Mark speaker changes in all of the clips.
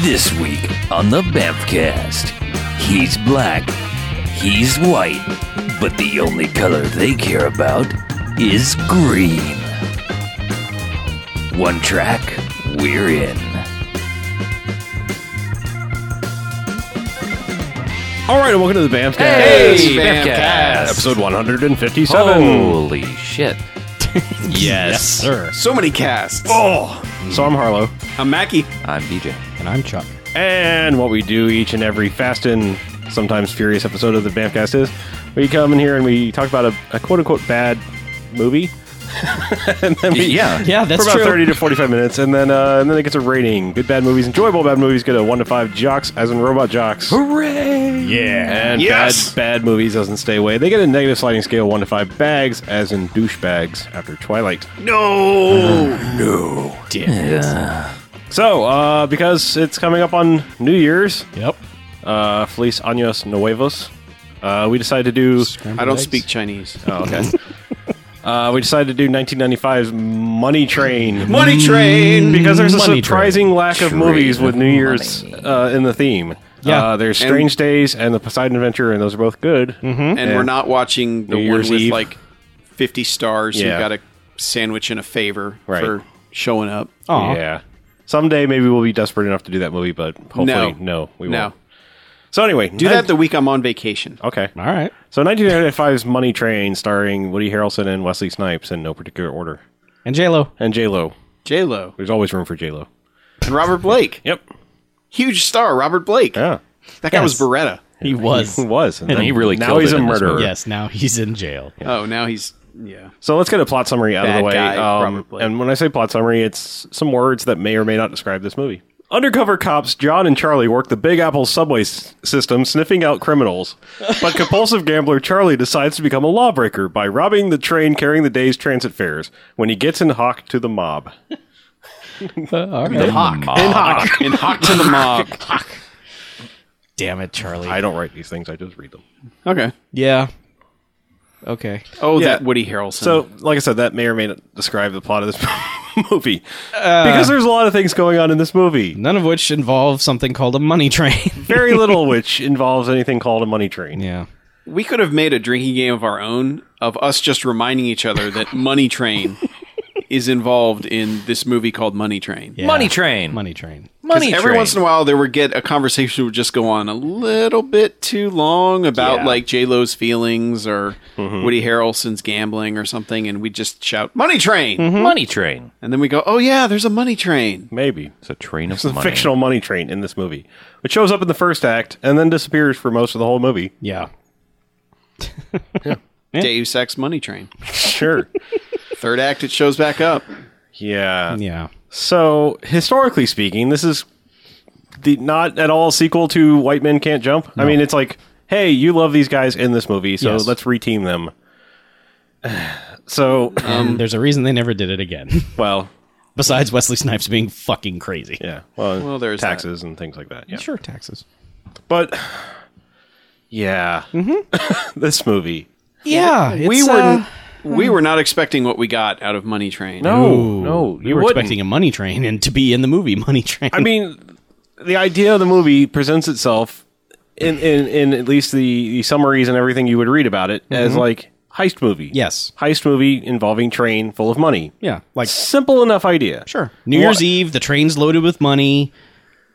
Speaker 1: This week on the Bamfcast, he's black, he's white, but the only color they care about is green. One track, we're in.
Speaker 2: All right, and welcome to the Bamcast.
Speaker 1: Hey, Bamfcast. Oh.
Speaker 2: Episode 157.
Speaker 1: Holy shit.
Speaker 2: yes. sir.
Speaker 3: So many casts.
Speaker 2: Oh, so I'm Harlow.
Speaker 3: I'm Mackie.
Speaker 1: I'm DJ.
Speaker 4: And I'm Chuck.
Speaker 2: And what we do each and every fast and sometimes furious episode of the Bamcast is we come in here and we talk about a, a quote unquote bad movie. and then we,
Speaker 1: Yeah.
Speaker 4: Yeah, that's
Speaker 2: for about
Speaker 4: true.
Speaker 2: 30 to 45 minutes, and then uh, and then it gets a rating. Good bad movies, enjoyable bad movies, get a 1 to 5 jocks, as in robot jocks.
Speaker 1: Hooray!
Speaker 2: Yeah. And
Speaker 3: Yes!
Speaker 2: bad, bad movies doesn't stay away. They get a negative sliding scale, one to five bags, as in douchebags after Twilight.
Speaker 3: No.
Speaker 2: So, uh, because it's coming up on New Year's,
Speaker 4: Yep.
Speaker 2: uh, Feliz Años Nuevos, uh, we decided to do.
Speaker 3: I don't speak Chinese.
Speaker 2: Oh, okay. Uh, we decided to do 1995's Money Train.
Speaker 3: Money train.
Speaker 2: Because there's a
Speaker 4: Mm. Money Train.
Speaker 2: surprising lack of
Speaker 1: Train
Speaker 2: movies with
Speaker 1: of
Speaker 2: New Year's
Speaker 1: money.
Speaker 2: uh, in the theme.
Speaker 4: Yeah.
Speaker 2: Uh, there's Strange Days and The Poseidon Adventure, and those are both good. Mm-hmm.
Speaker 3: and we're not watching the
Speaker 2: New
Speaker 3: one
Speaker 2: Year's
Speaker 3: with
Speaker 2: Eve.
Speaker 3: like 50 stars
Speaker 2: Yeah.
Speaker 3: who got a sandwich and a favor
Speaker 2: Right.
Speaker 3: for showing up.
Speaker 4: Aw.
Speaker 2: Yeah. Someday maybe we'll be desperate enough to do that movie, but hopefully
Speaker 3: No.
Speaker 2: no, we
Speaker 3: No.
Speaker 2: won't. So anyway,
Speaker 3: Do that the week I'm on vacation.
Speaker 2: okay.
Speaker 4: All right.
Speaker 2: So 1995's Money Train, starring Woody Harrelson and Wesley Snipes, in no particular order,
Speaker 4: And J-Lo.
Speaker 2: and J Lo.
Speaker 3: J Lo
Speaker 2: There's always room for J Lo.
Speaker 3: and Robert Blake.
Speaker 2: Yep.
Speaker 3: Huge star, Robert Blake.
Speaker 2: Yeah.
Speaker 3: That guy was
Speaker 4: Yes.
Speaker 3: Beretta.
Speaker 4: He was.
Speaker 2: He was, and, then-
Speaker 1: he really
Speaker 2: now
Speaker 1: killed
Speaker 2: he's
Speaker 1: it
Speaker 2: a
Speaker 1: in this
Speaker 2: murderer.
Speaker 4: Yes, now he's in jail.
Speaker 3: Oh, now he's yeah.
Speaker 2: So let's get a plot summary out of
Speaker 3: Bad
Speaker 2: the way.
Speaker 3: guy,
Speaker 2: Um,
Speaker 3: Robert Blake.
Speaker 2: and when I say plot summary, it's some words that may or may not describe this movie. Undercover cops John and Charlie work the Big Apple subway s- system, sniffing out criminals. But compulsive gambler Charlie decides to become a lawbreaker by robbing the train carrying the day's transit fares. When he gets in hock to the mob,
Speaker 4: all right.
Speaker 3: Hawk. In Hawk. In Hawk to the mob.
Speaker 4: Damn it, Charlie.
Speaker 2: I don't write these things; I just read them.
Speaker 3: Okay.
Speaker 4: yeah. Okay.
Speaker 3: Oh,
Speaker 2: Yeah.
Speaker 3: that Woody Harrelson.
Speaker 2: So, like I said, that may or may not describe the plot of this movie because there's a lot of things going on in this movie.
Speaker 4: None of which involve something called a money train.
Speaker 2: Very little which involves anything called a money train.
Speaker 4: yeah.
Speaker 3: We could have made a drinking game of our own of us just reminding each other that Money Train is involved in this movie called Money Train.
Speaker 4: Yeah.
Speaker 1: Money Train.
Speaker 4: Money train.
Speaker 1: Money
Speaker 3: Every once in a while, there would get a conversation would just go on a little bit too long about
Speaker 1: Yeah.
Speaker 3: like J Lo's feelings or Woody Harrelson's gambling or something, and we just shout "Money Train,"
Speaker 1: Money Train.
Speaker 3: and then we go, "Oh yeah, there's a Money Train."
Speaker 2: Maybe
Speaker 1: It's a train of
Speaker 2: It's a
Speaker 1: money.
Speaker 2: fictional money train in this movie, which shows up in the first act and then disappears for most of the whole movie.
Speaker 4: Yeah.
Speaker 3: Deus Ex Money Train.
Speaker 2: Sure.
Speaker 3: Third act, it shows back up.
Speaker 2: yeah.
Speaker 4: Yeah.
Speaker 2: So, historically speaking, this is the not at all sequel to White Men Can't Jump. I mean, it's like, hey, you love these guys in this movie, so
Speaker 4: Yes.
Speaker 2: let's reteam them. So,
Speaker 4: Um, There's a reason they never did it again.
Speaker 2: well,
Speaker 4: Besides Wesley Snipes being fucking crazy.
Speaker 2: yeah. Well,
Speaker 3: Well, there's
Speaker 2: taxes and things like that. Yeah.
Speaker 4: Sure, taxes.
Speaker 2: But yeah. this movie.
Speaker 4: Yeah.
Speaker 3: we
Speaker 4: it's,
Speaker 3: were
Speaker 4: uh,
Speaker 3: we were not expecting what we got out of Money Train.
Speaker 2: No,
Speaker 4: ooh,
Speaker 2: no,
Speaker 4: we
Speaker 2: you
Speaker 4: were
Speaker 2: wouldn't.
Speaker 4: expecting a money train and to be in the movie Money Train.
Speaker 2: I mean, the idea of the movie presents itself in in, in at least the, the summaries and everything you would read about it as
Speaker 4: Mm-hmm.
Speaker 2: like heist movie.
Speaker 4: Yes.
Speaker 2: heist movie involving train full of money.
Speaker 4: yeah, like
Speaker 2: Simple enough idea.
Speaker 4: Sure. New Year's Eve, the train's loaded with money.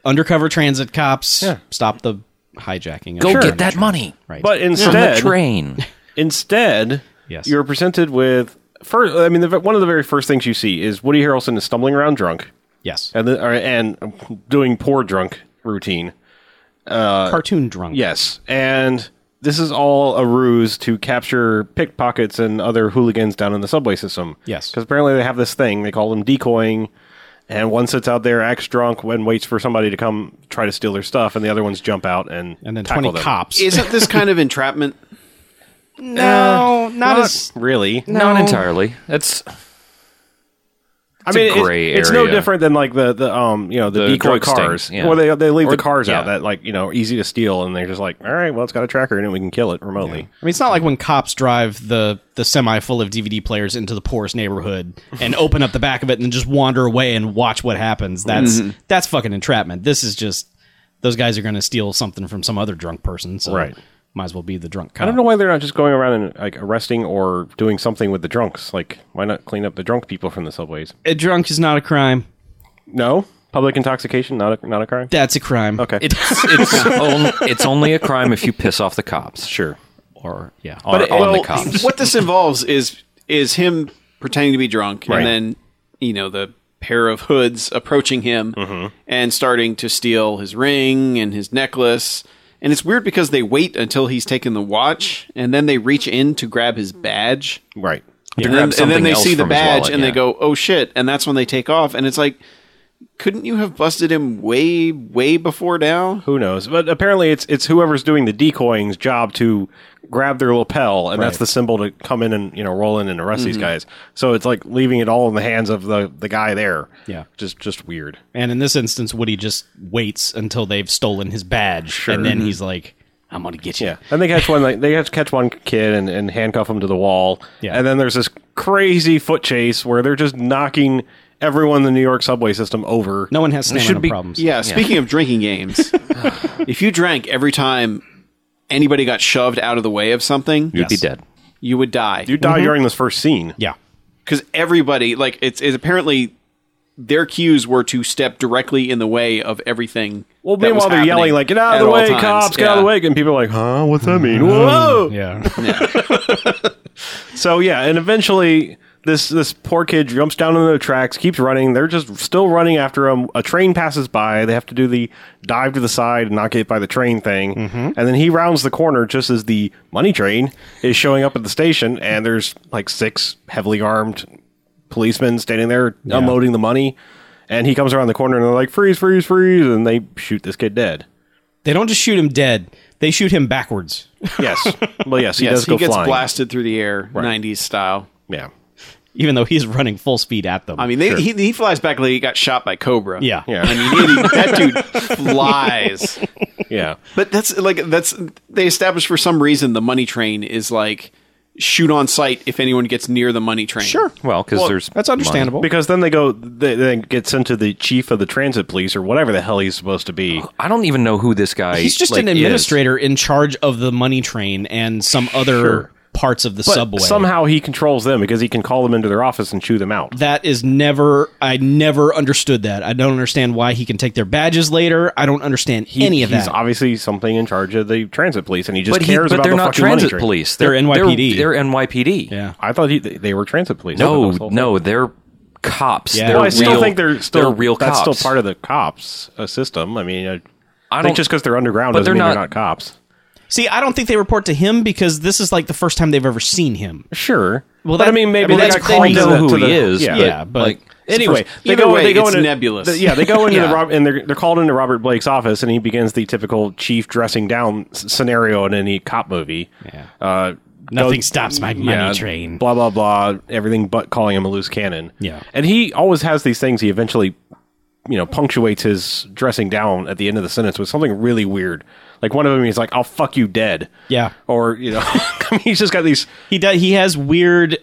Speaker 4: Undercover transit cops
Speaker 2: Yeah.
Speaker 4: stop the hijacking. of
Speaker 1: Go
Speaker 4: the
Speaker 2: Sure.
Speaker 1: get that money.
Speaker 4: Right.
Speaker 2: But
Speaker 1: From the
Speaker 2: instead,
Speaker 1: train.
Speaker 2: instead,
Speaker 4: Yes.
Speaker 2: you're presented with first. I mean, the, one of the very first things you see is Woody Harrelson is stumbling around drunk
Speaker 4: yes.
Speaker 2: and the, or, and doing poor drunk routine. uh,
Speaker 4: Cartoon drunk.
Speaker 2: Yes, and this is all a ruse to capture pickpockets and other hooligans down in the subway system.
Speaker 4: Yes.
Speaker 2: because apparently they have this thing they call them decoying, and one sits out there, acts drunk, and waits for somebody to come try to steal their stuff, and the other ones jump out and
Speaker 4: And then
Speaker 2: tackle
Speaker 4: 20
Speaker 2: them.
Speaker 4: cops.
Speaker 3: Isn't this kind of entrapment?
Speaker 4: no, not,
Speaker 2: Not
Speaker 4: as.
Speaker 2: really.
Speaker 1: Not entirely. That's
Speaker 2: I mean, it's-
Speaker 5: gray
Speaker 2: it's no
Speaker 5: area.
Speaker 2: different than like the, the um you know the,
Speaker 5: The
Speaker 2: decoy
Speaker 5: drug sting,
Speaker 2: cars.
Speaker 5: yeah.
Speaker 2: Well, they they leave
Speaker 5: Or-
Speaker 2: the cars out
Speaker 5: yeah.
Speaker 2: that like you know are easy to steal, and they're just like, all right, well, it's got a tracker in it, we can kill it remotely.
Speaker 4: I mean, it's not like when cops drive the the semi full of DVD players into the poorest neighborhood and open up the back of it and just wander away and watch what happens. That's
Speaker 2: Mm-hmm.
Speaker 4: that's fucking entrapment. This is just those guys are going to steal something from some other drunk person. So
Speaker 2: Right.
Speaker 4: Might as well be the drunk cop.
Speaker 2: I don't know why they're not just going around and like arresting or doing something with the drunks. Like, why not clean up the drunk people from the subways?
Speaker 4: A drunk is not a crime.
Speaker 2: No, public intoxication, not a, not a crime.
Speaker 4: That's a crime.
Speaker 2: Okay,
Speaker 5: It's it's only, it's only a crime if you piss off the cops
Speaker 2: sure.
Speaker 4: Or yeah.
Speaker 5: or
Speaker 2: it-
Speaker 5: on
Speaker 2: well,
Speaker 5: the cops.
Speaker 3: what this involves is is him pretending to be drunk
Speaker 2: Right.
Speaker 3: and then you know the pair of hoods approaching him
Speaker 5: Mm-hmm.
Speaker 3: and starting to steal his ring and his necklace and it's weird because they wait until he's taken the watch and then they reach in to grab his badge
Speaker 2: Right.
Speaker 3: and,
Speaker 5: To grab
Speaker 3: then, and
Speaker 5: something
Speaker 3: then they
Speaker 5: else
Speaker 3: see the
Speaker 5: from his
Speaker 3: badge
Speaker 5: wallet,
Speaker 3: and
Speaker 5: yeah.
Speaker 3: they go oh shit and that's when they take off and it's like couldn't you have busted him way way before now
Speaker 2: Who knows? But apparently, it's it's whoever's doing the decoying's job to grab their lapel, and that's the symbol to come in and you know roll in and arrest
Speaker 3: Mm-hmm.
Speaker 2: these guys. So it's like leaving it all in the hands of the the guy there.
Speaker 4: Yeah.
Speaker 2: Just just weird.
Speaker 4: And in this instance, Woody just waits until they've stolen his badge, and then he's like, "I'm gonna get you."
Speaker 2: Yeah, and they catch one. Like, they catch catch one kid and, and handcuff him to the wall.
Speaker 4: Yeah.
Speaker 2: and then there's this crazy foot chase where they're just knocking everyone in the New York subway system over.
Speaker 4: No one has stamina
Speaker 5: should be-
Speaker 4: problems.
Speaker 3: Yeah, speaking of drinking games, if you drank every time anybody got shoved out of the way of something,
Speaker 5: You'd be
Speaker 4: Yes.
Speaker 5: dead.
Speaker 3: you would die.
Speaker 2: you die during this first scene.
Speaker 4: Yeah.
Speaker 3: Because everybody, like, it's, it's apparently their cues were to step directly in the way of everything.
Speaker 2: Well,
Speaker 3: that was
Speaker 2: meanwhile they're yelling
Speaker 3: happening
Speaker 2: like, "Get out of the
Speaker 3: at all
Speaker 2: way,
Speaker 3: times."
Speaker 2: cops! Get out of
Speaker 3: Yeah. Mm-hmm.
Speaker 2: the way!" And people are like, "Huh? What's that mean? Whoa!"
Speaker 4: Yeah.
Speaker 2: So yeah, and eventually this this poor kid jumps down into the tracks, keeps running. They're just still running after him. A train passes by. They have to do the dive to the side and not get hit by the train thing.
Speaker 3: Mm-hmm.
Speaker 2: And then he rounds the corner just as the money train is showing up at the station, and there's like six heavily armed policemen standing there unloading the money. And he comes around the corner and they're like, "Freeze! Freeze! Freeze!" And they shoot this kid dead.
Speaker 4: They don't just shoot him dead; they shoot him backwards.
Speaker 2: Yes. Well, yes, he
Speaker 3: Yes,
Speaker 2: does
Speaker 3: he
Speaker 2: go
Speaker 3: gets
Speaker 2: flying.
Speaker 3: blasted through the air, 90s style.
Speaker 2: Yeah.
Speaker 4: even though he's running full speed at them.
Speaker 3: I mean, they, he, he flies back like he got shot by Cobra.
Speaker 4: yeah,
Speaker 2: Yeah.
Speaker 3: I mean, he- that dude flies.
Speaker 2: Yeah.
Speaker 3: But that's like that's they established for some reason the money train is like shoot on sight if anyone gets near the money train.
Speaker 4: sure.
Speaker 5: Well, because there's
Speaker 4: That's understandable.
Speaker 2: Because then they go, they, they get sent to the chief of the transit police or whatever the hell he's supposed to be.
Speaker 5: I don't even know who this guy.
Speaker 4: He's just
Speaker 5: like,
Speaker 4: an
Speaker 5: is.
Speaker 4: administrator in charge of the money train and some other
Speaker 2: Sure.
Speaker 4: parts of the
Speaker 2: But
Speaker 4: subway.
Speaker 2: somehow he controls them because he can call them into their office and chew them out.
Speaker 4: that is never. I never understood that. I don't understand why he can take their badges later. I don't understand any of
Speaker 2: he's
Speaker 4: that.
Speaker 2: obviously something in charge of the transit police, and he just
Speaker 5: But, he,
Speaker 2: cares
Speaker 5: but
Speaker 2: about
Speaker 5: they're
Speaker 2: the
Speaker 5: not
Speaker 2: fucking money
Speaker 5: transit
Speaker 2: train.
Speaker 5: police.
Speaker 4: They're NYPD.
Speaker 5: They're, NYPD.
Speaker 4: yeah,
Speaker 2: I thought he, they were transit police.
Speaker 5: No,
Speaker 2: That's the whole-
Speaker 5: no, they're cops.
Speaker 4: Yeah.
Speaker 5: They're
Speaker 2: Well, I still
Speaker 5: real,
Speaker 2: think they're still
Speaker 5: real
Speaker 2: That's
Speaker 5: cops.
Speaker 2: still part of the cops uh, system. I mean, I,
Speaker 5: I
Speaker 2: think
Speaker 5: don't
Speaker 2: just because they're underground
Speaker 5: but
Speaker 2: doesn't
Speaker 5: they're
Speaker 2: mean they're not
Speaker 5: not-
Speaker 2: cops.
Speaker 4: see, I don't think they report to him because this is like the first time they've ever seen him.
Speaker 2: Sure.
Speaker 4: Well,
Speaker 2: but I
Speaker 4: that-
Speaker 2: mean, maybe
Speaker 4: I mean,
Speaker 2: they
Speaker 4: that's
Speaker 2: got called
Speaker 4: crazy.
Speaker 2: to
Speaker 5: know
Speaker 2: the-
Speaker 5: who
Speaker 2: to
Speaker 5: he
Speaker 2: the-
Speaker 5: is.
Speaker 2: Yeah.
Speaker 5: but,
Speaker 4: Yeah, but-
Speaker 5: like,
Speaker 2: Anyway, they
Speaker 3: either
Speaker 2: go,
Speaker 3: way,
Speaker 2: they go
Speaker 3: it's
Speaker 2: into,
Speaker 3: nebulous.
Speaker 2: th- yeah, they go into
Speaker 5: Yeah.
Speaker 2: the Rob, and they're, they're called into Robert Blake's office, and he begins the typical chief dressing down s- scenario in any cop movie.
Speaker 4: Yeah.
Speaker 2: Uh,
Speaker 4: Nothing
Speaker 2: go-
Speaker 4: stops my money
Speaker 2: yeah,
Speaker 4: train.
Speaker 2: Blah blah blah. Everything but calling him a loose cannon.
Speaker 4: Yeah.
Speaker 2: and he always has these things. He eventually, you know, punctuates his dressing down at the end of the sentence with something really weird. Like one of them, he's like, "I'll fuck you dead."
Speaker 4: Yeah.
Speaker 2: or you know, I mean, he's just got these.
Speaker 4: He does. He has weird,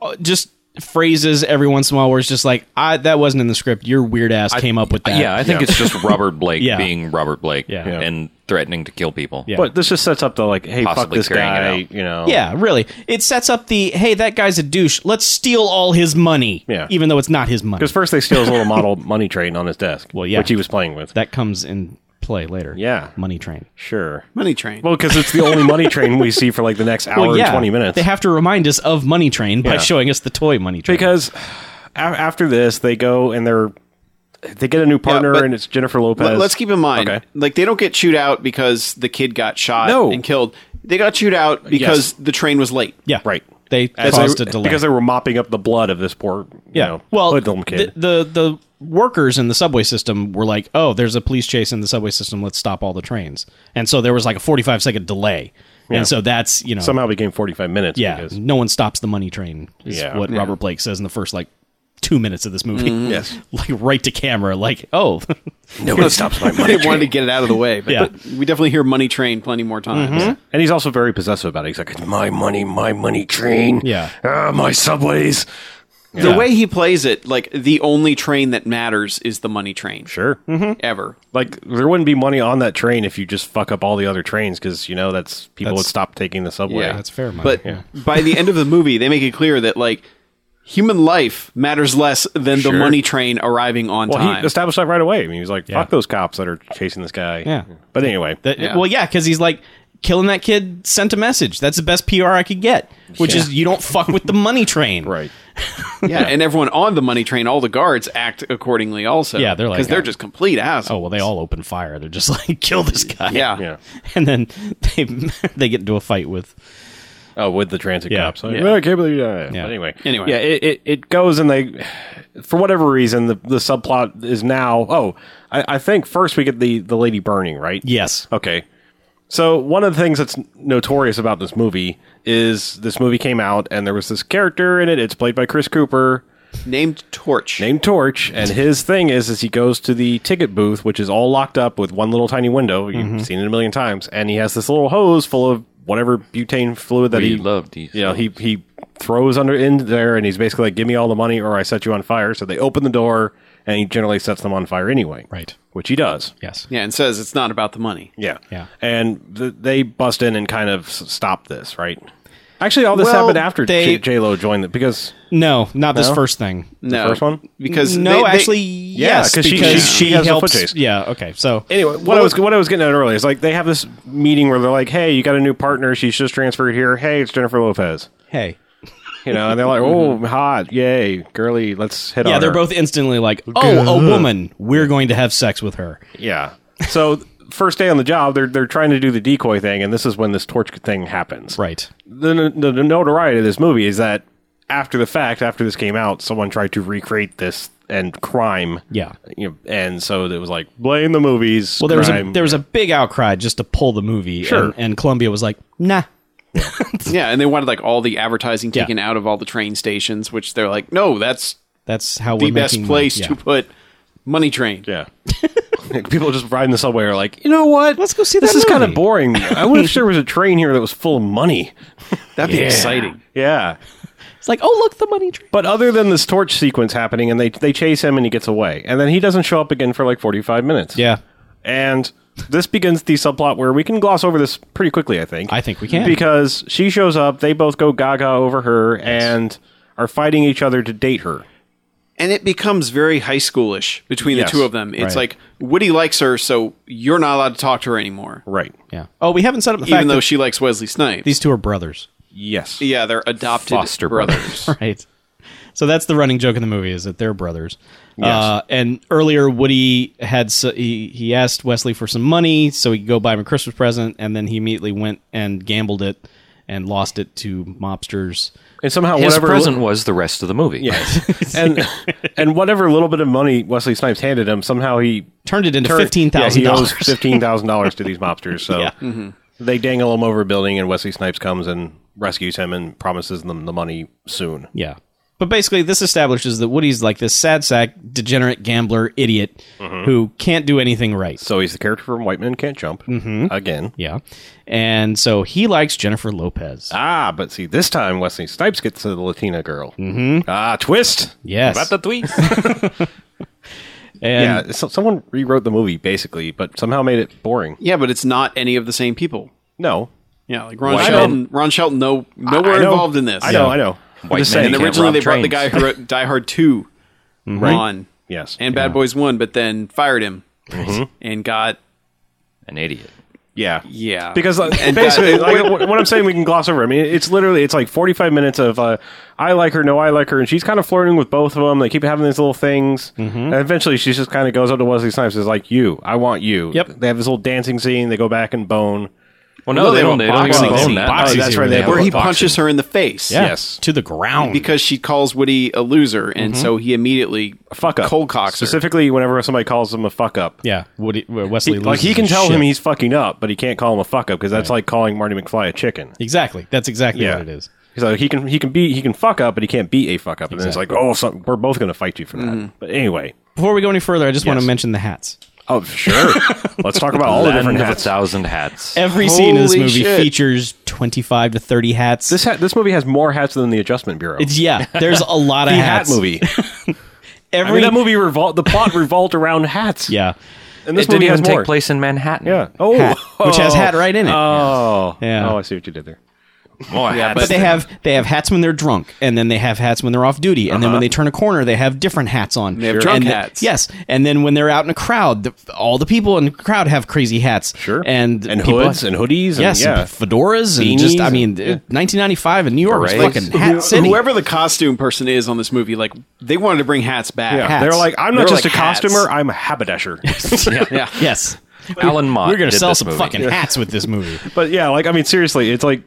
Speaker 4: uh, just phrases every once in a while where it's just like, I that wasn't in the script. Your weird ass came up with that.
Speaker 5: yeah, I think it's just Robert Blake
Speaker 4: Yeah.
Speaker 5: being Robert Blake
Speaker 4: Yeah. Yeah.
Speaker 5: and threatening to kill people.
Speaker 4: Yeah.
Speaker 2: But this just sets up the like, "Hey,
Speaker 5: Possibly
Speaker 2: fuck this
Speaker 5: carrying
Speaker 2: guy,"
Speaker 5: it out.
Speaker 2: you know.
Speaker 4: Yeah, really. It sets up the hey, that guy's a douche. Let's steal all his money.
Speaker 2: Yeah.
Speaker 4: Even though it's not his money.
Speaker 2: Because first they steal his little model money train on his desk,
Speaker 4: Well, yeah.
Speaker 2: which he was playing with.
Speaker 4: That comes in play later.
Speaker 2: Yeah.
Speaker 4: Money train.
Speaker 2: sure.
Speaker 3: Money train.
Speaker 2: Well, because it's the only money train we see for like the next hour
Speaker 4: Well, yeah,
Speaker 2: and twenty minutes.
Speaker 4: They have to remind us of Money Train by
Speaker 2: Yeah.
Speaker 4: showing us the toy Money Train.
Speaker 2: because a- after this they go and they're they get a new partner
Speaker 3: but-
Speaker 2: and it's Jennifer Lopez.
Speaker 3: Let- let's keep in mind,
Speaker 2: Okay.
Speaker 3: like they don't get chewed out because the kid got shot
Speaker 2: No.
Speaker 3: and killed. They got chewed out because the train was late.
Speaker 4: yeah,
Speaker 2: right.
Speaker 4: They
Speaker 2: As
Speaker 4: caused
Speaker 2: they-
Speaker 4: a delay
Speaker 2: because they were mopping up the blood of this poor you know
Speaker 4: well,
Speaker 2: hoodlum kid.
Speaker 4: The, the the workers in the subway system were like, "Oh, there's a police chase in the subway system. Let's stop all the trains." And so there was like a 45 second delay, and so that's you know
Speaker 2: Somehow became forty five minutes.
Speaker 4: yeah,
Speaker 2: because-
Speaker 4: no one stops the money train. Is
Speaker 2: Yeah.
Speaker 4: what
Speaker 2: Yeah.
Speaker 4: Robert Blake says in the first like two minutes of this movie.
Speaker 3: Mm-hmm.
Speaker 2: Yes.
Speaker 4: Like right to camera, like, oh,
Speaker 1: Nobody stops my money.
Speaker 3: they wanted to get it out of the way, but
Speaker 4: Yeah.
Speaker 3: we definitely hear Money Train plenty more times.
Speaker 2: And he's also very possessive about it. He's like, it's
Speaker 1: My money, my money train.
Speaker 4: Yeah.
Speaker 1: Ah, my subways.
Speaker 3: The way he plays it, like the only train that matters is the Money Train
Speaker 2: sure.
Speaker 4: Mm-hmm.
Speaker 3: ever.
Speaker 2: Like, there wouldn't be money on that train if you just fuck up all the other trains because, you know, that's people
Speaker 4: That's-
Speaker 2: would stop taking the subway.
Speaker 3: Yeah,
Speaker 4: that's fair money,
Speaker 3: But
Speaker 4: yeah.
Speaker 3: by the end of the movie, they make it clear that like human life matters less than the Money Train arriving on
Speaker 2: Well,
Speaker 3: time.
Speaker 2: he established that right away. I mean, he was like, fuck those cops that are chasing this guy.
Speaker 4: Yeah.
Speaker 2: But anyway,
Speaker 4: That,
Speaker 3: Yeah.
Speaker 4: Well, yeah, because he's like killing that kid sent a message. That's the best PR I could get, which is you don't fuck with the money train.
Speaker 2: right.
Speaker 3: yeah, and everyone on the Money Train, all the guards act accordingly. Also,
Speaker 4: Yeah, they're like,
Speaker 3: because
Speaker 4: yeah.
Speaker 3: they're just complete assholes.
Speaker 4: Oh well, they all open fire. They're just like kill this guy.
Speaker 3: yeah.
Speaker 2: Yeah.
Speaker 4: and then they they get into a fight with
Speaker 2: Oh, with the transit
Speaker 4: Yeah.
Speaker 2: cops. I,
Speaker 4: Yeah.
Speaker 2: I can't believe that.
Speaker 4: Yeah.
Speaker 2: But anyway.
Speaker 3: Anyway.
Speaker 2: Yeah, it, it, it goes and they, for whatever reason, the, the subplot is now. Oh, I, I think first we get the, the lady burning, right?
Speaker 4: yes.
Speaker 2: Okay. So one of the things that's notorious about this movie is this movie came out and there was this character in it. It's played by Chris Cooper
Speaker 3: named Torch.
Speaker 2: named Torch, and his thing is is he goes to the ticket booth, which is all locked up with one little tiny window. You've
Speaker 5: Mm-hmm.
Speaker 2: seen it a million times, and he has this little hose full of whatever butane fluid that
Speaker 5: We
Speaker 2: he
Speaker 5: love these
Speaker 2: You know, he he throws under in there, and he's basically like, "Give me all the money, or I set you on fire." So they open the door, and he generally sets them on fire anyway,
Speaker 4: Right.
Speaker 2: Which he does.
Speaker 4: Yes.
Speaker 3: yeah, and says it's not about the money.
Speaker 2: Yeah.
Speaker 4: Yeah.
Speaker 2: And th- they bust in and kind of s- stop this, right? Actually, all this
Speaker 4: Well,
Speaker 2: happened after
Speaker 4: they-
Speaker 2: J Lo joined it because
Speaker 4: No, not this first thing.
Speaker 3: No,
Speaker 2: first one?
Speaker 3: because
Speaker 4: no,
Speaker 3: they- they-
Speaker 4: actually, yes,
Speaker 2: 'cause she-
Speaker 4: because
Speaker 2: she-
Speaker 4: she,
Speaker 2: she has the foot
Speaker 4: helps.
Speaker 2: chase.
Speaker 4: yeah. Okay. So
Speaker 2: anyway, what I was what I was getting at earlier is like they have this meeting where they're like, "Hey, you got a new partner? She's just transferred here. Hey, it's Jennifer Lopez."
Speaker 4: hey.
Speaker 2: You know, and they're like, "Oh, hot, yay, girly, let's hit on."
Speaker 4: Yeah, they're
Speaker 2: her."
Speaker 4: both instantly like, oh, a woman. We're going to have sex with her.
Speaker 2: Yeah. So first day on the job, they're they're trying to do the decoy thing, and this is when this torch thing happens.
Speaker 4: Right.
Speaker 2: the, the, the notoriety of this movie is that after the fact, after this came out, someone tried to recreate this and crime.
Speaker 4: Yeah.
Speaker 2: You know, and so it was like blame the movies.
Speaker 4: Well, there was a
Speaker 2: crime.
Speaker 4: there was a big outcry just to pull the movie,
Speaker 2: Sure.
Speaker 4: and, and Columbia was like, "Nah,
Speaker 3: yeah, and they wanted like all the advertising
Speaker 4: Yeah.
Speaker 3: taken out of all the train stations, which they're like, no, that's
Speaker 4: that's how
Speaker 3: the
Speaker 4: we're
Speaker 3: best
Speaker 4: making
Speaker 3: place
Speaker 4: money."
Speaker 3: to
Speaker 4: Yeah.
Speaker 3: put Money Train.
Speaker 2: yeah. People just riding the subway are like, you know what?
Speaker 4: Let's go see
Speaker 2: This
Speaker 4: that
Speaker 2: is kind of
Speaker 4: movie."
Speaker 2: boring. I wish there was a train here that was full of money.
Speaker 3: That'd be exciting.
Speaker 2: Yeah.
Speaker 4: It's like, oh look, the money train.
Speaker 2: But other than this torch sequence happening, and they they chase him and he gets away, and then he doesn't show up again for like forty five minutes.
Speaker 4: Yeah,
Speaker 2: And this begins the subplot where we can gloss over this pretty quickly, I think.
Speaker 4: I think we can.
Speaker 2: Because she shows up, they both go gaga over her and are fighting each other to date her.
Speaker 3: And it becomes very high schoolish between
Speaker 2: Yes,
Speaker 3: the two of them. It's
Speaker 4: right.
Speaker 3: like Woody likes her, so you're not allowed to talk to her anymore,
Speaker 2: Right.
Speaker 4: yeah. Oh, we haven't set up the fact
Speaker 3: even though
Speaker 4: that
Speaker 3: she likes Wesley Snipes.
Speaker 4: these two are brothers,
Speaker 2: Yes.
Speaker 3: yeah, they're adopted
Speaker 5: Foster
Speaker 3: brothers.
Speaker 4: right? So that's the running joke in the movie is that they're brothers.
Speaker 2: Yes.
Speaker 4: Uh, and earlier, Woody had s he he asked Wesley for some money so he could go buy him a Christmas present, and then he immediately went and gambled it and lost it to mobsters.
Speaker 2: And somehow
Speaker 5: His
Speaker 2: whatever
Speaker 5: present was the rest of the movie.
Speaker 2: and and whatever little bit of money Wesley Snipes handed him, somehow he
Speaker 4: Turned it into
Speaker 2: turned-
Speaker 4: fifteen thousand
Speaker 2: yeah, he owes
Speaker 4: dollars.
Speaker 2: fifteen thousand dollars to these mobsters. So
Speaker 4: Yeah.
Speaker 2: they dangle him over a building and Wesley Snipes comes and rescues him and promises them the money soon.
Speaker 4: Yeah. But basically, this establishes that Woody's like this sad sack, degenerate gambler idiot
Speaker 2: Mm-hmm.
Speaker 4: who can't do anything right.
Speaker 2: So he's the character from White Men Can't Jump
Speaker 4: Mm-hmm.
Speaker 2: again.
Speaker 4: Yeah. And so he likes Jennifer Lopez.
Speaker 2: Ah, but see, this time Wesley Snipes gets the Latina girl. Mm-hmm. Ah, twist.
Speaker 4: Yes.
Speaker 2: About the twist.
Speaker 4: And
Speaker 2: yeah, so, someone rewrote the movie basically, but somehow made it boring.
Speaker 3: yeah, but it's not any of the same people.
Speaker 2: No,
Speaker 3: Yeah, like Ron
Speaker 2: Well, I
Speaker 3: Shelton. Ron Shelton, no, nowhere
Speaker 2: I know-
Speaker 3: involved in this.
Speaker 2: I know, I know. I'm
Speaker 5: White
Speaker 2: just
Speaker 5: men
Speaker 2: saying.
Speaker 5: You
Speaker 3: And
Speaker 5: can't
Speaker 3: originally
Speaker 5: rob
Speaker 3: they brought the guy
Speaker 5: trains.
Speaker 3: who wrote Die Hard 2 on.
Speaker 2: Yes,
Speaker 3: and Bad Boys One, but then fired him and got
Speaker 5: An idiot.
Speaker 2: yeah,
Speaker 3: yeah
Speaker 2: Because uh, basically, like, what what I'm saying, we can gloss over. I mean, it's literally it's like 45 minutes of uh, I like her, no, I like her, and she's kind of flirting with both of them. They keep having these little things, and eventually she just kind of goes up to Wesley Snipes, and is like, "You, I want you."
Speaker 4: Yep.
Speaker 2: They have this little dancing scene. They go back and bone.
Speaker 5: Well, no,
Speaker 3: No,
Speaker 5: they,
Speaker 3: they
Speaker 5: don't.
Speaker 3: don't
Speaker 5: They don't
Speaker 4: boxing
Speaker 5: even
Speaker 4: scene.
Speaker 5: own that.
Speaker 4: Boxing
Speaker 5: part.
Speaker 4: scene where Oh, they have
Speaker 3: where
Speaker 4: a
Speaker 3: he
Speaker 4: boxing.
Speaker 3: punches her in the face.
Speaker 4: yeah,
Speaker 2: yes.
Speaker 4: to the ground.
Speaker 3: Because she calls Woody a loser, and so he immediately
Speaker 2: Fuck up.
Speaker 3: cold cocks her.
Speaker 2: Specifically, whenever somebody calls him a fuck up.
Speaker 4: yeah, Woody, uh, Wesley
Speaker 2: He- like
Speaker 4: loses
Speaker 2: he can
Speaker 4: his
Speaker 2: tell
Speaker 4: shit.
Speaker 2: him he's fucking up, but he can't call him a fuck up because that's like calling Marty McFly a chicken.
Speaker 4: Exactly. That's exactly
Speaker 2: Yeah.
Speaker 4: what it is.
Speaker 2: So he can he can be he can fuck up, but he can't be a fuck up. And then it's like, oh, some, we're both gonna fight you for that.
Speaker 4: Mm-hmm.
Speaker 2: But anyway,
Speaker 4: Before we go any further, I just want
Speaker 2: Yes.
Speaker 4: to mention the hats.
Speaker 2: oh sure, let's talk about all the
Speaker 5: Land
Speaker 2: different
Speaker 5: of
Speaker 2: hats.
Speaker 5: a thousand hats.
Speaker 4: Every scene in this
Speaker 3: Holy
Speaker 4: movie
Speaker 3: shit.
Speaker 4: features 25 to 30 hats.
Speaker 2: This ha- this movie has more hats than the Adjustment Bureau.
Speaker 4: it's, yeah, there's a lot of
Speaker 2: the hat
Speaker 4: hats.
Speaker 2: movie. I
Speaker 4: Every
Speaker 2: mean, that movie revol- the plot revolved around hats.
Speaker 4: yeah,
Speaker 2: and this
Speaker 5: It didn't
Speaker 2: movie has
Speaker 5: even
Speaker 2: more.
Speaker 5: take place in Manhattan.
Speaker 2: Yeah. Oh,
Speaker 4: Hat, which has hat right in it.
Speaker 2: Oh,
Speaker 4: Yeah.
Speaker 2: Oh, I see what you did there.
Speaker 3: yeah,
Speaker 4: but they have they have hats when they're drunk, and then they have hats when they're off duty, and
Speaker 2: Uh-huh.
Speaker 4: then when they turn a corner, they have different hats on.
Speaker 3: They have Sure. drunk
Speaker 4: And the-
Speaker 3: hats.
Speaker 4: yes, and then when they're out in a crowd, the, all the people in the crowd have crazy hats.
Speaker 2: Sure.
Speaker 4: and
Speaker 2: and
Speaker 4: people-
Speaker 2: hoods and hoodies. And,
Speaker 4: Yes, and
Speaker 2: yeah.
Speaker 4: fedoras and just
Speaker 2: Beanies
Speaker 4: I
Speaker 2: and-
Speaker 4: mean,
Speaker 2: yeah.
Speaker 4: 1995 in New York was
Speaker 5: Berets.
Speaker 4: fucking hat
Speaker 3: Who-
Speaker 4: city.
Speaker 3: Whoever the costume person is on this movie, like they wanted to bring hats back.
Speaker 2: Yeah,
Speaker 4: hats.
Speaker 2: they're like, I'm not
Speaker 3: They're
Speaker 2: just
Speaker 3: like
Speaker 2: a
Speaker 3: hats.
Speaker 2: costumer, I'm a haberdasher.
Speaker 4: yes,
Speaker 5: Alan Mott.
Speaker 4: we're gonna
Speaker 5: Uh, did
Speaker 4: sell
Speaker 5: this
Speaker 4: some
Speaker 5: movie.
Speaker 4: fucking hats with this movie.
Speaker 2: but yeah, like, I mean, seriously, it's like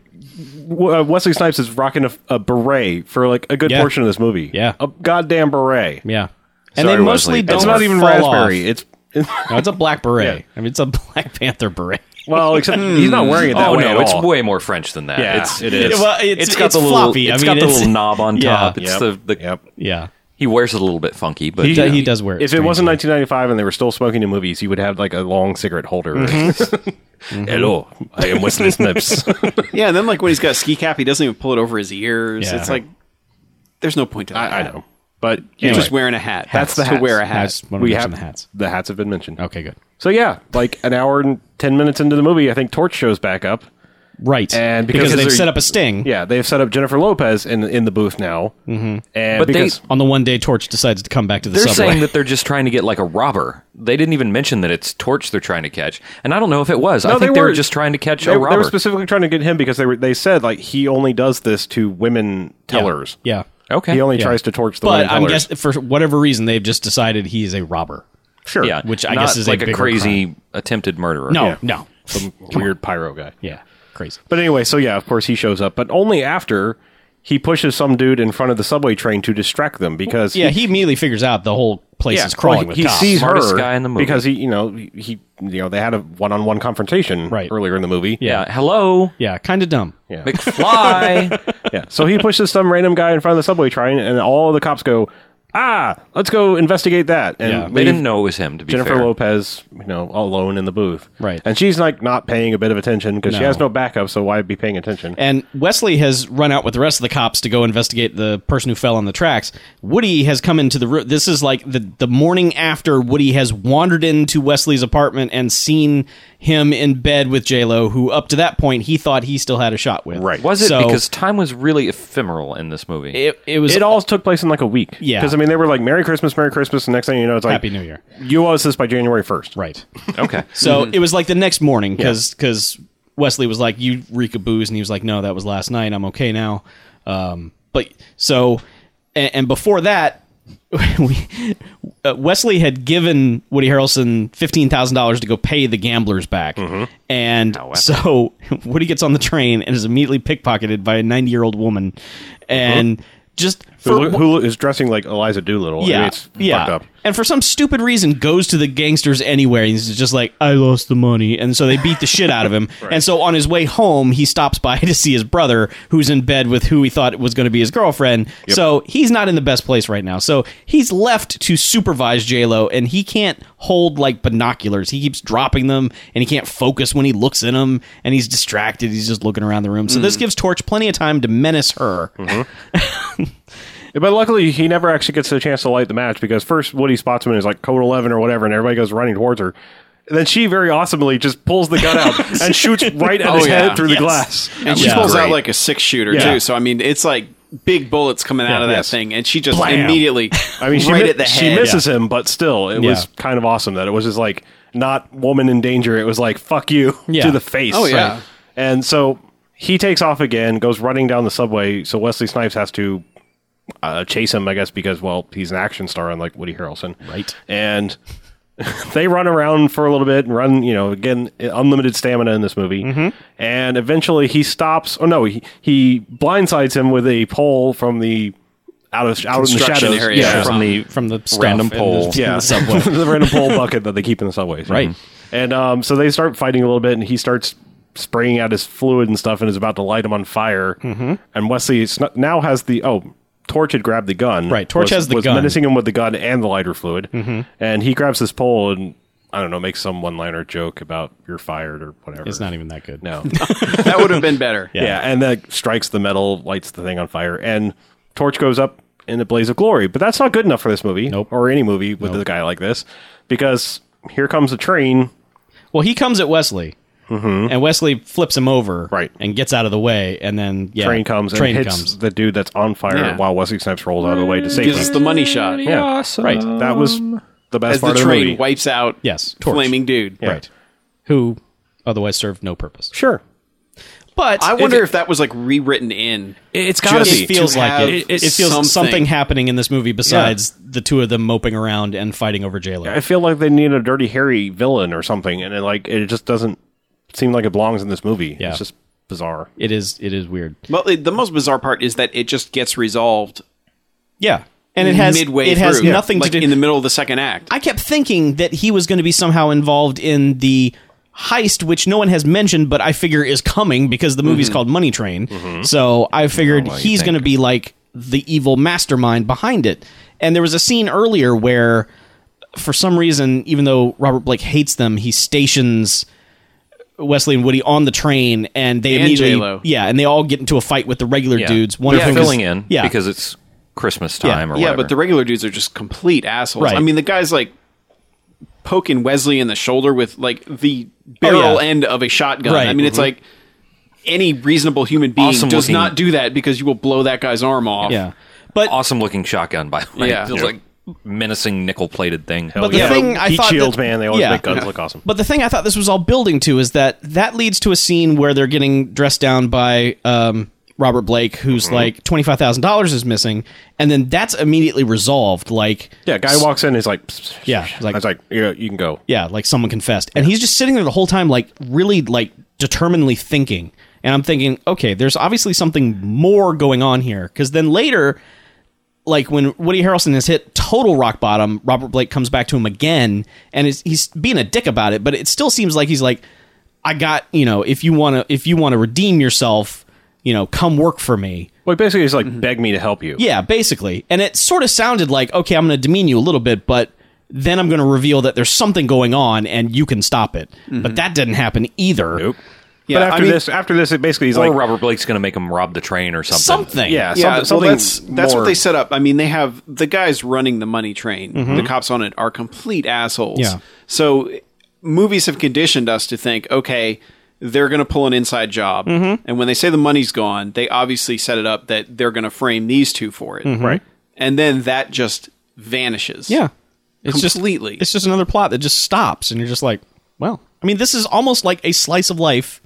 Speaker 2: w- uh, Wesley Snipes is rocking a, a beret for like a good
Speaker 4: Yeah.
Speaker 2: portion of this movie.
Speaker 4: Yeah.
Speaker 2: A goddamn beret.
Speaker 4: Yeah, and
Speaker 5: Sorry,
Speaker 4: they mostly
Speaker 5: Wesley.
Speaker 4: don't.
Speaker 2: It's not even
Speaker 4: fall
Speaker 2: raspberry.
Speaker 4: off.
Speaker 2: It's
Speaker 4: No, it's a black beret.
Speaker 2: Yeah.
Speaker 4: I mean, it's a Black Panther beret.
Speaker 2: well, except
Speaker 4: Hmm.
Speaker 2: he's not wearing it that
Speaker 5: Oh
Speaker 2: way at
Speaker 5: no, it's
Speaker 2: all.
Speaker 5: way more French than that.
Speaker 2: Yeah,
Speaker 5: it's,
Speaker 2: it is.
Speaker 4: Well, it's-
Speaker 5: it's got
Speaker 4: it's
Speaker 5: the
Speaker 4: floppy. I
Speaker 5: Little, it's
Speaker 4: mean,
Speaker 5: got the
Speaker 4: it's-
Speaker 5: little knob on
Speaker 4: Yeah.
Speaker 5: top. It's
Speaker 2: Yep.
Speaker 5: the, the
Speaker 2: Yep.
Speaker 4: Yeah,
Speaker 5: he wears it a little bit funty, but
Speaker 4: he, does wear it.
Speaker 2: If it wasn't
Speaker 4: strangely.
Speaker 2: 1995 and they were still smoking in movies, he would have like a long cigarette holder.
Speaker 4: Mm-hmm.
Speaker 2: Hello, I am Wesley Snipes.
Speaker 3: yeah. And then like when he's got a ski cap, he doesn't even pull it over his ears.
Speaker 4: Yeah.
Speaker 3: It's like there's no point to that.
Speaker 2: I, I know, but
Speaker 3: You're
Speaker 2: anyway,
Speaker 3: just wearing a hat.
Speaker 2: that's the
Speaker 3: to
Speaker 2: hats.
Speaker 3: wear a
Speaker 4: I
Speaker 3: hat.
Speaker 4: just want to
Speaker 2: we
Speaker 4: mention
Speaker 2: have
Speaker 4: the hats.
Speaker 2: The hats have been mentioned.
Speaker 4: Okay, good.
Speaker 2: So yeah, like an hour and ten minutes into the movie, I think Torch shows back up.
Speaker 4: Right,
Speaker 2: And because
Speaker 4: because,
Speaker 2: they're-
Speaker 4: they've set up a sting.
Speaker 2: Yeah, they've set up Jennifer Lopez in in the booth now, mm-hmm. and
Speaker 5: But they-
Speaker 2: because
Speaker 4: On the one day, Torch decides to come back to the
Speaker 5: They're
Speaker 4: subway.
Speaker 5: saying that they're just trying to get like a robber. They didn't even mention that it's Torch they're trying to catch, and I don't know if it was. I
Speaker 2: No,
Speaker 5: think they were, just trying to catch
Speaker 2: they,
Speaker 5: a
Speaker 2: they were
Speaker 5: robber.
Speaker 2: specifically trying to get him because they were they said like he only does this to women tellers.
Speaker 4: yeah,
Speaker 5: okay,
Speaker 2: He only
Speaker 4: Yeah.
Speaker 2: tries to torch the
Speaker 4: but
Speaker 2: women
Speaker 4: I'm
Speaker 2: tellers.
Speaker 4: guessing for whatever reason they've just decided he is a robber.
Speaker 2: sure,
Speaker 5: yeah,
Speaker 4: which I
Speaker 5: Not
Speaker 4: guess is a
Speaker 5: like a,
Speaker 4: bigger
Speaker 5: crazy attempted murderer.
Speaker 4: No,
Speaker 2: Yeah.
Speaker 4: no,
Speaker 2: some weird pyro guy.
Speaker 4: yeah, crazy.
Speaker 2: But anyway, so yeah, of course he shows up, but only after he pushes some dude in front of the subway train to distract them because
Speaker 4: Yeah, he immediately figures out the whole place is crawling
Speaker 2: well,
Speaker 4: with
Speaker 2: he
Speaker 4: cops.
Speaker 2: sees
Speaker 5: Smartest
Speaker 2: her
Speaker 5: guy in the movie.
Speaker 2: because he, you know, he, you know, they had a one-on-one confrontation
Speaker 4: Right.
Speaker 2: earlier in the movie.
Speaker 5: yeah. Hello,
Speaker 4: yeah, kind of dumb.
Speaker 2: yeah,
Speaker 5: McFly.
Speaker 2: yeah. So he pushes some random guy in front of the subway train, and all the cops go, "Ah, let's go investigate that." And
Speaker 4: Yeah.
Speaker 5: they
Speaker 2: leave
Speaker 5: didn't know it was him. To be
Speaker 2: Jennifer
Speaker 5: fair,
Speaker 2: Lopez, you know, alone in the booth,
Speaker 4: Right.
Speaker 2: And she's like not paying a bit of attention because she
Speaker 4: No.
Speaker 2: has no backup, so why be paying attention?
Speaker 4: And Wesley has run out with the rest of the cops to go investigate the person who fell on the tracks. Woody has come into the room. This is like the, the morning after Woody has wandered into Wesley's apartment and seen him in bed with Lo, who up to that point he thought he still had a shot with.
Speaker 2: Right.
Speaker 5: was it
Speaker 4: So-
Speaker 5: because time was really ephemeral in this movie?
Speaker 4: It, it was
Speaker 2: it all took place in like a week.
Speaker 4: Yeah.
Speaker 2: Because I mean, they were like "Merry Christmas, Merry Christmas," and next thing you know, it's like
Speaker 4: Happy New Year.
Speaker 2: You owe us this by January first.
Speaker 4: Right.
Speaker 5: okay,
Speaker 4: So it was like the next morning because Wesley was like, "You reek of booze," and he was like, "No, that was last night. I'm okay now." Um, but so and, and before that, we, uh, Wesley had given Woody Harrelson fifteen thousand dollars to go pay the gamblers back, and so Woody gets on the train and is immediately pickpocketed by a ninety year old woman, and just for
Speaker 2: Who, who is dressing like Eliza Doolittle? I mean, it's fucked up.
Speaker 4: and for some stupid reason, goes to the gangsters anywhere. He's just like, I lost the money, and so they beat the shit out of him. And so on his way home, he stops by to see his brother, who's in bed with who he thought was going to be his girlfriend. So he's not in the best place right now. So he's left to supervise J Lo, and he can't hold like binoculars. He keeps dropping them, and he can't focus when he looks in them, and he's distracted. He's just looking around the room. So
Speaker 2: Mm.
Speaker 4: this gives Torch plenty of time to menace her.
Speaker 2: Mm-hmm. But luckily, he never actually gets a chance to light the match because first Woody spots him and is like code eleven or whatever, and everybody goes running towards her. And then she very awesomely just pulls the gun out and shoots right at his
Speaker 3: Oh, yeah.
Speaker 2: head through
Speaker 4: Yes.
Speaker 2: the glass.
Speaker 3: and she
Speaker 4: Yeah.
Speaker 3: pulls out
Speaker 2: Great.
Speaker 3: like a six shooter
Speaker 2: Yeah.
Speaker 3: too. So I mean, it's like big bullets coming out of that
Speaker 2: yes.
Speaker 3: thing, and she just
Speaker 2: Blam.
Speaker 3: immediately.
Speaker 2: I mean, she,
Speaker 3: right
Speaker 2: mi-
Speaker 3: at the
Speaker 2: she
Speaker 3: head.
Speaker 2: misses him, but still, it was
Speaker 4: Yeah.
Speaker 2: kind of awesome that it was just like not woman in danger. It was like fuck you
Speaker 4: Yeah.
Speaker 2: to the face.
Speaker 3: Oh, yeah. Right.
Speaker 2: And so he takes off again, goes running down the subway. So Wesley Snipes has to uh, chase him, I guess, because well, he's an action star, unlike Woody Harrelson.
Speaker 4: Right.
Speaker 2: And they run around for a little bit and run, you know, again, unlimited stamina in this movie. And eventually he stops. Oh no, he, he blindsides him with a pole from the out of out in the
Speaker 3: Construction
Speaker 2: shadows.
Speaker 3: area.
Speaker 2: Yeah,
Speaker 3: Yeah.
Speaker 5: from the
Speaker 4: From the stuff
Speaker 5: random
Speaker 4: in the-
Speaker 5: pole.
Speaker 4: in
Speaker 2: yeah,
Speaker 4: the subway. Mm-hmm.
Speaker 2: the random pole bucket that they keep in the subways,
Speaker 4: Right.
Speaker 2: And um, so they start fighting a little bit, and he starts spraying out his fluid and stuff and is about to light him on fire. Mm-hmm. And Wesley sn- now has the oh. Torch had grabbed the gun.
Speaker 4: Right, Torch
Speaker 2: was,
Speaker 4: has the
Speaker 2: was
Speaker 4: gun. Mm-hmm.
Speaker 2: menacing him with the gun and the lighter fluid, and he grabs this pole and I don't know makes some one-liner joke about you're fired or whatever.
Speaker 4: It's not even that good.
Speaker 2: no,
Speaker 3: that would have been better.
Speaker 2: yeah. and that strikes the metal, lights the thing on fire, and Torch goes up in a blaze of glory. But that's not good enough for this movie,
Speaker 4: Nope.
Speaker 2: or any movie with a guy like this, because here comes a train.
Speaker 4: Well, he comes at Wesley, and Wesley flips him over,
Speaker 2: Mm-hmm. Right.
Speaker 4: and gets out of the way, and then yeah,
Speaker 2: Train comes
Speaker 4: train
Speaker 2: and hits
Speaker 4: comes.
Speaker 2: the dude that's on fire
Speaker 3: Yeah.
Speaker 2: while Wesley Snipes rolls out of the way to save
Speaker 3: Gives us
Speaker 2: him.
Speaker 3: the money shot
Speaker 2: Yeah, right. That was the best
Speaker 3: as the
Speaker 2: part of the
Speaker 3: train
Speaker 2: movie.
Speaker 3: wipes out
Speaker 4: Yes, Torch.
Speaker 3: flaming dude.
Speaker 2: Yeah.
Speaker 4: right? Who otherwise served no purpose.
Speaker 2: Sure.
Speaker 4: But
Speaker 3: I
Speaker 4: if
Speaker 3: wonder
Speaker 4: it-
Speaker 3: if, that was like rewritten in.
Speaker 5: It's gotta
Speaker 3: Just
Speaker 5: be.
Speaker 4: it feels
Speaker 3: to
Speaker 4: like
Speaker 3: have
Speaker 4: it. It, it feels something.
Speaker 3: something.
Speaker 4: happening in this movie besides the two of them moping around and fighting over Jailer.
Speaker 2: I feel like they need a Dirty Harry villain or something, and it, like it just doesn't seem like it belongs in this movie.
Speaker 4: Yeah.
Speaker 2: It's just bizarre.
Speaker 4: It is it is weird.
Speaker 3: Well, it- the most bizarre part is that it just gets resolved
Speaker 4: Yeah, and it has
Speaker 3: midway
Speaker 4: it has
Speaker 3: through,
Speaker 4: nothing
Speaker 3: like
Speaker 4: to do.
Speaker 3: in the middle of the second act.
Speaker 4: I kept thinking that he was going to be somehow involved in the heist, which no one has mentioned, but I figure is coming because the
Speaker 5: Mm-hmm.
Speaker 4: movie's called Money Train. So I figured
Speaker 5: Oh,
Speaker 4: he's going to be like the evil mastermind behind it. And there was a scene earlier where, for some reason, even though Robert Blake hates them, he stations. Wesley and Woody on the train, and they
Speaker 3: And
Speaker 4: immediately
Speaker 3: J-Lo.
Speaker 4: yeah, and they all get into a fight with the regular
Speaker 5: Yeah.
Speaker 4: dudes. One of
Speaker 5: They're
Speaker 4: them is-
Speaker 5: filling in
Speaker 4: yeah,
Speaker 5: because it's Christmas time or
Speaker 3: yeah,
Speaker 5: whatever.
Speaker 3: but the regular dudes are just complete assholes.
Speaker 4: Right.
Speaker 3: I mean, the guy's like poking Wesley in the shoulder with like the barrel
Speaker 4: yeah.
Speaker 3: end of a shotgun.
Speaker 4: Right,
Speaker 3: I mean, it's
Speaker 4: mhm.
Speaker 3: like any reasonable human being
Speaker 5: Awesome
Speaker 3: does
Speaker 5: looking-
Speaker 3: not do that because you will blow that guy's arm off.
Speaker 4: yeah, but
Speaker 5: awesome looking shotgun, by the way.
Speaker 3: Yeah.
Speaker 5: It's like menacing nickel plated thing.
Speaker 2: Hell
Speaker 4: the
Speaker 2: yeah.
Speaker 4: thing I
Speaker 2: Heat
Speaker 4: thought
Speaker 2: shields,
Speaker 4: that-
Speaker 2: man. They always
Speaker 4: yeah.
Speaker 2: make guns look awesome.
Speaker 4: But the thing I thought this was all building to is that that leads to a scene where they're getting dressed down by um, Robert Blake, who's
Speaker 2: Mm-hmm.
Speaker 4: like twenty five thousand dollars is missing, and then that's immediately resolved. Like
Speaker 2: Yeah, guy walks in. He's like, "Psst,
Speaker 4: Yeah,
Speaker 2: psst, psst."
Speaker 4: like-
Speaker 2: I was like, yeah, you can go.
Speaker 4: yeah, like someone confessed, and he's just sitting there the whole time, like really like determinedly thinking. And I'm thinking, okay, there's obviously something more going on here, because then later. Like when Woody Harrelson has hit total rock bottom, Robert Blake comes back to him again, and is, he's being a dick about it. But it still seems like he's like, I got you know if you want to if you want to redeem yourself, you know, come work for me.
Speaker 2: Well, basically, he's
Speaker 3: Mm-hmm.
Speaker 2: like, beg me to help you.
Speaker 4: Yeah, basically. And it sort of sounded like okay, I'm going to demean you a little bit, but then I'm going to reveal that there's something going on and you can stop it. But that didn't happen either.
Speaker 2: Nope.
Speaker 3: Yeah,
Speaker 2: but after
Speaker 3: I mean-
Speaker 2: this, after this, it basically he's
Speaker 5: Or
Speaker 2: like,
Speaker 5: Robert Blake's going to make him rob the train or something.
Speaker 4: Something.
Speaker 2: yeah,
Speaker 3: Yeah,
Speaker 2: Uh, something, something
Speaker 3: well, that's that's
Speaker 2: more-
Speaker 3: what they set up. I mean, they have the guys running the money train.
Speaker 2: Mm-hmm.
Speaker 3: The cops on it are complete assholes.
Speaker 4: Yeah.
Speaker 3: So movies have conditioned us to think, okay, they're going to pull an inside job,
Speaker 2: Mm-hmm.
Speaker 3: and when they say the money's gone, they obviously set it up that they're going to frame these two for it,
Speaker 2: Mm-hmm. right?
Speaker 3: and then that just vanishes.
Speaker 4: Yeah. It's
Speaker 3: Completely.
Speaker 4: just it's just another plot that just stops and you're just like, well, I mean, this is almost like a slice of life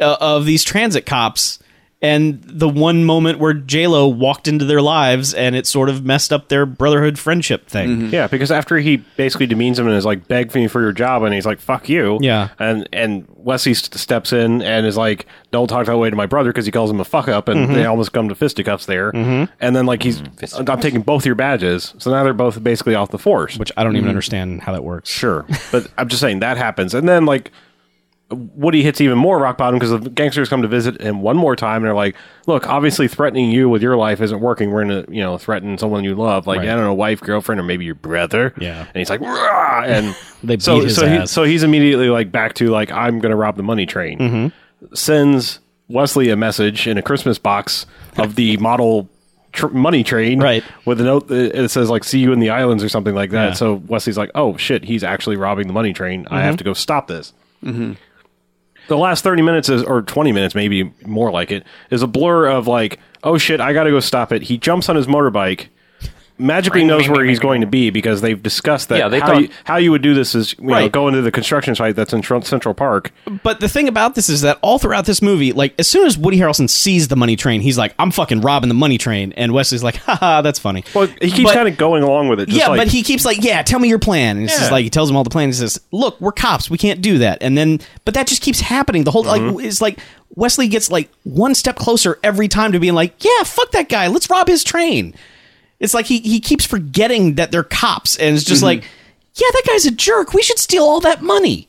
Speaker 4: uh, of these transit cops and the one moment where J-Lo walked into their lives and it sort of messed up their brotherhood friendship thing.
Speaker 2: Yeah, because after he basically demeans him and is like, beg me for your job, and he's like, fuck you.
Speaker 4: Yeah.
Speaker 2: and and Wesley st- steps in and is like, don't talk that way to my brother because he calls him a fuck up,
Speaker 3: Mm-hmm.
Speaker 2: and they almost come to fisticuffs there. And then like he's, I'm taking both your badges, so now they're both basically off the force.
Speaker 4: Which I don't even understand how that works.
Speaker 2: Sure, but I'm just saying that happens, and then like Woody hits even more rock bottom because the gangsters come to visit him one more time, and they're like, "Look, obviously threatening you with your life isn't working. We're gonna, you know, threaten someone you love, like
Speaker 4: Right.
Speaker 2: I don't know, wife, girlfriend, or maybe your brother."
Speaker 4: Yeah.
Speaker 2: and he's like, "Rah!" and
Speaker 4: They
Speaker 2: so
Speaker 4: beat his
Speaker 2: so he,
Speaker 4: ass.
Speaker 2: so he's immediately like back to like I'm gonna rob the money train.
Speaker 4: Mm-hmm.
Speaker 2: Sends Wesley a message in a Christmas box of the model. Tr- money train,
Speaker 4: Right.
Speaker 2: With a note that it says like "see you in the islands" or something like that.
Speaker 4: Yeah.
Speaker 2: So Wesley's like, "Oh shit, he's actually robbing the money train. I
Speaker 4: Mm-hmm.
Speaker 2: have to go stop this."
Speaker 5: Mm-hmm.
Speaker 2: the last 30 minutes is or 20 minutes maybe more like it is a blur of like oh shit i gotta go stop it he jumps on his motorbike magically knows where he's going to be because they've discussed that
Speaker 5: Yeah, they
Speaker 2: how,
Speaker 5: thought-
Speaker 2: you, how you would do this is you know
Speaker 4: Right.
Speaker 2: go into the construction site that's in Tr- central park
Speaker 4: But the thing about this is that all throughout this movie, like as soon as Woody Harrelson sees the money train, he's like, "I'm fucking robbing the money train," and Wesley's like, "Haha, that's funny."
Speaker 2: well he keeps
Speaker 4: But-
Speaker 2: kind of going along with it just
Speaker 4: yeah,
Speaker 2: like,
Speaker 4: but he keeps like, "Yeah, tell me your plan." And it's just
Speaker 2: Yeah.
Speaker 4: like he tells him all the plan. And he says, "Look, we're cops. We can't do that." And then, but that just keeps happening. The whole
Speaker 2: Mm-hmm.
Speaker 4: like it's like Wesley gets like one step closer every time to being like, "Yeah, fuck that guy. Let's rob his train." It's like he he keeps
Speaker 2: Mm-hmm.
Speaker 4: forgetting that they're cops, and it's just like, "Yeah, that guy's a jerk. We should steal all that money."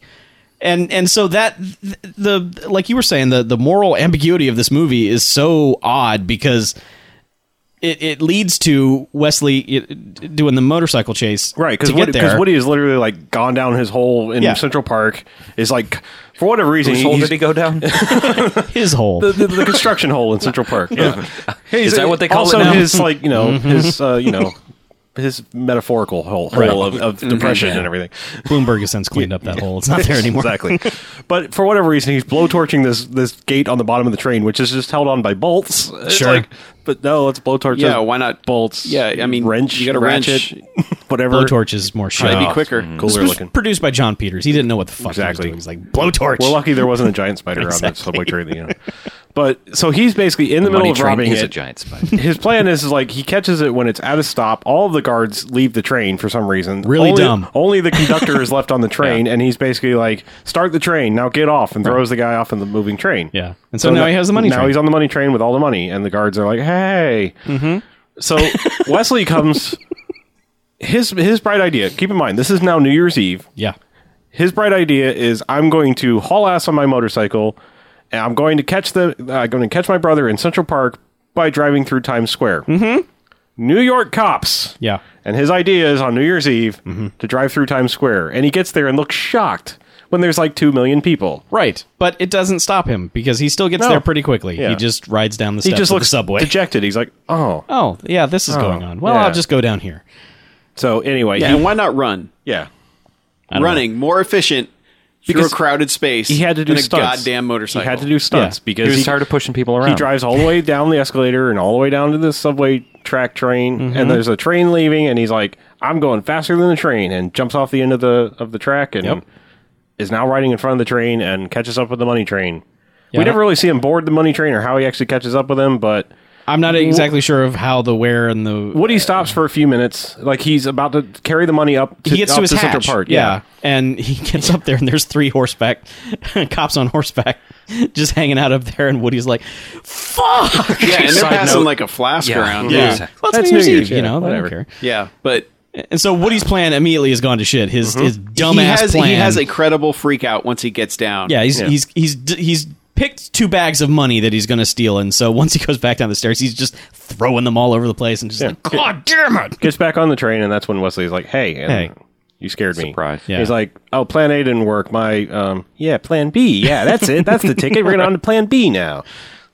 Speaker 4: and and so that th- the like you were saying the the moral ambiguity of this movie is so odd because it, it leads to Wesley it, doing the motorcycle chase
Speaker 2: Right, because
Speaker 4: to get there.
Speaker 2: Woody is literally like gone down his hole in
Speaker 4: Yeah.
Speaker 2: Central Park. Is like for whatever reason he-
Speaker 5: Whose hole
Speaker 2: he's-
Speaker 5: did he go down?
Speaker 4: his hole
Speaker 2: the, the, the construction hole in Central Park. Yeah.
Speaker 5: Is that what they call it
Speaker 2: also
Speaker 5: now?
Speaker 2: his like you know
Speaker 4: Mm-hmm.
Speaker 2: his uh, you know his metaphorical hole, hole of, of depression and everything.
Speaker 4: Bloomberg has since cleaned up that hole. It's not there anymore.
Speaker 2: Exactly. but for whatever reason, he's blowtorching this this gate on the bottom of the train, which is just held on by bolts. It's
Speaker 4: Sure.
Speaker 2: like, but no, let's blowtorch.
Speaker 3: Yeah,
Speaker 2: those
Speaker 3: why not-
Speaker 2: bolts?
Speaker 3: Yeah, I mean,
Speaker 2: wrench.
Speaker 3: you got a
Speaker 2: ratchet, whatever.
Speaker 4: Blowtorch is more shit.
Speaker 3: That'd be
Speaker 2: Oh,
Speaker 3: quicker.
Speaker 4: This
Speaker 2: Cooler
Speaker 4: was
Speaker 2: looking.
Speaker 4: produced by John Peters. He didn't know what the fuck
Speaker 2: Exactly.
Speaker 4: he was doing. He's like blowtorch.
Speaker 2: We're lucky there wasn't a giant spider on the
Speaker 4: Exactly.
Speaker 2: subway train. You know. But so he's basically in the
Speaker 5: Money
Speaker 2: middle of
Speaker 5: train
Speaker 2: robbing
Speaker 5: is
Speaker 2: it.
Speaker 5: a giant spider.
Speaker 2: his plan is, is like he catches it when it's at a stop. All of the guards leave the train for some reason.
Speaker 4: Really
Speaker 2: only,
Speaker 4: dumb.
Speaker 2: Only the conductor is left on the train, and he's basically like, "Start the train now, get off," and throws the guy off in the moving train.
Speaker 4: Yeah. And so now he has the money
Speaker 2: Now
Speaker 4: train.
Speaker 2: he's on the money train with all the money, and the guards are like, "Hey." Mm-hmm. So Wesley comes. His his bright idea. Keep in mind, this is now New Year's Eve
Speaker 4: yeah.
Speaker 2: his bright idea is I'm going to haul ass on my motorcycle, and I'm going to catch the uh, going to catch my brother in Central Park by driving through Times Square. Mm-hmm. New York cops.
Speaker 4: Yeah.
Speaker 2: And his idea is on New Year's Eve to drive through Times Square, and he gets there and looks shocked when there's like two million people.
Speaker 4: Right. But it doesn't stop him because he still gets
Speaker 2: No.
Speaker 4: there pretty quickly.
Speaker 2: Yeah.
Speaker 4: He just rides down the
Speaker 2: He
Speaker 4: steps
Speaker 2: just
Speaker 4: of
Speaker 2: looks
Speaker 4: the subway.
Speaker 2: dejected. He's like, "Oh."
Speaker 4: oh, yeah, this is going on. Well,
Speaker 2: yeah.
Speaker 4: I'll just go down here.
Speaker 2: So anyway,
Speaker 3: Yeah,
Speaker 2: he-
Speaker 3: and why not run?
Speaker 2: yeah.
Speaker 4: don't
Speaker 3: Running more efficient
Speaker 2: Because
Speaker 3: through a crowded space.
Speaker 2: He had to do
Speaker 3: than a
Speaker 2: stunts.
Speaker 3: goddamn motorcycle.
Speaker 2: He had to do stunts
Speaker 4: Yeah.
Speaker 2: because
Speaker 5: He was
Speaker 2: he-
Speaker 5: tired of pushing people around.
Speaker 2: He drives all the way down the escalator and all the way down to the subway track train,
Speaker 4: Mm-hmm.
Speaker 2: and there's a train leaving, and he's like, "I'm going faster than the train," and jumps off the end of the of the track and
Speaker 4: Yep.
Speaker 2: is now riding in front of the train and catches up with the money train.
Speaker 4: Yeah.
Speaker 2: we never really see him board the money train or how he actually catches up with him, but
Speaker 4: I'm not exactly sure of how the where and the
Speaker 2: Woody stops for a few minutes, like he's about to carry the money up. To,
Speaker 4: he gets
Speaker 2: up
Speaker 4: to his
Speaker 2: Central
Speaker 4: hatch.
Speaker 2: Park.
Speaker 4: yeah. and he gets up there, and there's three horseback cops on horseback just hanging out up there. And Woody's like, "Fuck,
Speaker 3: yeah, and they're
Speaker 5: Side
Speaker 3: passing
Speaker 5: note.
Speaker 3: like a flask
Speaker 5: Yeah.
Speaker 3: around.
Speaker 5: Yeah.
Speaker 4: Well, it's
Speaker 2: That's
Speaker 4: New
Speaker 2: New
Speaker 4: Year's
Speaker 2: Year's,
Speaker 4: Eve,
Speaker 2: yeah,
Speaker 4: you know, whatever."
Speaker 2: whatever.
Speaker 3: yeah, but
Speaker 4: And so Woody's plan immediately has gone to shit. His his dumbass
Speaker 3: he has
Speaker 4: plan.
Speaker 3: he has a credible freak out once he gets down.
Speaker 4: yeah. He's
Speaker 2: Yeah.
Speaker 4: he's he's d- he's picked two bags of money that he's going to steal, and so once he goes back down the stairs, he's just throwing them all over the place and just like, God damn it!
Speaker 2: gets back on the train, and that's when Wesley's like, "Hey, and
Speaker 4: Hey.
Speaker 2: you scared me."
Speaker 5: Surprise.
Speaker 4: Yeah.
Speaker 2: He's like, "Oh, Plan A didn't work. My, um, yeah, Plan B. Yeah, that's it. That's the ticket. We're going on to Plan B now."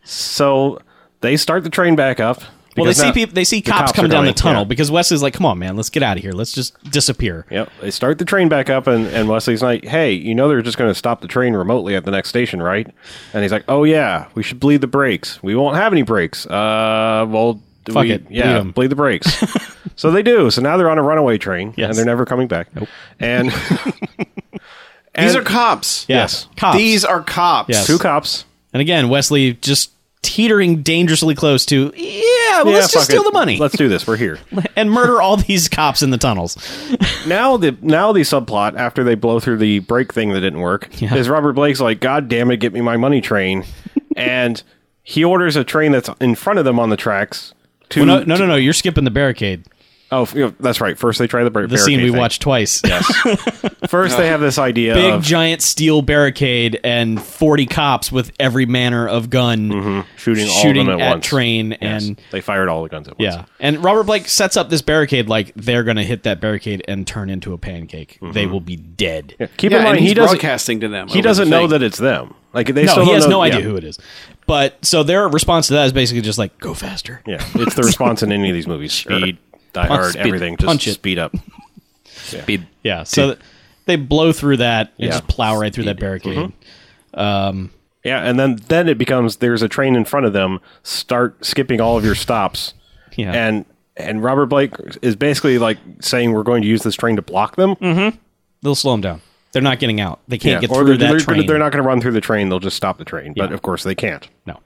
Speaker 2: So they start the train back up.
Speaker 4: Well, they
Speaker 2: because
Speaker 4: see
Speaker 2: now-
Speaker 4: people, they see
Speaker 2: the
Speaker 4: cops,
Speaker 2: are
Speaker 4: coming down
Speaker 2: going,
Speaker 4: the tunnel
Speaker 2: yeah.
Speaker 4: because Wesley's like, "Come on, man, let's get out of here. Let's just disappear."
Speaker 2: Yep, they start the train back up, and, and Wesley's like, "Hey, you know they're just going to stop the train remotely at the next station, right?" And he's like, "Oh yeah, we should bleed the brakes. We won't have any brakes. Uh, well, do
Speaker 4: Fuck
Speaker 2: we,
Speaker 4: it, bleed
Speaker 2: yeah,
Speaker 4: 'em."
Speaker 2: bleed the brakes." so they do. So now they're on a runaway train,
Speaker 4: Yes.
Speaker 2: and they're never coming back. Nope. And
Speaker 3: these
Speaker 2: and-
Speaker 3: are cops.
Speaker 4: Yeah.
Speaker 2: Yes.
Speaker 4: cops.
Speaker 3: These are cops.
Speaker 4: Yes.
Speaker 2: two cops.
Speaker 4: And again, Wesley just teetering dangerously close to, yeah, well, let's
Speaker 2: Yeah,
Speaker 4: just
Speaker 2: fuck
Speaker 4: steal
Speaker 2: it.
Speaker 4: the money
Speaker 2: Let's do this. We're here.
Speaker 4: and murder all these cops in the tunnels.
Speaker 2: now the now the subplot after they blow through the brake thing that didn't work is Robert Blake's like, God damn it, get me my money train, and he orders a train that's in front of them on the tracks. To,
Speaker 4: Well, no, no, no, no, you're skipping the barricade.
Speaker 2: Oh, f- yeah, that's right. First they try the brake.
Speaker 4: The scene we watched twice.
Speaker 2: First they have this idea
Speaker 4: Big
Speaker 2: of
Speaker 4: giant steel barricade and 40 cops with every manner of gun
Speaker 2: shooting Mm-hmm. all
Speaker 4: shooting
Speaker 2: of them at,
Speaker 4: at
Speaker 2: once.
Speaker 4: train
Speaker 2: Yes.
Speaker 4: and
Speaker 2: they fired all the guns at once.
Speaker 4: yeah. And Robert Blake sets up this barricade like they're going to hit that barricade and turn into a pancake.
Speaker 2: Mm-hmm.
Speaker 4: They will be dead.
Speaker 2: Keep
Speaker 3: Yeah,
Speaker 2: in
Speaker 3: and
Speaker 2: mind
Speaker 3: he's
Speaker 2: he doesn't
Speaker 3: broadcasting to them.
Speaker 2: he doesn't know that it's them. Like they
Speaker 4: No,
Speaker 2: still
Speaker 4: he
Speaker 2: don't
Speaker 4: has
Speaker 2: know,
Speaker 4: no idea
Speaker 2: yeah.
Speaker 4: who it is. But so their response to that is basically just like go faster.
Speaker 2: Yeah, it's the response in any of these movies: speed, die hard,
Speaker 4: speed,
Speaker 2: everything. Just
Speaker 4: punch it.
Speaker 2: speed up.
Speaker 5: Speed.
Speaker 4: Yeah. So th- they blow through that and just plow right through
Speaker 2: Mm-hmm.
Speaker 4: that barricade.
Speaker 2: Yeah, and then then it becomes there's a train in front of them. Start skipping all of your stops.
Speaker 4: Yeah.
Speaker 2: and and Robert Blake is basically like saying we're going to use this train to block them. Mm-hmm.
Speaker 4: They'll slow them down. They're not getting out. They can't get
Speaker 2: or
Speaker 4: through
Speaker 2: they're,
Speaker 4: that
Speaker 2: they're,
Speaker 4: train.
Speaker 2: they're not going to run through the train. They'll just stop the train. But of course they can't.
Speaker 4: no.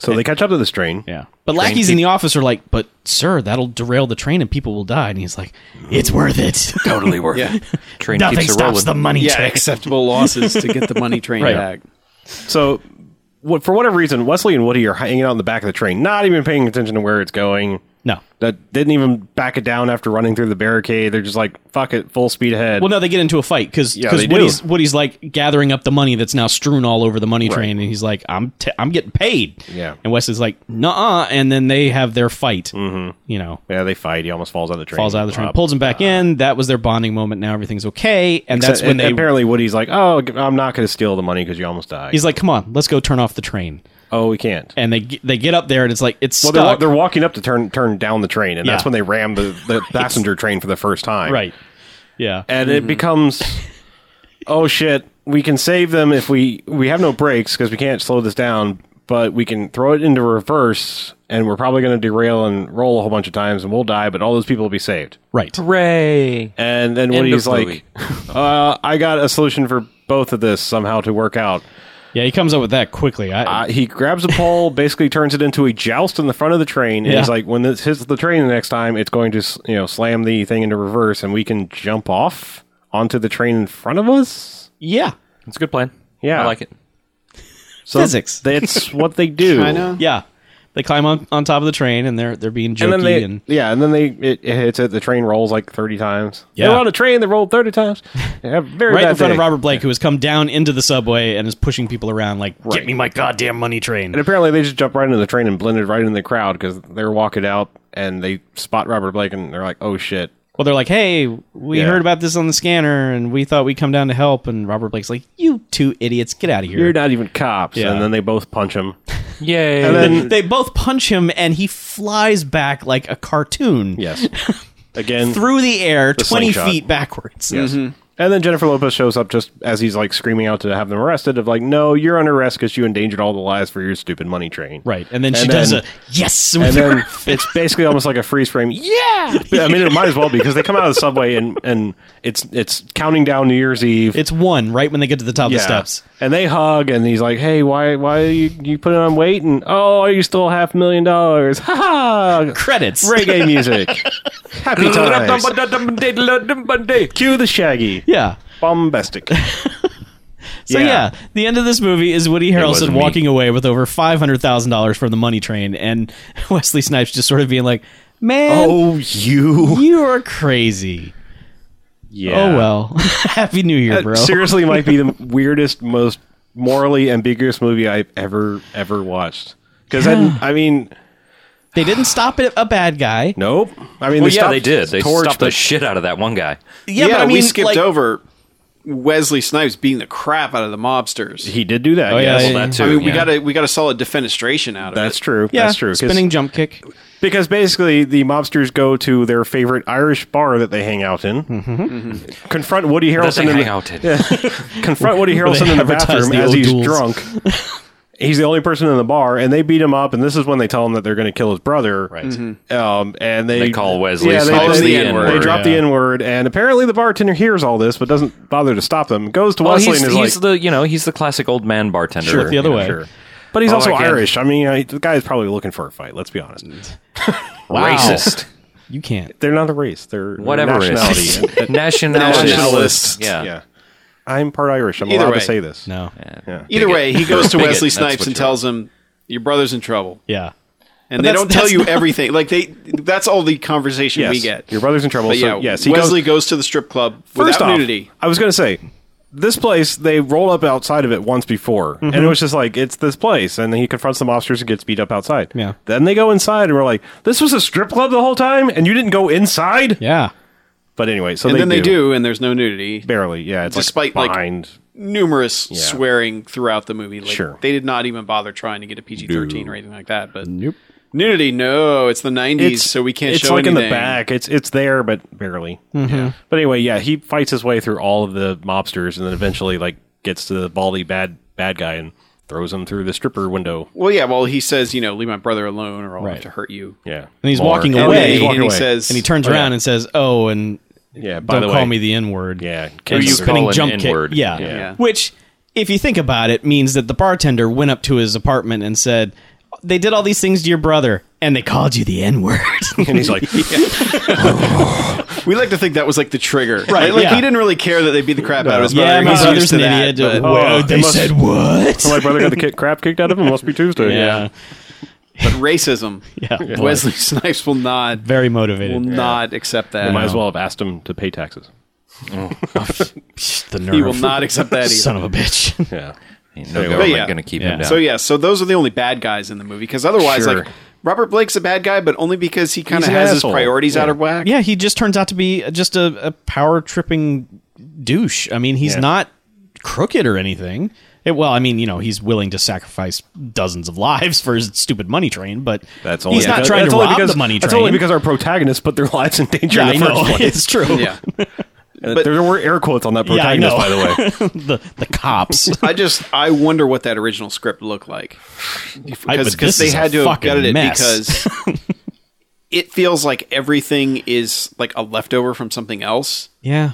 Speaker 2: So they catch up to this train.
Speaker 4: Yeah. But lackeys in the office are like, but sir, that'll derail the train and people will die. And he's like, it's worth it.
Speaker 5: Totally worth it. Train
Speaker 4: Nothing
Speaker 5: keeps a
Speaker 4: stops
Speaker 5: rolling.
Speaker 4: the money
Speaker 3: Yeah,
Speaker 4: tricks.
Speaker 3: acceptable losses to get the money train
Speaker 4: Right.
Speaker 3: back.
Speaker 2: So. What, for whatever reason, Wesley and Woody are hanging out in the back of the train, not even paying attention to where it's going.
Speaker 4: No.
Speaker 2: That didn't even back it down after running through the barricade. They're just like, fuck it, full speed ahead.
Speaker 4: Well, no, they get into a fight because
Speaker 2: Yeah, they do.
Speaker 4: Woody's, Woody's like gathering up the money that's now strewn all over the money train, and he's like, "I'm t- I'm getting paid."
Speaker 2: Yeah.
Speaker 4: and Wes is like, "Nuh-uh," and then they have their fight. Mm-hmm. You know,
Speaker 2: yeah, they fight. He almost falls out of the train.
Speaker 4: falls out of the train,
Speaker 2: Uh,
Speaker 4: pulls him back in. That was their bonding moment. Now everything's okay, and that's
Speaker 2: so-
Speaker 4: when
Speaker 2: and
Speaker 4: they.
Speaker 2: apparently Woody's like, oh, I'm not going to steal the money because you almost died.
Speaker 4: He's like, "Come on, let's go turn off the train."
Speaker 2: oh, we can't.
Speaker 4: And they g- they get up there, and it's like it's
Speaker 2: Well, they're, wa-
Speaker 4: stuck.
Speaker 2: they're walking up to turn turn down the train, and that's
Speaker 4: Yeah.
Speaker 2: when they ram the, the passenger train for the first time.
Speaker 4: right. Mm-hmm. Yeah.
Speaker 2: and it becomes oh shit we can save them if we we have no brakes because we can't slow this down but we can throw it into reverse and we're probably going to derail and roll a whole bunch of times and we'll die but all those people will be saved
Speaker 4: right.
Speaker 5: Hooray!
Speaker 2: and then
Speaker 5: End
Speaker 2: woody's
Speaker 5: of
Speaker 2: like
Speaker 5: movie.
Speaker 2: uh, i got a solution for both of this somehow to work out
Speaker 4: Yeah, he comes up with that quickly. I,
Speaker 2: uh, he grabs a pole basically turns it into a joust in the front of the train and
Speaker 4: Yeah.
Speaker 2: he's like when this hits the train the next time it's going to s- you know slam the thing into reverse and we can jump off onto the train in front of us
Speaker 4: yeah.
Speaker 5: It's a good plan.
Speaker 2: Yeah.
Speaker 5: I like it.
Speaker 2: So
Speaker 4: Physics.
Speaker 2: That's what they do.
Speaker 3: I know.
Speaker 4: Yeah. They climb on, on top of the train, and they're they're being jokey
Speaker 2: And then they,
Speaker 4: and
Speaker 2: yeah, and then they it, it hits it. The train rolls like thirty times.
Speaker 4: Yeah.
Speaker 2: They were on a train that rolled thirty times. They have a very
Speaker 4: right
Speaker 2: bad
Speaker 4: in front of
Speaker 2: day.
Speaker 4: Robert Blake, who has come down into the subway and is pushing people around, like, "Get me my goddamn money train!"
Speaker 2: And apparently, they just jumped right into the train and blended right in the crowd because they were walking out and they spot Robert Blake and they're like, "Oh shit!"
Speaker 4: Well, they're like, "Hey, we
Speaker 2: Yeah.
Speaker 4: heard about this on the scanner, and we thought we'd come down to help." And Robert Blake's like, "You two idiots, get out of here!"
Speaker 2: You're not even cops.
Speaker 4: Yeah.
Speaker 2: And then they both punch him.
Speaker 5: Yay!
Speaker 2: And
Speaker 4: They-
Speaker 2: then
Speaker 4: they both punch him, and he flies back like a cartoon
Speaker 2: yes, again
Speaker 4: through the air, twenty
Speaker 2: slingshot.
Speaker 4: feet backwards.
Speaker 2: Yes. And then Jennifer Lopez shows up just as he's like screaming out to have them arrested. Of like, no, you're under arrest because you endangered all the lives for your stupid money train.
Speaker 4: Right, and then
Speaker 2: And
Speaker 4: she does
Speaker 2: then-
Speaker 4: a yes,
Speaker 2: and then it's basically almost like a freeze frame. Yeah, I mean it might as well be because they come out of the subway and and it's it's counting down New Year's Eve.
Speaker 4: it's one right when they get to the top
Speaker 2: Yeah.
Speaker 4: of the steps.
Speaker 2: and they hug, and he's like, "Hey, why why you you putting on weight?" And oh, you stole half a million dollars. Ha ha!
Speaker 4: Credits.
Speaker 2: Reggae music, happy times. Cue the Shaggy,
Speaker 4: Yeah.
Speaker 2: bombastic.
Speaker 4: So yeah. the end of this movie is Woody Harrelson
Speaker 5: wasn't me.
Speaker 4: walking away with over five hundred thousand dollars from the money train, and Wesley Snipes just sort of being like, "Man,
Speaker 2: Oh, you.
Speaker 4: you are crazy."
Speaker 2: Yeah.
Speaker 4: Oh well, Happy New Year,
Speaker 2: That
Speaker 4: bro.
Speaker 2: seriously might be the weirdest, most morally ambiguous movie I've ever ever watched. Because I, mean,
Speaker 4: They didn't stop it, a bad guy.
Speaker 2: nope. I mean,
Speaker 5: well,
Speaker 2: they
Speaker 5: yeah,
Speaker 2: stopped
Speaker 5: they did. They
Speaker 2: Torch,
Speaker 5: stopped
Speaker 2: but
Speaker 5: the shit out of that one guy.
Speaker 4: Yeah, but I mean,
Speaker 3: we skipped
Speaker 4: like,
Speaker 3: over Wesley Snipes beating the crap out of the mobsters.
Speaker 2: he did do that.
Speaker 4: Oh, yeah,
Speaker 2: yes.
Speaker 4: yeah,
Speaker 5: Well, that too.
Speaker 3: I mean, we
Speaker 5: yeah.
Speaker 3: got a we got a solid defenestration out of
Speaker 2: That's
Speaker 3: it.
Speaker 2: true.
Speaker 4: Yeah,
Speaker 2: that's true. 'Cause-
Speaker 4: Spinning jump kick.
Speaker 2: because basically the mobsters go to their favorite Irish bar that they hang out in,
Speaker 4: Mm-hmm.
Speaker 2: confront Woody
Speaker 5: Mm-hmm. That
Speaker 2: Harrelson
Speaker 5: thing
Speaker 2: in
Speaker 5: hang
Speaker 2: the,
Speaker 5: out in.
Speaker 2: confront Woody
Speaker 4: they
Speaker 2: Harrelson in the
Speaker 4: advertise
Speaker 2: bathroom
Speaker 4: the
Speaker 2: as he's
Speaker 4: O'Douls.
Speaker 2: drunk. He's the only person in the bar, and they beat him up. And this is when they tell him that they're going to kill his brother. Right. Um, and they,
Speaker 5: They call Wesley
Speaker 2: Yeah, they,
Speaker 5: Snipes
Speaker 2: they-
Speaker 5: the
Speaker 2: they
Speaker 5: N-word.
Speaker 2: drop the
Speaker 4: Yeah.
Speaker 2: N word, and apparently the bartender hears all this, but doesn't bother to stop them. Goes to
Speaker 5: Well,
Speaker 2: Wesley
Speaker 5: he's,
Speaker 2: and is
Speaker 5: he's
Speaker 2: like,
Speaker 5: the you know he's the classic old man bartender.
Speaker 4: Sure, the other
Speaker 5: you know,
Speaker 4: way.
Speaker 2: but he's
Speaker 5: Oh,
Speaker 2: also
Speaker 5: I can't-
Speaker 2: Irish. I mean, I, the guy's probably looking for a fight. Let's be honest.
Speaker 4: Wow.
Speaker 5: Racist.
Speaker 4: You can't.
Speaker 2: They're not a race. They're
Speaker 5: Whatever it
Speaker 2: nationality.
Speaker 5: is.
Speaker 2: And- and-
Speaker 5: Nationality.
Speaker 3: Nationalists.
Speaker 5: Yeah.
Speaker 2: yeah. I'm part Irish. I'm
Speaker 3: Either
Speaker 2: allowed
Speaker 3: way.
Speaker 2: to say this.
Speaker 4: No. Yeah.
Speaker 3: Either
Speaker 5: Bigot.
Speaker 3: way, he goes to
Speaker 5: Bigot,
Speaker 3: Wesley
Speaker 5: that's
Speaker 3: Snipes
Speaker 5: what
Speaker 3: and
Speaker 5: you're-
Speaker 3: tells him, "Your brother's in trouble," and they
Speaker 4: But that's-
Speaker 3: don't tell
Speaker 4: that's
Speaker 3: you
Speaker 4: not-
Speaker 3: everything. Like they, that's all the conversation we get.
Speaker 2: Your brother's in trouble.
Speaker 3: But yeah,
Speaker 2: so yes, he
Speaker 3: Wesley
Speaker 2: goes,
Speaker 3: goes, to the strip club
Speaker 2: first
Speaker 3: without
Speaker 2: off,
Speaker 3: nudity.
Speaker 2: I was going to say this place they roll up outside of it once before,
Speaker 3: Mm-hmm.
Speaker 2: and it was just like it's this place, and then he confronts the mobsters and gets beat up outside.
Speaker 4: Yeah.
Speaker 2: Then they go inside, and we're like, this was a strip club the whole time, and you didn't go inside.
Speaker 4: Yeah.
Speaker 2: But anyway, so
Speaker 3: And
Speaker 2: they
Speaker 3: then
Speaker 2: do.
Speaker 3: they do, and there's no nudity.
Speaker 2: barely. Yeah, it's
Speaker 3: Despite,
Speaker 2: like
Speaker 3: like-
Speaker 2: behind.
Speaker 3: Numerous swearing throughout the movie. Like,
Speaker 2: Sure.
Speaker 3: They did not even bother trying to get a PG-13 or anything like that. But
Speaker 4: Nope.
Speaker 3: nudity, no, it's the '90s, so we can't
Speaker 2: It's
Speaker 3: show
Speaker 2: like in the
Speaker 3: anything. Mm-hmm.
Speaker 2: back. It's it's there, but barely. Yeah. But anyway, yeah, he fights his way through all of the mobsters, and then eventually like gets to the baldy bad bad guy and throws him through the stripper window.
Speaker 3: Well, yeah. Well, he says, you know, leave my brother alone, or I'll
Speaker 4: Right.
Speaker 3: have to hurt you.
Speaker 2: Yeah.
Speaker 4: And he's walking
Speaker 2: And
Speaker 3: And,
Speaker 4: away.
Speaker 2: then he's
Speaker 3: he,
Speaker 2: walking
Speaker 3: and he
Speaker 2: away.
Speaker 3: says,
Speaker 4: And he turns around and says, "Oh, and
Speaker 2: Yeah, by
Speaker 4: don't
Speaker 2: the
Speaker 4: call
Speaker 2: way,
Speaker 4: me the N word."
Speaker 2: Yeah,
Speaker 4: and
Speaker 5: Who you
Speaker 4: spinning
Speaker 5: call an
Speaker 4: jump
Speaker 5: N-word.
Speaker 4: kick. Yeah.
Speaker 3: Yeah.
Speaker 4: Which, if you think about it, means that the bartender went up to his apartment and said, "They did all these things to your brother, and they called you the N word."
Speaker 2: and he's like,
Speaker 3: We like to think that was like the trigger, right? Like
Speaker 4: yeah.
Speaker 3: he didn't really care that they beat the crap out of his brother.
Speaker 4: yeah, my
Speaker 3: He's used
Speaker 4: brother's
Speaker 3: to
Speaker 4: an
Speaker 3: that,
Speaker 4: idiot.
Speaker 3: but-
Speaker 4: Well,
Speaker 2: Oh,
Speaker 4: they
Speaker 2: it must-
Speaker 4: said what?
Speaker 2: "My brother got the ki- crap kicked out of him. Must be Tuesday."
Speaker 4: yeah.
Speaker 3: But racism.
Speaker 4: Yeah.
Speaker 3: Wesley Snipes will not
Speaker 4: Very
Speaker 3: will
Speaker 4: motivated.
Speaker 3: not accept that.
Speaker 2: They might as well have asked him to pay taxes.
Speaker 4: the nerve.
Speaker 3: He will not accept that either.
Speaker 4: Son of a bitch.
Speaker 2: Yeah.
Speaker 5: Ain't no government
Speaker 3: yeah.
Speaker 5: going to keep
Speaker 4: Yeah.
Speaker 5: him down.
Speaker 3: So yeah, so those are the only bad guys in the movie because otherwise,
Speaker 5: Sure.
Speaker 3: like Robert Blake's a bad guy, but only because he kind of
Speaker 2: He's an
Speaker 3: has his
Speaker 2: asshole.
Speaker 3: priorities out
Speaker 2: Yeah.
Speaker 3: of whack.
Speaker 4: yeah, he just turns out to be just a, a power tripping douche. I mean, he's
Speaker 2: Yeah.
Speaker 4: not crooked or anything. It, well, I mean, you know, he's willing to sacrifice dozens of lives for his stupid money train, but
Speaker 2: That's only
Speaker 4: he's not
Speaker 2: because-
Speaker 4: trying
Speaker 2: that's
Speaker 4: to
Speaker 2: only
Speaker 4: rob
Speaker 2: because,
Speaker 4: the money train.
Speaker 2: That's only because our protagonists put their lives in danger
Speaker 4: yeah, I
Speaker 2: in the first
Speaker 4: know
Speaker 2: place.
Speaker 4: it's true.
Speaker 3: Yeah.
Speaker 2: But, there were air quotes on that
Speaker 4: Yeah, I
Speaker 2: protagonist,
Speaker 4: know.
Speaker 2: by the way.
Speaker 4: the the cops.
Speaker 3: I just I wonder what that original script looked like
Speaker 4: I- but
Speaker 3: because
Speaker 4: this
Speaker 3: because they
Speaker 4: is a
Speaker 3: had to have
Speaker 4: fucking
Speaker 3: gutted it
Speaker 4: mess.
Speaker 3: because it feels like everything is like a leftover from something else
Speaker 4: yeah.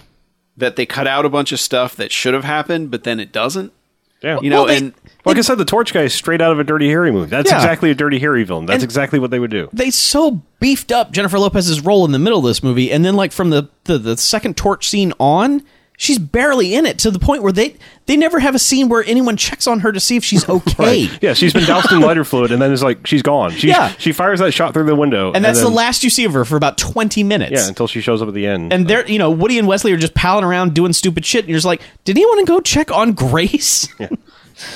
Speaker 3: that they cut out a bunch of stuff that should have happened but then it doesn't.
Speaker 2: Yeah.
Speaker 3: You know,
Speaker 4: Well, they-
Speaker 3: and
Speaker 2: like I said, the Torch guy is straight out of a Dirty Harry movie. That's
Speaker 4: Yeah.
Speaker 2: exactly a Dirty Harry villain. That's
Speaker 4: And-
Speaker 2: exactly what they would do.
Speaker 4: They so beefed up Jennifer Lopez's role in the middle of this movie, and then like from the, the, the second torch scene on, she's barely in it to the point where they they never have a scene where anyone checks on her to see if she's okay.
Speaker 2: Yeah, she's been doused in lighter fluid, and then it's like she's gone. She
Speaker 4: Yeah.
Speaker 2: she fires that shot through the window,
Speaker 4: And that's
Speaker 2: then-
Speaker 4: the last you see of her for about twenty minutes.
Speaker 2: Yeah, until she shows up at the end.
Speaker 4: and they're you know Woody and Wesley are just palling around doing stupid shit, and you're just like, did anyone go check on Grace?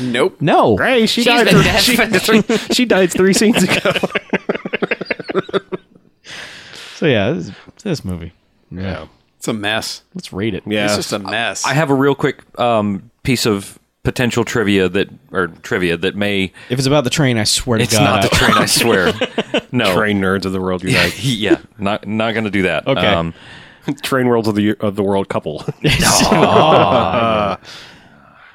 Speaker 3: nope.
Speaker 4: no,
Speaker 2: Hey, she died.
Speaker 5: been
Speaker 2: for-
Speaker 5: dead
Speaker 2: she,
Speaker 5: for
Speaker 2: three, she died three scenes ago.
Speaker 4: So yeah, this, this movie, yeah,
Speaker 3: It's a mess.
Speaker 4: let's rate it.
Speaker 2: Yeah,
Speaker 3: It's just a mess.
Speaker 5: I have a real quick um, piece of potential trivia that or trivia that may
Speaker 4: if it's about the train, I swear to
Speaker 5: it's
Speaker 4: God,
Speaker 5: not the
Speaker 4: I-
Speaker 5: train. I swear. No.
Speaker 2: train nerds of the world unite.
Speaker 5: Yeah, not not going to do that. Um,
Speaker 4: Okay.
Speaker 2: train worlds of the of the world couple.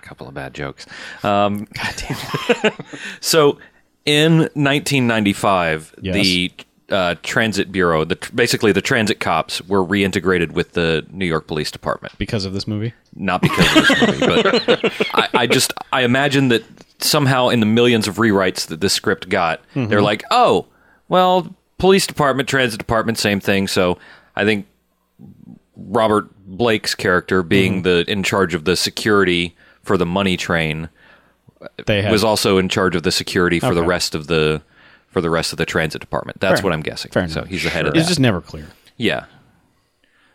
Speaker 5: couple of bad jokes. Um, God damn. so, in 1995,
Speaker 4: Yes.
Speaker 5: the uh, Transit Bureau, the basically the transit cops, were reintegrated with the New York Police Department.
Speaker 4: because of this movie.
Speaker 5: Not because of this movie, but I, I just I imagine that somehow in the millions of rewrites that this script got, they're
Speaker 4: Mm-hmm.
Speaker 5: like, oh, well, police department, transit department, same thing. So I think Robert Blake's character being
Speaker 4: Mm-hmm.
Speaker 5: the in charge of the security for the money train
Speaker 4: They had
Speaker 5: was also in charge of the security for the
Speaker 4: Okay.
Speaker 5: rest of the for the rest of the transit department. That's
Speaker 4: Fair
Speaker 5: what
Speaker 4: enough.
Speaker 5: I'm guessing.
Speaker 4: Fair
Speaker 5: so
Speaker 4: enough.
Speaker 5: he's the head of
Speaker 4: It's
Speaker 5: that.
Speaker 4: just never clear.
Speaker 5: yeah.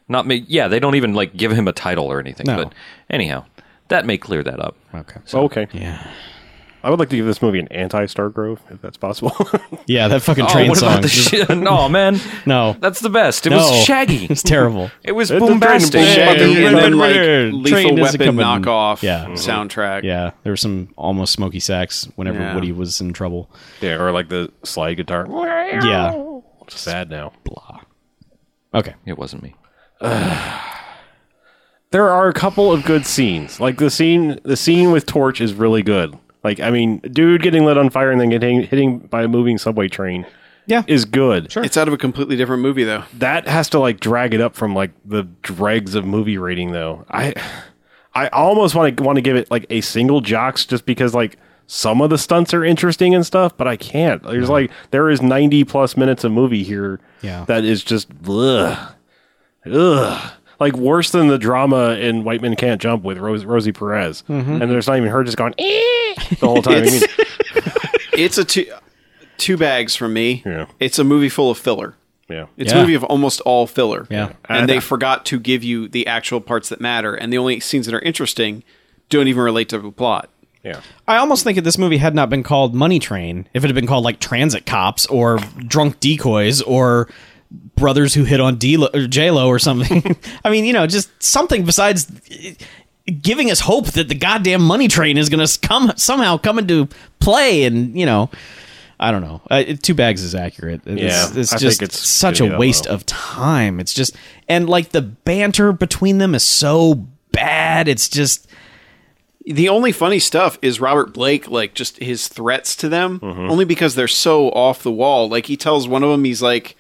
Speaker 5: Not me. Yeah, they don't even like give him a title or anything.
Speaker 4: No.
Speaker 5: But anyhow, that may clear that up.
Speaker 4: Okay.
Speaker 2: okay,
Speaker 4: Yeah.
Speaker 2: I would like to give this movie an anti Stargrove if that's possible.
Speaker 4: Yeah, that fucking train
Speaker 5: oh, what
Speaker 4: song.
Speaker 5: about the
Speaker 4: just-
Speaker 5: shit? No, man.
Speaker 4: No.
Speaker 5: That's the best. It
Speaker 4: No.
Speaker 5: was shaggy.
Speaker 4: It's terrible.
Speaker 5: It was
Speaker 2: It's a
Speaker 5: boombastic.
Speaker 2: train
Speaker 3: Shaggy
Speaker 2: Shaggy
Speaker 3: and then
Speaker 4: Red
Speaker 3: like
Speaker 4: Rider,
Speaker 3: lethal
Speaker 4: train is
Speaker 3: weapon
Speaker 4: coming.
Speaker 3: knockoff
Speaker 4: Yeah.
Speaker 3: soundtrack.
Speaker 4: Yeah, there were some almost Smoky Sacks whenever
Speaker 3: Yeah.
Speaker 4: Woody was in trouble.
Speaker 2: yeah, or like the slide guitar.
Speaker 4: Yeah.
Speaker 2: Sad now.
Speaker 4: Okay.
Speaker 5: It wasn't me.
Speaker 2: there are a couple of good scenes. Like the scene, the scene with Torch is really good. Like I mean, dude getting lit on fire and then getting hitting by a moving subway train
Speaker 4: Yeah.
Speaker 2: is good. Sure.
Speaker 3: It's out of a completely different movie though.
Speaker 2: That has to like drag it up from like the dregs of movie rating though. I I almost want to want to give it like a single jocks just because like some of the stunts are interesting and stuff, but I can't. There's like there is 90 plus minutes of movie here
Speaker 4: Yeah.
Speaker 2: that is just ugh. Ugh. Like worse than the drama in White Men Can't Jump with Rose, Rosie Perez. And there's not even her just going "Eh," the whole time. I mean,
Speaker 3: It's a two two bags for me.
Speaker 2: Yeah.
Speaker 3: It's a movie full of filler.
Speaker 2: yeah.
Speaker 3: It's
Speaker 4: Yeah.
Speaker 3: a movie of almost all filler.
Speaker 4: Yeah.
Speaker 3: And
Speaker 2: And
Speaker 3: they
Speaker 2: I-
Speaker 3: forgot to give you the actual parts that matter and the only scenes that are interesting don't even relate to the plot.
Speaker 2: yeah.
Speaker 4: I almost think if this movie had not been called Money Train, if it had been called like Transit Cops or Drunk Decoys or Brothers Who Hit on D or J Lo or something. I mean, you know, just something besides eh, giving us hope that the goddamn Money Train is going to come somehow come into play, and you know. I don't know. Uh, it- two bags is accurate. It's,
Speaker 2: Yeah,
Speaker 4: it's
Speaker 2: I
Speaker 4: just
Speaker 2: think it's
Speaker 4: such
Speaker 2: gonna be
Speaker 4: a
Speaker 2: that
Speaker 4: waste
Speaker 2: low.
Speaker 4: of time. It's just and like the banter between them is so bad. It's just
Speaker 3: The only funny stuff is Robert Blake, like just his threats to them,
Speaker 2: Mm-hmm.
Speaker 3: only because they're so off the wall. Like he tells one of them, he's like,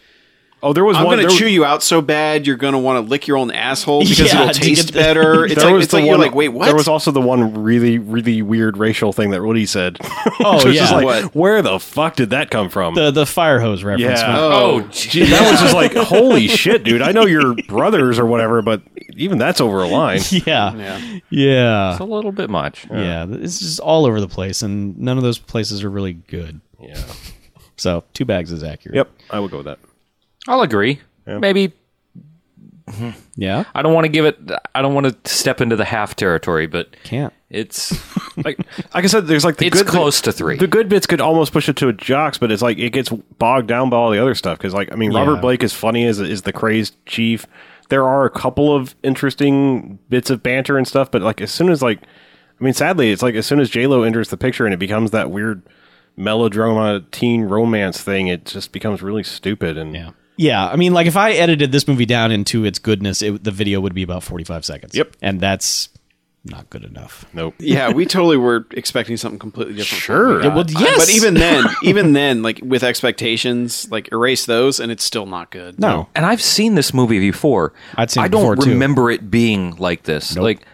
Speaker 2: Oh, there was
Speaker 3: I'm
Speaker 2: one.
Speaker 3: going to
Speaker 2: there-
Speaker 3: chew you out so bad you're going to want to lick your own asshole because
Speaker 4: Yeah,
Speaker 3: it'll
Speaker 4: to
Speaker 3: taste
Speaker 4: get the-
Speaker 3: better. It's
Speaker 2: there
Speaker 3: like,
Speaker 2: was
Speaker 3: it's
Speaker 2: the
Speaker 3: like
Speaker 2: one,
Speaker 3: you're like, wait, what?
Speaker 2: There was also the one really, really weird racial thing that Woody said.
Speaker 4: Oh,
Speaker 2: Which was
Speaker 4: yeah.
Speaker 2: just like,
Speaker 3: What?
Speaker 2: where the fuck did that come from?
Speaker 4: the the fire hose reference.
Speaker 2: yeah.
Speaker 5: Oh,
Speaker 2: Gee, that was just like, holy shit, dude. I know you're brothers or whatever, but even that's over a line.
Speaker 4: yeah, yeah, yeah,
Speaker 5: It's a little bit much.
Speaker 4: It's just all over the place, and none of those places are really good.
Speaker 2: Yeah.
Speaker 4: So two bags is accurate.
Speaker 2: Yep, I would go with that.
Speaker 5: I'll agree. Maybe
Speaker 4: Yeah.
Speaker 5: I don't want to give it. I don't want to step into the half territory, but
Speaker 4: Can't.
Speaker 5: it's
Speaker 2: Like, like I said, there's like the
Speaker 5: It's
Speaker 2: good bit-
Speaker 5: close to three.
Speaker 2: The good bits could almost push it to a jocks, but it's like it gets bogged down by all the other stuff. Because like I mean, Robert
Speaker 4: Yeah.
Speaker 2: Blake is funny as is the crazed chief. There are a couple of interesting bits of banter and stuff, but like as soon as like, I mean, sadly, it's like as soon as J Lo enters the picture and it becomes that weird melodrama teen romance thing, it just becomes really stupid. And
Speaker 4: Yeah. Yeah. I mean, like if I edited this movie down into its goodness, it, the video would be about 45 seconds.
Speaker 2: Yep.
Speaker 4: And that's not good enough.
Speaker 2: nope,
Speaker 3: yeah, we totally were expecting something completely different. from what we
Speaker 2: sure,
Speaker 3: got.
Speaker 4: well, yes.
Speaker 3: But even then, even then, like with expectations, like erase those, and it's still not good.
Speaker 4: No.
Speaker 5: and I've seen this movie before.
Speaker 4: I'd seen it
Speaker 5: I don't
Speaker 4: before, too.
Speaker 5: remember it being like this. Like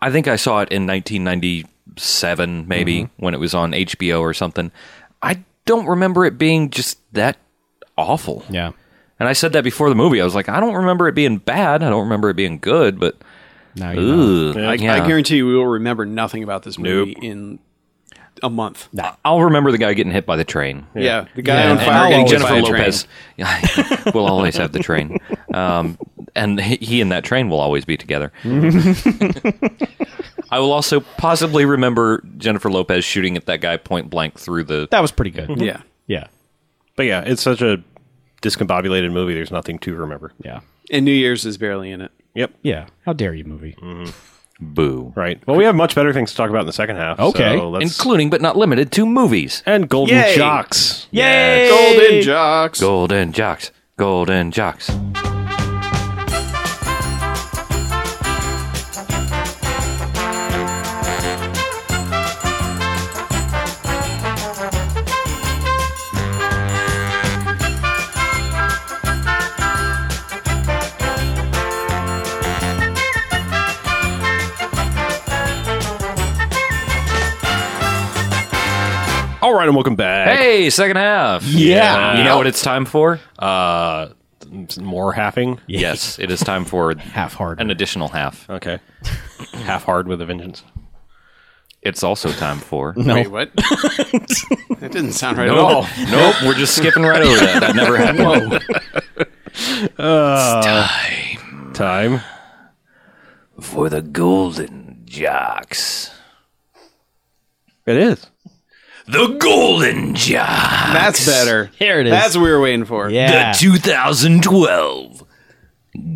Speaker 5: I think I saw it in 1997 maybe
Speaker 4: Mm-hmm.
Speaker 5: when it was on HBO or something. I don't remember it being just that awful.
Speaker 4: Yeah.
Speaker 5: And I said that before the movie. I was like, I don't remember it being bad. I don't remember it being good, but
Speaker 4: Now you know.
Speaker 5: ooh,
Speaker 3: I,
Speaker 5: yeah.
Speaker 3: I guarantee you, we will remember nothing about this movie in a month.
Speaker 5: I'll remember the guy getting hit by the train.
Speaker 3: Yeah, the guy
Speaker 4: Yeah,
Speaker 3: on
Speaker 4: and
Speaker 3: fire
Speaker 4: I'll
Speaker 3: getting
Speaker 5: and
Speaker 3: hit
Speaker 5: Jennifer
Speaker 3: by a train.
Speaker 5: Lopez will always have the train, um, and he he and that train will always be together. I will also possibly remember Jennifer Lopez shooting at that guy point blank through the.
Speaker 4: That was pretty good.
Speaker 3: Yeah,
Speaker 4: Yeah.
Speaker 2: but yeah, it's such a discombobulated movie. There's nothing to remember.
Speaker 4: Yeah.
Speaker 3: and New Year's is barely in it.
Speaker 2: Yep,
Speaker 4: Yeah. How dare you, movie?
Speaker 5: Boo.
Speaker 2: right. Well, we have much better things to talk about in the second half.
Speaker 4: Okay.
Speaker 2: so let's-
Speaker 5: Including but not limited to movies.
Speaker 2: and golden
Speaker 3: Yay.
Speaker 2: jocks.
Speaker 4: Yay!
Speaker 3: Golden jocks.
Speaker 5: Golden Jocks. Golden Jocks.
Speaker 2: All right, and welcome back.
Speaker 5: Hey, second half.
Speaker 4: Yeah.
Speaker 5: You know what it's time for?
Speaker 2: Uh, more halving.
Speaker 5: Yes, it is time for
Speaker 4: Half hard.
Speaker 5: an additional half.
Speaker 2: Okay. Half hard with a vengeance.
Speaker 5: It's also time for.
Speaker 3: Wait, what? that didn't sound right at all.
Speaker 5: Nope. nope. We're just skipping right over that. That never happened.
Speaker 2: Time.
Speaker 5: for the golden jocks.
Speaker 2: It is.
Speaker 5: The golden jocks.
Speaker 3: That's better.
Speaker 4: Here it is.
Speaker 3: That's what we were waiting for.
Speaker 4: yeah.
Speaker 5: The 2012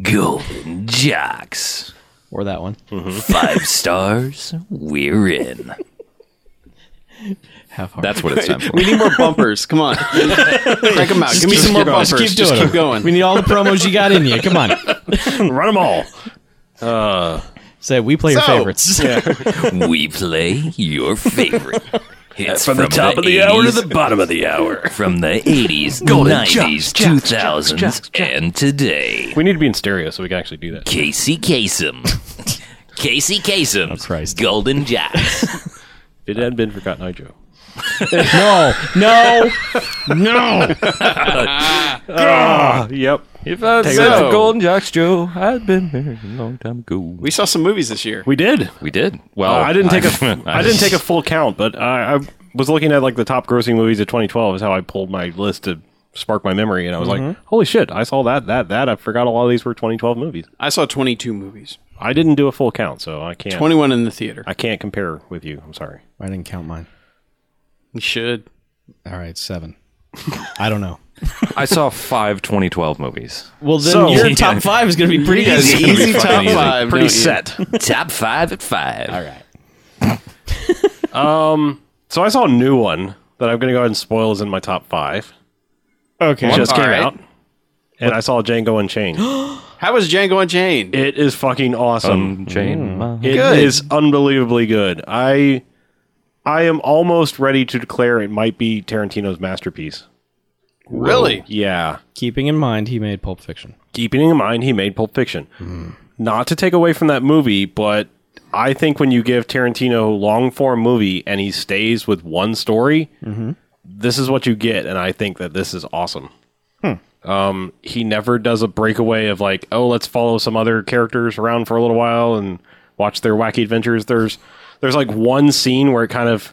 Speaker 5: golden jocks.
Speaker 4: or that one.
Speaker 5: Five stars. We're in.
Speaker 4: Half hard.
Speaker 5: That's what it's time for.
Speaker 3: We need more bumpers. Come on, crank them out. Give me
Speaker 4: keep
Speaker 3: some more
Speaker 4: going.
Speaker 3: bumpers. Just keep,
Speaker 4: doing it.
Speaker 3: going.
Speaker 4: We need all the promos you got in you. Come on.
Speaker 2: Run them all.
Speaker 4: Say, we play
Speaker 3: So-
Speaker 4: your favorites.
Speaker 5: we play your favorite. It's
Speaker 1: From, the top of the hour to
Speaker 5: 80s,
Speaker 1: the bottom of the hour.
Speaker 5: from the 80s, 90s, 2000s, and today.
Speaker 2: We need to be in stereo so we can actually do that.
Speaker 5: Casey Kasem. Casey Kasem.
Speaker 4: Christ.
Speaker 5: Golden Jocks.
Speaker 2: It had been forgotten, I Joe.
Speaker 4: no. No. No.
Speaker 2: Uh, yep.
Speaker 5: If I
Speaker 3: said the Golden
Speaker 5: Jocks, Joe, I'd Oh, been married a long time ago.
Speaker 3: We saw some movies this year.
Speaker 2: We did.
Speaker 5: We did. Well,
Speaker 2: Uh, I didn't take a.
Speaker 5: a.
Speaker 2: I didn't take a full count, but I, I was looking at like the top grossing movies of 2012 is how I pulled my list to spark my memory, and I was like, "Holy shit! I saw that, that, that. I forgot a lot of these were 2012 movies.
Speaker 3: I saw 22 movies.
Speaker 2: I didn't do a full count, so I can't.
Speaker 3: 21 in the theater.
Speaker 2: I can't compare with you. I'm sorry.
Speaker 4: I didn't count mine.
Speaker 3: We should.
Speaker 4: All right, seven. I don't know.
Speaker 5: I saw five 2012 movies.
Speaker 4: Well, then
Speaker 2: So-
Speaker 4: your top five is going to be pretty
Speaker 3: Yeah,
Speaker 4: easy.
Speaker 3: easy
Speaker 5: fucking
Speaker 3: top
Speaker 5: easy.
Speaker 3: five.
Speaker 2: Pretty
Speaker 3: don't
Speaker 2: set.
Speaker 3: you?
Speaker 5: Top five at five.
Speaker 4: All right.
Speaker 2: So I saw a new one that I'm going to go ahead and spoil is in my top five.
Speaker 4: Okay.
Speaker 2: Just
Speaker 3: All
Speaker 2: came
Speaker 3: right.
Speaker 2: out, and I saw Django Unchained.
Speaker 3: How was Django Unchained?
Speaker 2: it is fucking
Speaker 5: Um,
Speaker 2: awesome.
Speaker 5: Jane, my-
Speaker 2: It is
Speaker 3: Good.
Speaker 2: unbelievably good. I I am almost ready to declare it might be Tarantino's masterpiece.
Speaker 3: really?
Speaker 2: Yeah.
Speaker 4: Keeping in mind, he made Pulp Fiction.
Speaker 2: Keeping in mind he made Pulp Fiction. Not to take away from that movie, but I think when you give Tarantino a long form movie and he stays with one story, this is what you get, and I think that this is awesome.
Speaker 3: Hmm.
Speaker 2: Um, he never does a breakaway of like, oh, let's follow some other characters around for a little while and watch their wacky adventures. There's there's like one scene where it kind of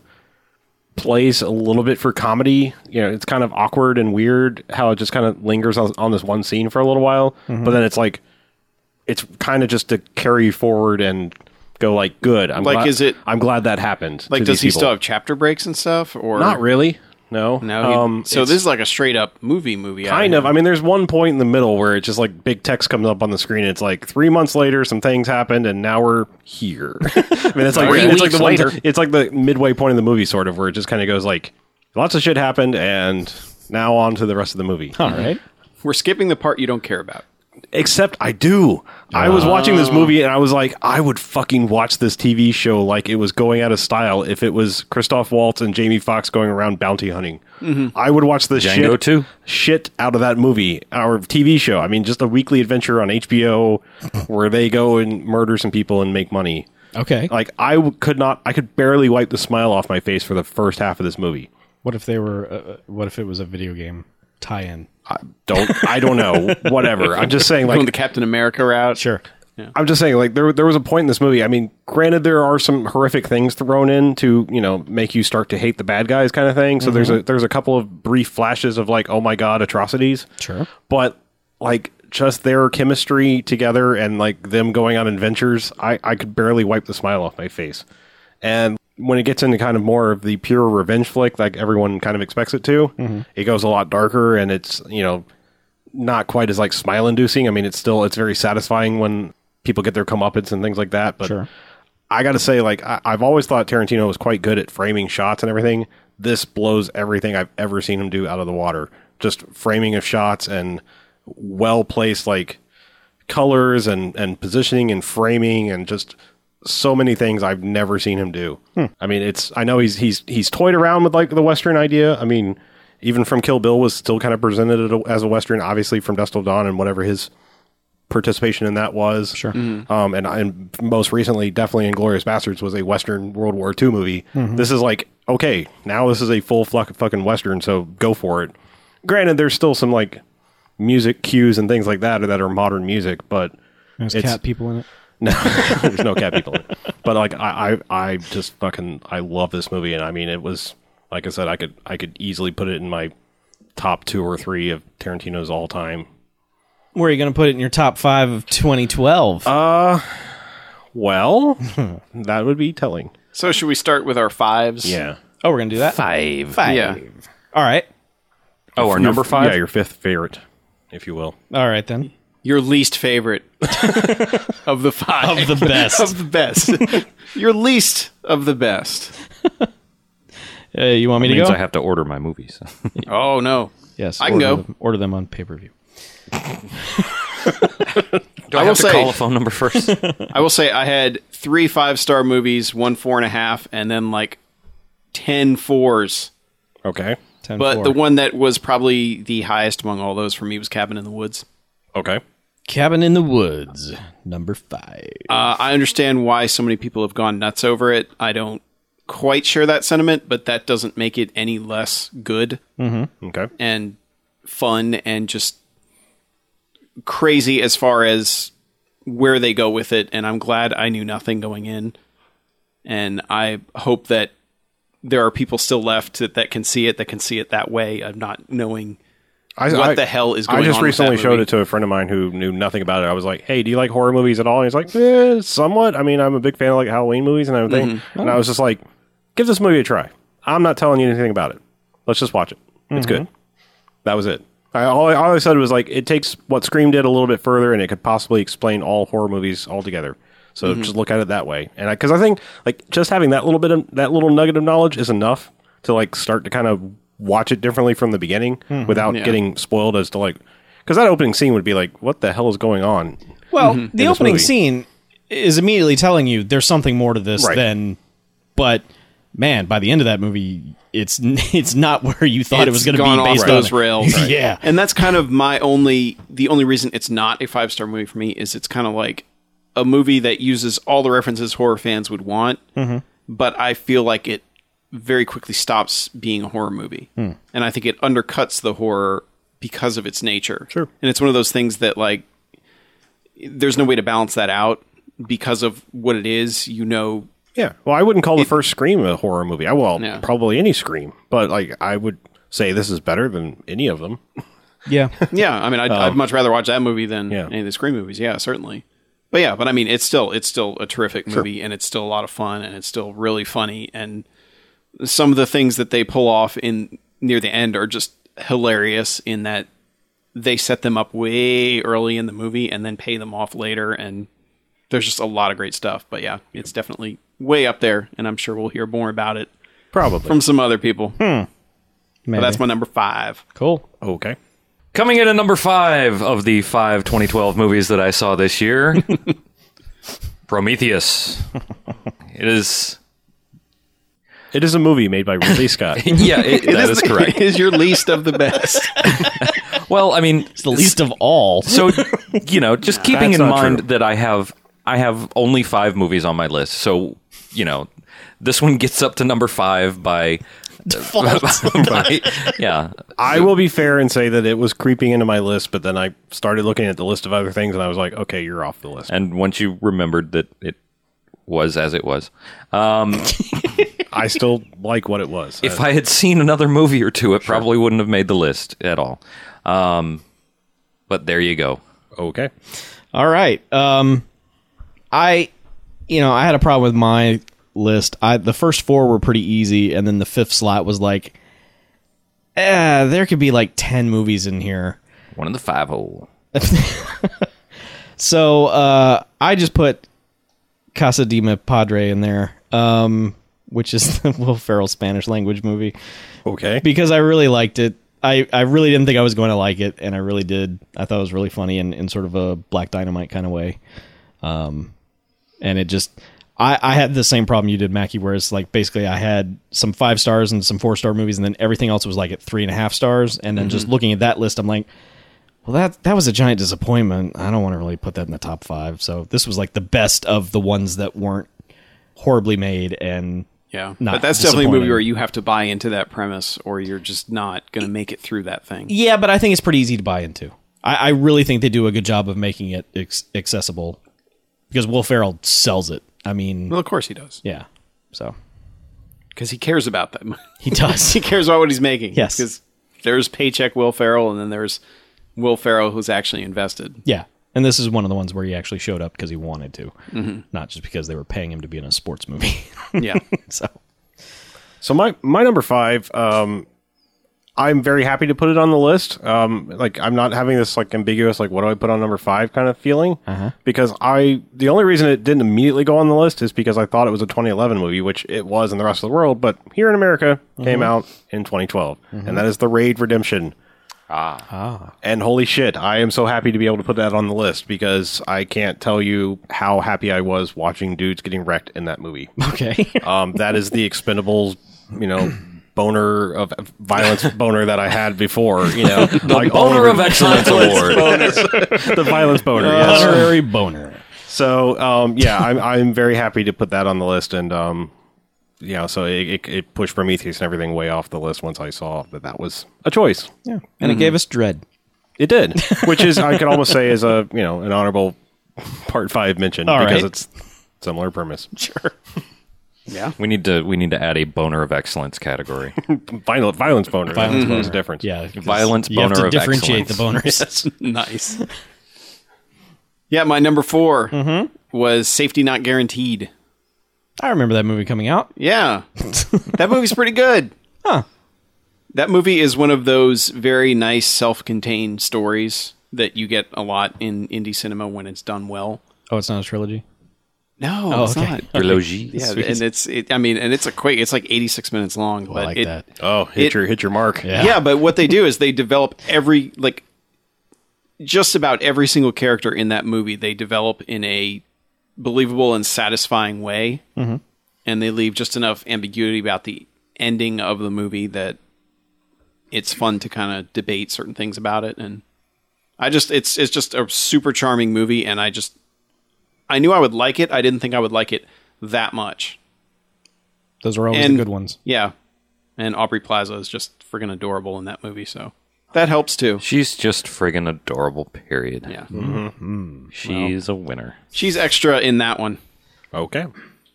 Speaker 2: plays a little bit for comedy. You know, it's kind of awkward and weird how it just kind of lingers on, on this one scene for a little while,
Speaker 3: Mm-hmm.
Speaker 2: but then it's like it's kind of just to carry you forward and go like, good. I'm
Speaker 3: Like,
Speaker 2: glad,
Speaker 3: is it-
Speaker 2: I'm glad that happened.
Speaker 3: Like,
Speaker 2: to
Speaker 3: does
Speaker 2: these
Speaker 3: he
Speaker 2: people.
Speaker 3: still have chapter breaks and stuff? Or
Speaker 2: Not really. No.
Speaker 3: No. he-
Speaker 2: Um,
Speaker 3: so
Speaker 2: it's
Speaker 3: this is like a straight up movie movie. out
Speaker 2: kind
Speaker 3: here.
Speaker 2: of. I mean, there's one point in the middle where it's just like big text comes up on the screen. And it's like three months later, some things happened, and now we're here. I mean, it's like
Speaker 3: Three
Speaker 2: it's like
Speaker 1: weeks
Speaker 2: the one-
Speaker 1: later.
Speaker 2: it's like the midway point of the movie, sort of, where it just kind of goes like, lots of shit happened, and now on to the rest of the movie.
Speaker 4: All right.
Speaker 3: We're skipping the part you don't care about.
Speaker 2: Except I do. I was watching this movie and I was like, I would fucking watch this TV show like it was going out of style if it was Christoph Waltz and Jamie Foxx going around bounty hunting. I would watch the
Speaker 5: Django
Speaker 2: shit,
Speaker 5: too.
Speaker 2: shit out of that movie or TV show. I mean, just a weekly adventure on HBO where they go and murder some people and make money.
Speaker 4: Okay.
Speaker 2: Like I w- could not, I could barely wipe the smile off my face for the first half of this movie.
Speaker 4: What if they were? Uh, what if it was a video game tie-in?
Speaker 2: I don't, I don't know. Whatever. I'm just saying, like
Speaker 3: Going the Captain America route.
Speaker 4: Sure.
Speaker 2: I'm just saying, like there there was a point in this movie. I mean, granted, there are some horrific things thrown in to you know make you start to hate the bad guys, kind of thing. So there's a there's a couple of brief flashes of like, oh my god, atrocities.
Speaker 4: Sure.
Speaker 2: But like just their chemistry together and like them going on adventures, I I could barely wipe the smile off my face. And when it gets into kind of more of the pure revenge flick, like everyone kind of expects it to, it goes a lot darker and it's you know not quite as like smile inducing. I mean, it's still it's very satisfying when people get their comeuppance and things like that. But
Speaker 4: Sure.
Speaker 2: I got to say, like I, I've always thought Tarantino was quite good at framing shots and everything. This blows everything I've ever seen him do out of the water. Just framing of shots and well placed like colors and and positioning and framing and just so many things I've never seen him do. I mean, it's I know he's he's he's toyed around with like the western idea. I mean, even from Kill Bill was still kind of presented it as a western, obviously from Dust Till Dawn and whatever his participation in that was. Sure. Um, and and most recently, definitely Inglorious Bastards was a western World War II movie. This is like okay, now this is a full fluck fucking western, so go for it. Granted, there's still some like music cues and things like that that are modern music, but
Speaker 4: There's
Speaker 2: It's-
Speaker 4: cat people in it.
Speaker 2: no, there's no cat people. in it. But like I, I, I just fucking I love this movie, and I mean it was like I said, I could I could easily put it in my top two or three of Tarantino's all time.
Speaker 4: Where are you going to put it in your top five of 2012?
Speaker 2: Well, that would be telling.
Speaker 3: So should we start with our fives?
Speaker 2: Yeah.
Speaker 4: oh, we're going to do that.
Speaker 5: Five.
Speaker 4: Five.
Speaker 3: Yeah.
Speaker 4: All right.
Speaker 5: Oh, our number five.
Speaker 2: Yeah, your fifth favorite, if you will.
Speaker 4: All right then.
Speaker 3: Your least favorite of the five.
Speaker 4: Of the best.
Speaker 3: of the best. Your least of the best.
Speaker 4: Uh, you want me to
Speaker 5: means
Speaker 4: go?
Speaker 5: I have to order my movies.
Speaker 3: Oh no.
Speaker 4: yes.
Speaker 3: I can
Speaker 4: order
Speaker 3: go.
Speaker 4: Them, order them on pay per view.
Speaker 5: Do I,
Speaker 3: will
Speaker 5: have to
Speaker 3: say-
Speaker 5: call a phone number first?
Speaker 3: I will say I had three five star movies, one four and a half, and then like ten fours.
Speaker 2: Okay.
Speaker 4: Ten
Speaker 3: But
Speaker 4: four.
Speaker 3: the one that was probably the highest among all those for me was Cabin in the Woods.
Speaker 2: Okay.
Speaker 4: cabin in the woods, number five.
Speaker 3: Uh, I understand why so many people have gone nuts over it. I don't quite share that sentiment, but that doesn't make it any less good
Speaker 2: Okay.
Speaker 3: and fun and just crazy as far as where they go with it. And I'm glad I knew nothing going in. And I hope that there are people still left that, that can see it, that can see it that way of not knowing.
Speaker 2: I,
Speaker 3: What the hell is
Speaker 2: I
Speaker 3: going
Speaker 2: just
Speaker 3: on with
Speaker 2: recently
Speaker 3: that
Speaker 2: showed
Speaker 3: movie?
Speaker 2: it to a friend of mine who knew nothing about it. I was like, "Hey, do you like horror movies at all?" And he's like, eh, "Somewhat. I mean, I'm a big fan of like Halloween movies and everything."
Speaker 3: Mm-hmm.
Speaker 2: And I was just like, "Give this movie a try. I'm not telling you anything about it. Let's just watch it. It's
Speaker 3: Mm-hmm.
Speaker 2: good." That was it. I, all, I, all I said was like, it takes what Scream did a little bit further, and it could possibly explain all horror movies altogether. So
Speaker 3: Mm-hmm.
Speaker 2: just look at it that way, and because I, think like just having that little bit of that little nugget of knowledge is enough to like start to kind of watch it differently from the beginning
Speaker 3: Mm-hmm.
Speaker 2: without getting spoiled as to like because that opening scene would be like, what the hell is going on?
Speaker 3: Mm-hmm.
Speaker 4: Well, the
Speaker 2: this
Speaker 4: opening
Speaker 2: movie.
Speaker 4: scene is immediately telling you there's something more to this
Speaker 2: Right.
Speaker 4: than. But man, by the end of that movie, it's n- it's not where you thought it
Speaker 3: It's
Speaker 4: was going to
Speaker 3: gone
Speaker 4: be
Speaker 3: off
Speaker 4: based
Speaker 3: those
Speaker 4: on it.
Speaker 3: rails.
Speaker 4: yeah.
Speaker 3: And that's kind of my only the only reason it's not a five star movie for me is it's kind of like a movie that uses all the references horror fans would want,
Speaker 4: Mm-hmm.
Speaker 3: but I feel like it very quickly stops being a horror movie,
Speaker 4: Hmm.
Speaker 3: and I think it undercuts the horror because of its nature. Sure. And it's one of those things that like there's no way to balance that out because of what it is. You know
Speaker 2: Yeah. Well, I wouldn't call the first Scream a horror movie. I well,
Speaker 3: No.
Speaker 2: probably any Scream, but like I would say this is better than any of them.
Speaker 4: Yeah.
Speaker 3: Yeah, I mean, I'd,
Speaker 5: Um,
Speaker 3: I'd much rather watch that movie than
Speaker 2: Yeah.
Speaker 3: any of the Scream movies. Yeah, certainly. But yeah, but I mean, it's still it's still a terrific movie, and it's still a lot of fun, and it's still really funny, and some of the things that they pull off in near the end are just hilarious. In that they set them up way early in the movie and then pay them off later, and there's just a lot of great stuff. But yeah, it's definitely way up there, and I'm sure we'll hear more about it
Speaker 2: Probably.
Speaker 3: from some other people.
Speaker 5: Hmm.
Speaker 3: But that's my number five.
Speaker 4: cool.
Speaker 2: okay.
Speaker 5: Coming in at number five of the five 2012 movies that I saw this year Prometheus. It is.
Speaker 2: It is a movie made by Ridley Scott.
Speaker 5: Yeah, it, that is correct.
Speaker 3: Is your least of the best?
Speaker 5: Well, I mean,
Speaker 4: It's the least of all.
Speaker 5: so you know just keeping
Speaker 2: That's
Speaker 5: in
Speaker 2: not
Speaker 5: mind
Speaker 2: true.
Speaker 5: that i have i have only five movies on my list so you know this one gets up to number five by, by- yeah
Speaker 2: I will be fair and say that it was creeping into my list, but then I started looking at the list of other things and I was like, okay, you're off the list.
Speaker 5: and once you remembered that it was as it was
Speaker 2: I still like what it was.
Speaker 5: if i had seen another movie or two it probably wouldn't have made the list at all um, but there you go
Speaker 2: okay.
Speaker 4: All right. Um, I, you know, I had a problem with my list. I the first four were pretty easy, and then the fifth slot was like, eh, there could be like ten movies in here.
Speaker 5: one of the five hole
Speaker 4: So uh, I just put Casa de Mi Padre in there, um, which is the Will Ferrell Spanish language movie,
Speaker 2: Okay.
Speaker 4: because I really liked it. I, I really didn't think I was going to like it, and I really did. I thought it was really funny in, in sort of a black dynamite kind of way. Um, and it just I, I had the same problem you did, Mackie, where it's like basically I had some five stars and some four star movies, and then everything else was like at three and a half stars. And then just looking at that list, I'm like, well, that that was a giant disappointment. I don't want to really put that in the top five. So this was like the best of the ones that weren't horribly made. And
Speaker 3: Yeah,
Speaker 4: not
Speaker 3: but that's definitely a
Speaker 4: disappointing.
Speaker 3: movie where you have to buy into that premise, or you're just not going to make it through that thing.
Speaker 4: yeah, but I think it's pretty easy to buy into. I, I really think they do a good job of making it ex- accessible because Will Ferrell sells it. I mean,
Speaker 3: Well, of course he does,
Speaker 4: yeah. So
Speaker 3: because he cares about them.
Speaker 4: he does.
Speaker 3: he cares about what he's making.
Speaker 4: Yes.
Speaker 3: because there's paycheck Will Ferrell, and then there's Will Ferrell who's actually invested.
Speaker 4: Yeah. And this is one of the ones where he actually showed up because he wanted to,
Speaker 3: Mm-hmm.
Speaker 4: not just because they were paying him to be in a sports movie.
Speaker 3: Yeah,
Speaker 4: so,
Speaker 2: So my my number five, um, I'm very happy to put it on the list. Um, like I'm not having this like ambiguous like what do I put on number five kind of feeling because I the only reason it didn't immediately go on the list is because I thought it was a 2011 movie, which it was in the rest of the world, but here in America came out in 2012, and that is the Raid Redemption. Ah. And holy shit, I am so happy to be able to put that on the list because I can't tell you how happy I was watching dudes getting wrecked in that movie.
Speaker 4: okay.
Speaker 2: Um, that is the Expendables, you know, boner of violence boner that I had before. You know, the
Speaker 5: owner of excellence award
Speaker 2: the violence boner. Yes.
Speaker 4: Honorary boner.
Speaker 2: So um, yeah, I'm I'm very happy to put that on the list, and um, you know, so it, it, it pushed Prometheus and everything way off the list once I saw that that was a choice.
Speaker 4: Yeah. And it gave us dread.
Speaker 2: It did, which is I could almost say is a you know an honorable part five mention
Speaker 4: All
Speaker 2: because
Speaker 4: right.
Speaker 2: it's similar premise.
Speaker 5: we need to we need to add a boner of excellence category
Speaker 2: Viol- violence boner.
Speaker 4: Violence
Speaker 2: Violence boner is different.
Speaker 4: Yeah. 'cause
Speaker 5: Violence
Speaker 4: You have
Speaker 5: boner
Speaker 4: to
Speaker 5: of
Speaker 4: differentiate the boners.
Speaker 3: nice. Yeah, my number 4
Speaker 4: Mm-hmm.
Speaker 3: was Safety Not Guaranteed.
Speaker 4: I remember that movie coming out.
Speaker 3: Yeah. that movie's pretty good.
Speaker 4: Huh.
Speaker 3: That movie is one of those very nice self-contained stories that you get a lot in indie cinema when it's done well.
Speaker 4: Oh, it's not a trilogy.
Speaker 3: No,
Speaker 4: Oh,
Speaker 3: it's
Speaker 4: okay.
Speaker 3: not.
Speaker 5: Eulogie.
Speaker 3: Yeah, and it's it, I mean, and it's a quick. It's like 86 minutes long, but
Speaker 4: I like
Speaker 3: it,
Speaker 4: that.
Speaker 2: Oh, hit
Speaker 3: It-
Speaker 2: your hit your mark.
Speaker 3: Yeah. but what they do is they develop every like just about every single character in that movie they develop in a believable and satisfying way, and they leave just enough ambiguity about the ending of the movie that it's fun to kind of debate certain things about it. And I just it's it's just a super charming movie, and I just I knew I would like it. I didn't think I would like it that much.
Speaker 4: Those are always
Speaker 3: And-
Speaker 4: the good ones.
Speaker 3: Yeah. And Aubrey Plaza is just friggin' adorable in that movie, so that helps too.
Speaker 5: She's just friggin' adorable, period.
Speaker 3: Yeah.
Speaker 5: She's a winner.
Speaker 3: She's extra in that one.
Speaker 2: Okay.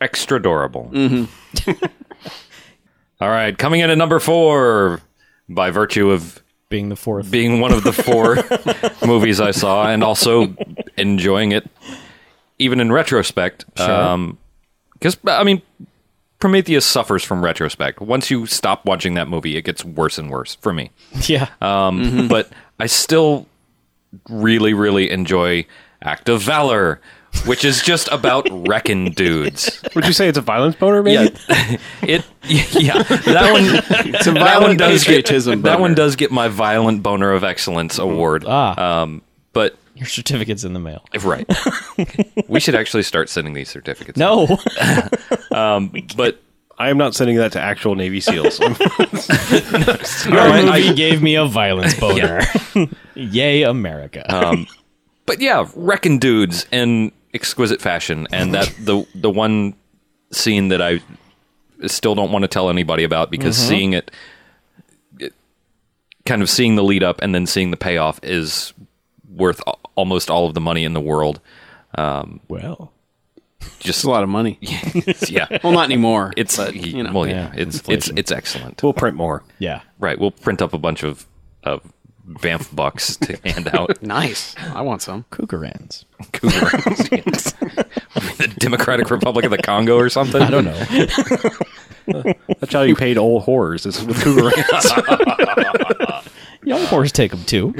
Speaker 5: extra adorable. Mm-hmm. All right, coming in at number four by virtue of
Speaker 4: being the fourth.
Speaker 5: being one of the four movies I saw and also enjoying it, even in retrospect. Because, I mean, Prometheus suffers from retrospect. Once you stop watching that movie, it gets worse and worse for me.
Speaker 4: yeah.
Speaker 5: Um, But I still really, really enjoy Act of Valor, which is just about wrecking dudes.
Speaker 2: Would you say it's a violence boner, maybe?
Speaker 5: Yeah, it. Yeah, that one. that one
Speaker 3: violent
Speaker 5: does get,
Speaker 3: patriotism
Speaker 5: That one
Speaker 3: boner.
Speaker 5: does get my violent boner of excellence award.
Speaker 4: Ah.
Speaker 5: Um, but
Speaker 4: Your certificate's in the mail.
Speaker 5: right, we should actually start sending these certificates.
Speaker 4: No.
Speaker 5: but
Speaker 2: I am not sending that to actual Navy SEALs.
Speaker 4: Your
Speaker 5: I-
Speaker 4: movie
Speaker 5: I-
Speaker 4: gave me a violence boner. Yay, America.
Speaker 5: Uh, but yeah, wrecking dudes in exquisite fashion, and that the the one scene that I still don't want to tell anybody about because
Speaker 4: Mm-hmm.
Speaker 5: seeing it, it- kind of seeing the lead up and then seeing the payoff is worth al- almost all of the money in the world.
Speaker 4: well,
Speaker 5: Just
Speaker 3: It's a lot of money.
Speaker 5: yeah,
Speaker 3: Well, not anymore.
Speaker 5: it's
Speaker 3: you know.
Speaker 5: well, yeah,
Speaker 4: Yeah,
Speaker 5: it's it's
Speaker 4: inflation.
Speaker 5: it's excellent.
Speaker 2: we'll print more.
Speaker 4: yeah.
Speaker 5: Right, we'll print up a bunch of of Banff bucks to hand out.
Speaker 3: nice. I want some.
Speaker 4: Cougarans.
Speaker 5: Cougars. the Democratic Republic of the Congo or something. I don't know.
Speaker 2: That's how you paid old whores. Is with cougar rats.
Speaker 4: Young horse take them too.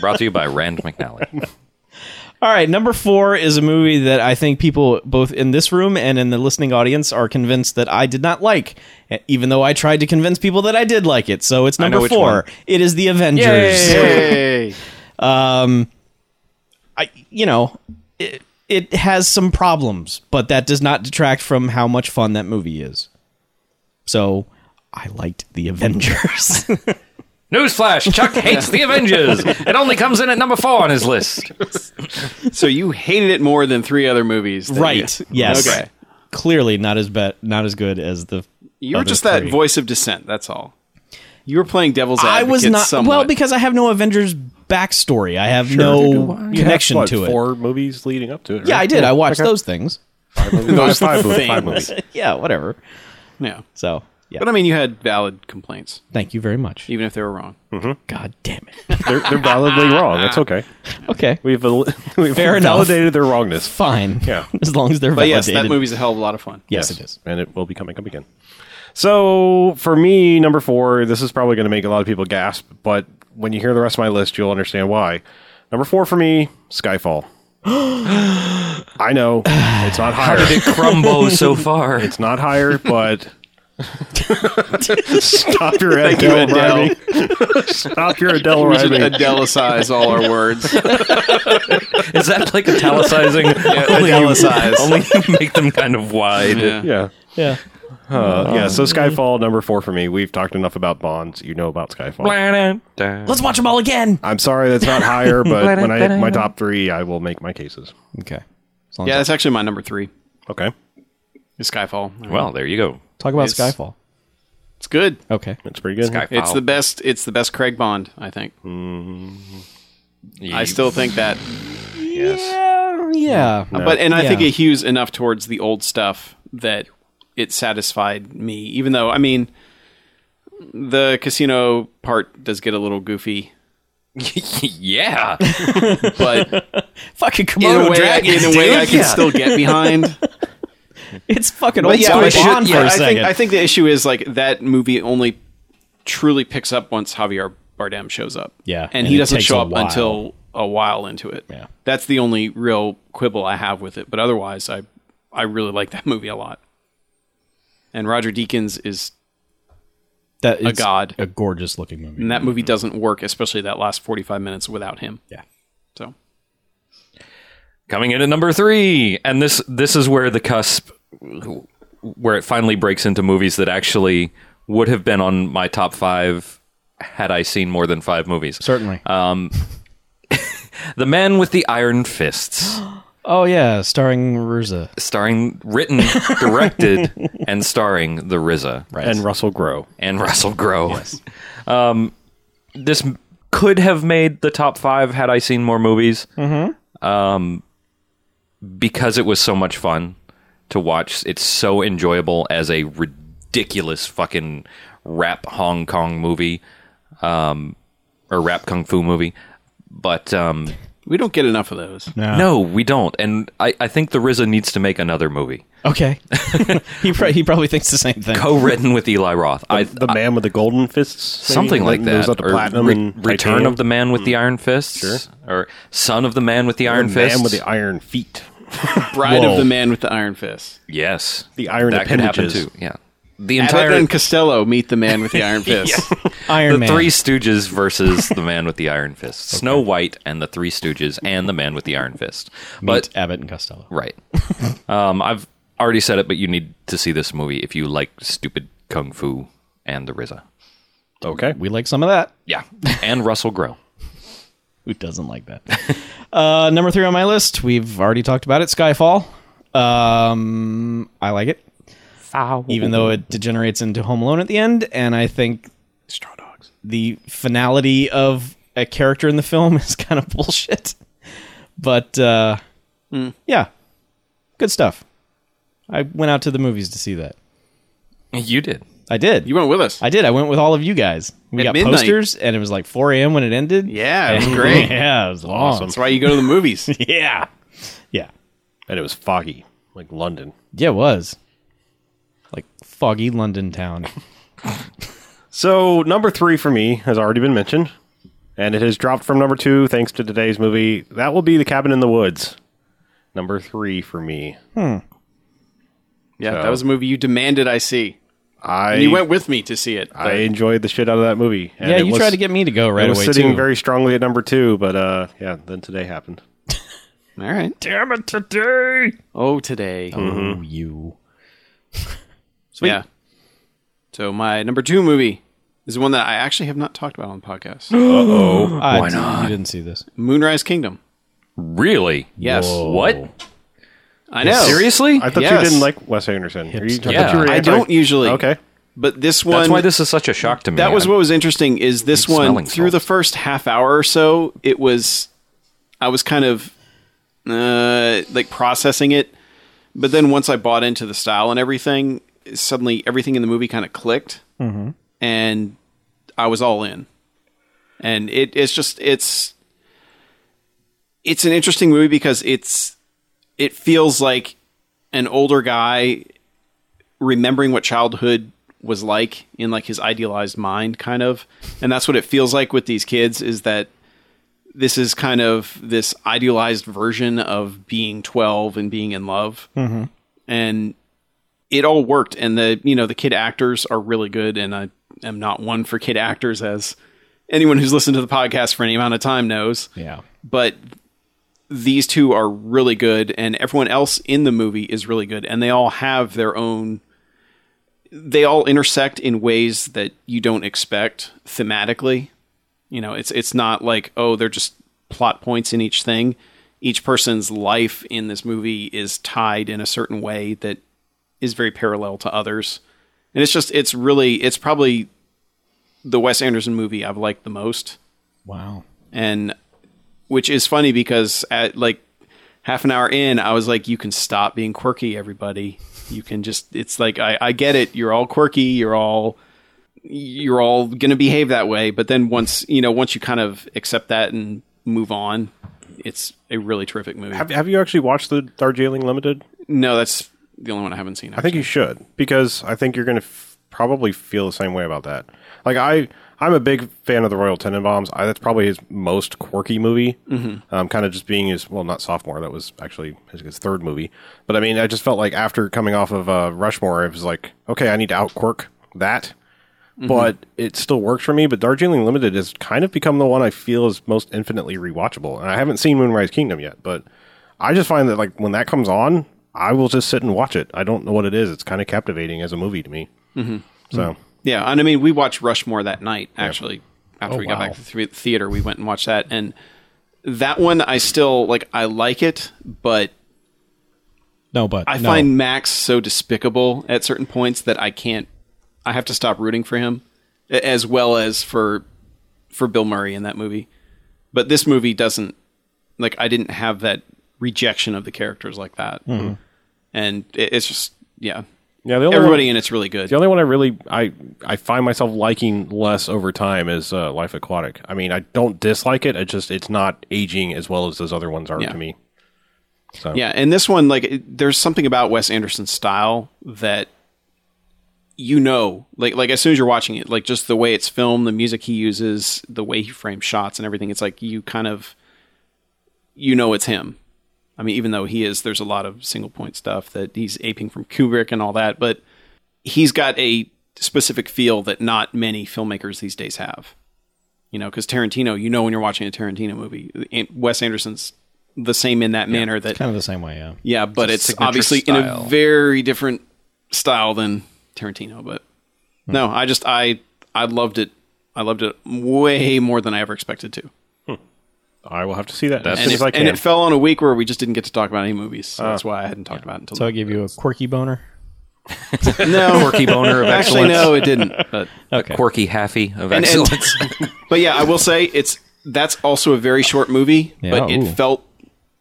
Speaker 5: Brought to you by Rand McNally.
Speaker 4: All right, number four is a movie that I think people, both in this room and in the listening audience, are convinced that I did not like, e-, even though I tried to convince people that I did like it. So it's
Speaker 5: know
Speaker 4: number
Speaker 5: which
Speaker 4: four.
Speaker 5: one.
Speaker 4: It is The Avengers.
Speaker 3: Hey.
Speaker 4: I, you know, it, it has some problems, but that does not detract from how much fun that movie is. So I liked The Avengers.
Speaker 5: Newsflash: Chuck hates the Avengers. It only comes in at number four on his list.
Speaker 3: so you hated it more than three other movies, that
Speaker 4: right.
Speaker 3: you-
Speaker 4: Yes.
Speaker 3: Okay.
Speaker 4: Clearly not as bad, not as good as the.
Speaker 3: You were
Speaker 4: other
Speaker 3: just that
Speaker 4: three.
Speaker 3: voice of dissent. That's all. You were playing devil's
Speaker 4: I
Speaker 3: advocate.
Speaker 4: was not
Speaker 3: somewhat.
Speaker 4: well because I have no Avengers backstory. I have
Speaker 2: You
Speaker 4: no
Speaker 2: have,
Speaker 4: connection
Speaker 2: what,
Speaker 4: to it.
Speaker 2: Four movies leading up to it.
Speaker 4: Yeah, I
Speaker 2: right?
Speaker 4: did. I watched
Speaker 2: Okay.
Speaker 4: those things.
Speaker 2: Five movies. No, it's five, movies, five
Speaker 3: Things.
Speaker 2: movies.
Speaker 4: yeah, whatever.
Speaker 3: yeah.
Speaker 4: So yeah,
Speaker 3: But I mean, you had valid complaints,
Speaker 4: thank you very much.
Speaker 3: even if they were wrong.
Speaker 4: Mm-hmm. God damn it.
Speaker 2: They're, they're validly wrong. That's okay.
Speaker 4: okay,
Speaker 2: We've, al- we've
Speaker 4: Fair enough.
Speaker 2: validated their wrongness.
Speaker 4: fine.
Speaker 2: Yeah.
Speaker 4: as long as they're
Speaker 3: But yes,
Speaker 4: validated.
Speaker 3: that movie's a hell of a lot of fun.
Speaker 4: Yes, it is.
Speaker 2: And it will be coming up again. So for me, number four, this is probably going to make a lot of people gasp, but when you hear the rest of my list, you'll understand why. Number four for me, Skyfall. I know it's not higher.
Speaker 5: Did Crumbo so far?
Speaker 2: It's not higher, but stop your Adele,
Speaker 3: you, Adele.
Speaker 2: rhyming. stop your Adele
Speaker 3: We should
Speaker 2: rhyming.
Speaker 3: adelicize all our words.
Speaker 5: Is that like italicizing? only,
Speaker 3: italicize.
Speaker 5: You, only you make them kind of wide.
Speaker 3: Yeah.
Speaker 2: Yeah.
Speaker 4: Yeah.
Speaker 2: Uh, yeah, so Skyfall number four for me. We've talked enough about Bonds. You know about Skyfall.
Speaker 4: Let's watch them all again.
Speaker 2: I'm sorry that's not higher, but when I hit my top three, I will make my cases.
Speaker 4: Okay. As long
Speaker 3: Yeah,
Speaker 4: as
Speaker 3: that's actually my number three.
Speaker 2: Okay.
Speaker 3: Is Skyfall.
Speaker 5: Well, there you go.
Speaker 4: I- talk about
Speaker 3: it's-
Speaker 4: Skyfall.
Speaker 3: It's good.
Speaker 4: Okay.
Speaker 2: That's pretty good.
Speaker 5: Skyfall.
Speaker 3: It's the best. It's the best Craig Bond. I think. I still think that.
Speaker 5: yes.
Speaker 4: Yeah. Yeah.
Speaker 3: But and I think
Speaker 4: Yeah.
Speaker 3: it hews enough towards the old stuff that it satisfied me. Even though I mean, the casino part does get a little goofy,
Speaker 5: yeah.
Speaker 3: but
Speaker 4: Fucking
Speaker 3: in a
Speaker 4: Komodo
Speaker 3: way,
Speaker 4: dragon.
Speaker 3: in a way, I
Speaker 4: Oh, dude.
Speaker 3: can
Speaker 4: Yeah.
Speaker 3: still get behind.
Speaker 4: It's fucking
Speaker 3: But
Speaker 4: old
Speaker 3: yeah,
Speaker 4: school
Speaker 3: I,
Speaker 4: Bond
Speaker 3: should-
Speaker 4: for
Speaker 3: yeah,
Speaker 4: a
Speaker 3: I
Speaker 4: second.
Speaker 3: think I think the issue is like that movie only truly picks up once Javier Bardem shows up.
Speaker 4: Yeah,
Speaker 3: and,
Speaker 4: and
Speaker 3: he
Speaker 4: it
Speaker 3: doesn't
Speaker 4: takes
Speaker 3: show
Speaker 4: a
Speaker 3: up
Speaker 4: while.
Speaker 3: until a while into it.
Speaker 4: Yeah.
Speaker 3: that's the only real quibble I have with it. But otherwise, I I really like that movie a lot. And Roger Deakins is
Speaker 4: that it's
Speaker 3: god.
Speaker 4: A gorgeous looking movie.
Speaker 3: and that movie doesn't work, especially that last forty five minutes without him.
Speaker 4: Yeah.
Speaker 3: So
Speaker 5: Coming in at number three, and this this is where the cusp, where it finally breaks into movies that actually would have been on my top five had I seen more than five movies.
Speaker 4: Certainly.
Speaker 3: Uh,
Speaker 5: The Man with the Iron Fists,
Speaker 4: oh yeah, starring Ruza.
Speaker 5: starring, written, directed, and starring the RZA right.
Speaker 2: And Russell Crowe.
Speaker 5: and Russell Crowe. um, this m- could have made the top five had I seen more movies. Mm-hmm. Um, because it was so much fun. Um, to watch. It's so enjoyable as a ridiculous fucking rap Hong Kong movie, um, or rap kung fu movie. But um,
Speaker 3: We don't get enough of those.
Speaker 5: no, we don't. And I, I think the RZA needs to make another movie
Speaker 4: Okay. he pro- he probably thinks the same thing.
Speaker 5: co-written with Eli Roth. I,
Speaker 2: the man with the golden fists, maybe?
Speaker 5: something like that.
Speaker 2: Goes up to
Speaker 5: or
Speaker 2: platinum
Speaker 5: Re-
Speaker 2: and
Speaker 5: Return
Speaker 2: titanium.
Speaker 5: of the Man with the Iron Fists, or Son of the Man with the Iron
Speaker 2: The
Speaker 5: Fist.
Speaker 2: man with the iron feet,
Speaker 3: Bride
Speaker 2: Whoa.
Speaker 3: of the Man with the Iron Fist.
Speaker 5: yes,
Speaker 2: the iron
Speaker 5: that could happen
Speaker 2: appendages.
Speaker 5: too. Yeah, the
Speaker 3: Abbott
Speaker 5: entire
Speaker 3: and Costello meet the Man with the Iron Fist.
Speaker 4: Iron
Speaker 5: the
Speaker 4: Man.
Speaker 5: Three Stooges versus the Man with the Iron Fist. Snow White and the Three Stooges and the Man with the Iron Fist. But
Speaker 4: Abbott and Costello.
Speaker 5: right, um, I've already said it, but you need to see this movie if you like stupid kung fu and the RZA.
Speaker 2: Okay,
Speaker 4: We like some of that.
Speaker 5: Yeah, and Russell Crowe.
Speaker 4: Who doesn't like that? uh, number three on my list. We've already talked about it. Skyfall. Um, I like it, even though it degenerates into Home Alone at the end, and I think
Speaker 3: Straw Dogs.
Speaker 4: the finality of a character in the film is kind of bullshit. But uh, yeah, good stuff. I went out to the movies to see that.
Speaker 5: You did.
Speaker 4: I did.
Speaker 3: You went with us.
Speaker 4: I did. I went with all of you guys. We
Speaker 3: At
Speaker 4: got
Speaker 3: midnight.
Speaker 4: posters, and it was like 4 a.m. when it ended.
Speaker 3: Yeah, it was
Speaker 4: And-
Speaker 3: great.
Speaker 4: yeah, it was long.
Speaker 3: That's why you go to the movies.
Speaker 4: Yeah, yeah,
Speaker 2: and it was foggy, like London.
Speaker 4: yeah. It was like foggy London town.
Speaker 2: So number three for me has already been mentioned, and it has dropped from number two thanks to today's movie. That will be The Cabin in the Woods. Number three for me.
Speaker 3: Yeah,
Speaker 2: So-
Speaker 3: that was a movie you demanded I see.
Speaker 2: I
Speaker 3: And you went with me to see it.
Speaker 2: I enjoyed the shit out of that movie. And
Speaker 4: yeah,
Speaker 2: it
Speaker 4: you
Speaker 2: was-
Speaker 4: tried to get me to go right
Speaker 2: it was
Speaker 4: away
Speaker 2: sitting
Speaker 4: too.
Speaker 2: very strongly at number two, but uh, yeah, then today happened.
Speaker 3: All right.
Speaker 2: Damn it, today!
Speaker 3: Oh, today. Mm-hmm.
Speaker 4: Oh, you.
Speaker 3: Yeah. So my number two movie is one that I actually have not talked about on the podcast.
Speaker 4: Why not? You didn't see this.
Speaker 3: Moonrise Kingdom.
Speaker 5: Really?
Speaker 3: Yes.
Speaker 5: What?
Speaker 3: I know.
Speaker 5: Seriously?
Speaker 2: I thought
Speaker 3: Yes.
Speaker 2: you didn't like Wes Anderson. Are you- I thought
Speaker 5: Yeah.
Speaker 2: you were
Speaker 3: I
Speaker 2: anti-
Speaker 3: don't usually.
Speaker 2: Okay,
Speaker 3: But this one
Speaker 5: That's why this is such a shock to me.
Speaker 3: That was
Speaker 5: I-
Speaker 3: what was interesting is this
Speaker 5: Need
Speaker 3: one
Speaker 5: smelling
Speaker 3: through
Speaker 5: salts.
Speaker 3: the first half hour or so it was I was kind of uh, like processing it but then once I bought into the style and everything suddenly everything in the movie kind of clicked and I was all in and it, it's just it's it's an interesting movie because it's it feels like an older guy remembering what childhood was like in like his idealized mind kind of and that's what it feels like with these kids is that this is kind of this idealized version of being 12 and being in love mm-hmm. and it all worked and the you know the kid actors are really good and i am not one for kid actors as anyone who's listened to the podcast for any amount of time knows
Speaker 4: Yeah.
Speaker 3: but these two are really good and everyone else in the movie is really good and they all have their own they all intersect in ways that you don't expect thematically you know it's it's not like oh they're just plot points in each thing each person's life in this movie is tied in a certain way that is very parallel to others and it's just it's really it's probably the Wes Anderson movie I've liked the most
Speaker 4: Wow.
Speaker 3: and which is funny because at like half an hour in i was like you can stop being quirky everybody you can just it's like i, I get it you're all quirky you're all you're all gonna behave that way but then once you know once you kind of accept that and move on it's a really terrific movie
Speaker 2: have, have you actually watched the Darjeeling Limited?
Speaker 3: no that's the only one i haven't seen
Speaker 2: I think you should because I think you're going to f- probably feel the same way about that. Like I, I'm a big fan of the Royal Tenenbaums. I, that's probably his most quirky movie. Mm-hmm. Um, kind of just being his well, not sophomore. That was actually his, his third movie. But I mean, I just felt like after coming off of uh, Rushmore, it was like, okay, I need to out quirk that.
Speaker 3: Mm-hmm.
Speaker 2: But it still works for me. But Darjeeling Limited has kind of become the one I feel is most infinitely rewatchable. And I haven't seen Moonrise Kingdom yet, but I just find that like when that comes on, I will just sit and watch it. I don't know what it is. It's kind of captivating as a movie to me. Mm-hmm. So
Speaker 3: Yeah, and I mean, we watched Rushmore that night. Actually,
Speaker 2: Oh,
Speaker 3: after we got back to the theater, we went and watched that, and that one I still like. I like it, but
Speaker 4: No, but
Speaker 3: I
Speaker 4: no.
Speaker 3: find Max so despicable at certain points that I can't. I have to stop rooting for him, a- as well as for for Bill Murray in that movie. But this movie doesn't. Like, I didn't have that rejection of the characters like that. and it, it's just yeah,
Speaker 2: Yeah, the only
Speaker 3: everybody
Speaker 2: one,
Speaker 3: in it's really good.
Speaker 2: the only one I really I I find myself liking less over time is uh, Life Aquatic. I mean, I don't dislike it. It just it's not aging as well as those other ones are
Speaker 3: Yeah.
Speaker 2: to me.
Speaker 3: Yeah, and this one, like, it- there's something about Wes Anderson's style that you know, like, like as soon as you're watching it, like just the way it's filmed, the music he uses, the way he frames shots and everything, it's like you kind of, you know, it's him. I mean, even though he is, there's a lot of single point stuff that he's aping from Kubrick and all that, but he's got a specific feel that not many filmmakers these days have. You know, because Tarantino, you know, when you're watching a Tarantino movie, and Wes Anderson's the same in that manner that
Speaker 4: Kind of the same way, yeah.
Speaker 3: yeah, but it's,
Speaker 5: It's a signature
Speaker 3: obviously in
Speaker 5: style.
Speaker 3: a very different style than Tarantino. But
Speaker 4: Hmm.
Speaker 3: no, I just I I loved it. I loved it way more than I ever expected to.
Speaker 2: I will have to see that as
Speaker 5: That's-
Speaker 2: soon
Speaker 3: And
Speaker 2: as
Speaker 3: it,
Speaker 2: I can.
Speaker 3: and it fell on a week where we just didn't get to talk about any movies. So that's why I hadn't talked about it until
Speaker 4: Ah. So I gave you a quirky boner.
Speaker 3: no.
Speaker 5: Quirky boner of
Speaker 3: Actually,
Speaker 5: excellence.
Speaker 3: no, it didn't. But
Speaker 5: A quirky haffy of
Speaker 3: and-
Speaker 5: excellence.
Speaker 3: but yeah, I will say it's that's also a very short movie, but
Speaker 4: Yeah,
Speaker 3: it
Speaker 4: ooh.
Speaker 3: felt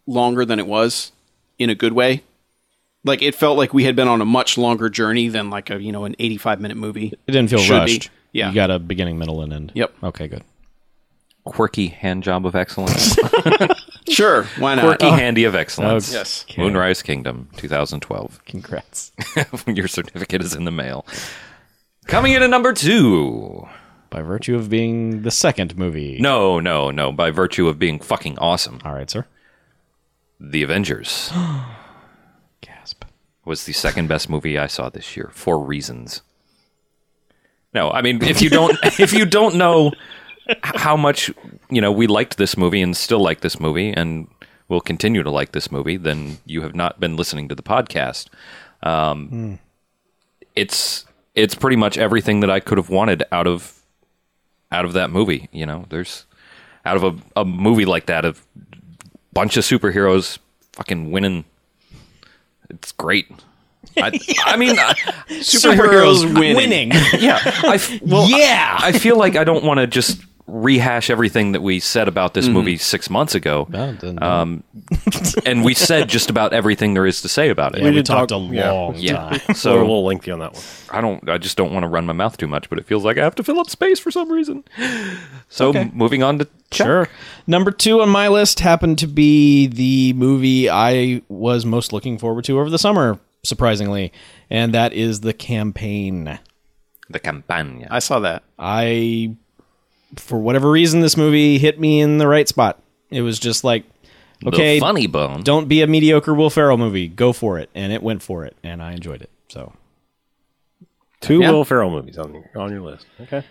Speaker 3: longer than it was in a good way. Like it felt like we had been on a much longer journey than like a you know an eighty-five minute movie.
Speaker 4: It didn't feel
Speaker 3: Should be.
Speaker 4: rushed.
Speaker 3: Yeah.
Speaker 4: You got a beginning, middle, and end.
Speaker 3: Yep.
Speaker 4: Okay, good.
Speaker 5: quirky hand job of excellence.
Speaker 3: Sure, why not?
Speaker 5: quirky handy of excellence.
Speaker 3: Yes.
Speaker 5: Moonrise Kingdom 2012.
Speaker 4: Congrats.
Speaker 5: Your certificate is in the mail. Coming in at number two.
Speaker 4: By virtue of being the second movie.
Speaker 5: No, no, no. By virtue of being fucking awesome,
Speaker 4: All right, sir.
Speaker 5: The Avengers
Speaker 4: Gasp.
Speaker 5: was the second best movie I saw this year for reasons. No, I mean if you don't if you don't know h- how much you know we liked this movie and still like this movie and will continue to like this movie, then you have not been listening to the podcast. Um, It's it's pretty much everything that I could have wanted out of out of that movie. You know, there's out of a, a movie like that of bunch of superheroes fucking winning. It's great. I, I mean, I-
Speaker 3: Superheroes winning.
Speaker 5: yeah. I f- well,
Speaker 4: Yeah.
Speaker 5: I, I feel like I don't want to just rehash everything that we said about this movie six months ago.
Speaker 4: Oh, didn't-
Speaker 5: Um, and we said just about everything there is to say about it.
Speaker 4: yeah, we,
Speaker 2: did
Speaker 4: talked
Speaker 2: talk-
Speaker 4: a
Speaker 2: yeah.
Speaker 4: long
Speaker 5: Yeah.
Speaker 4: time.
Speaker 2: so we're a
Speaker 5: So
Speaker 2: little lengthy on that one.
Speaker 5: I don't. I just don't want to run my mouth too much, but it feels like I have to fill up space for some reason. So moving on to Chuck.
Speaker 4: Sure. Number two on my list happened to be the movie I was most looking forward to over the summer, surprisingly, and that is The Campaign.
Speaker 5: the campagna.
Speaker 3: I saw that.
Speaker 4: I, for whatever reason, this movie hit me in the right spot. It was just like, okay,
Speaker 5: the funny bone.
Speaker 4: don't be a mediocre Will Ferrell movie. Go for it, and it went for it, and I enjoyed it. So
Speaker 2: Two
Speaker 3: Yeah.
Speaker 2: Will Ferrell movies on on your list. Okay,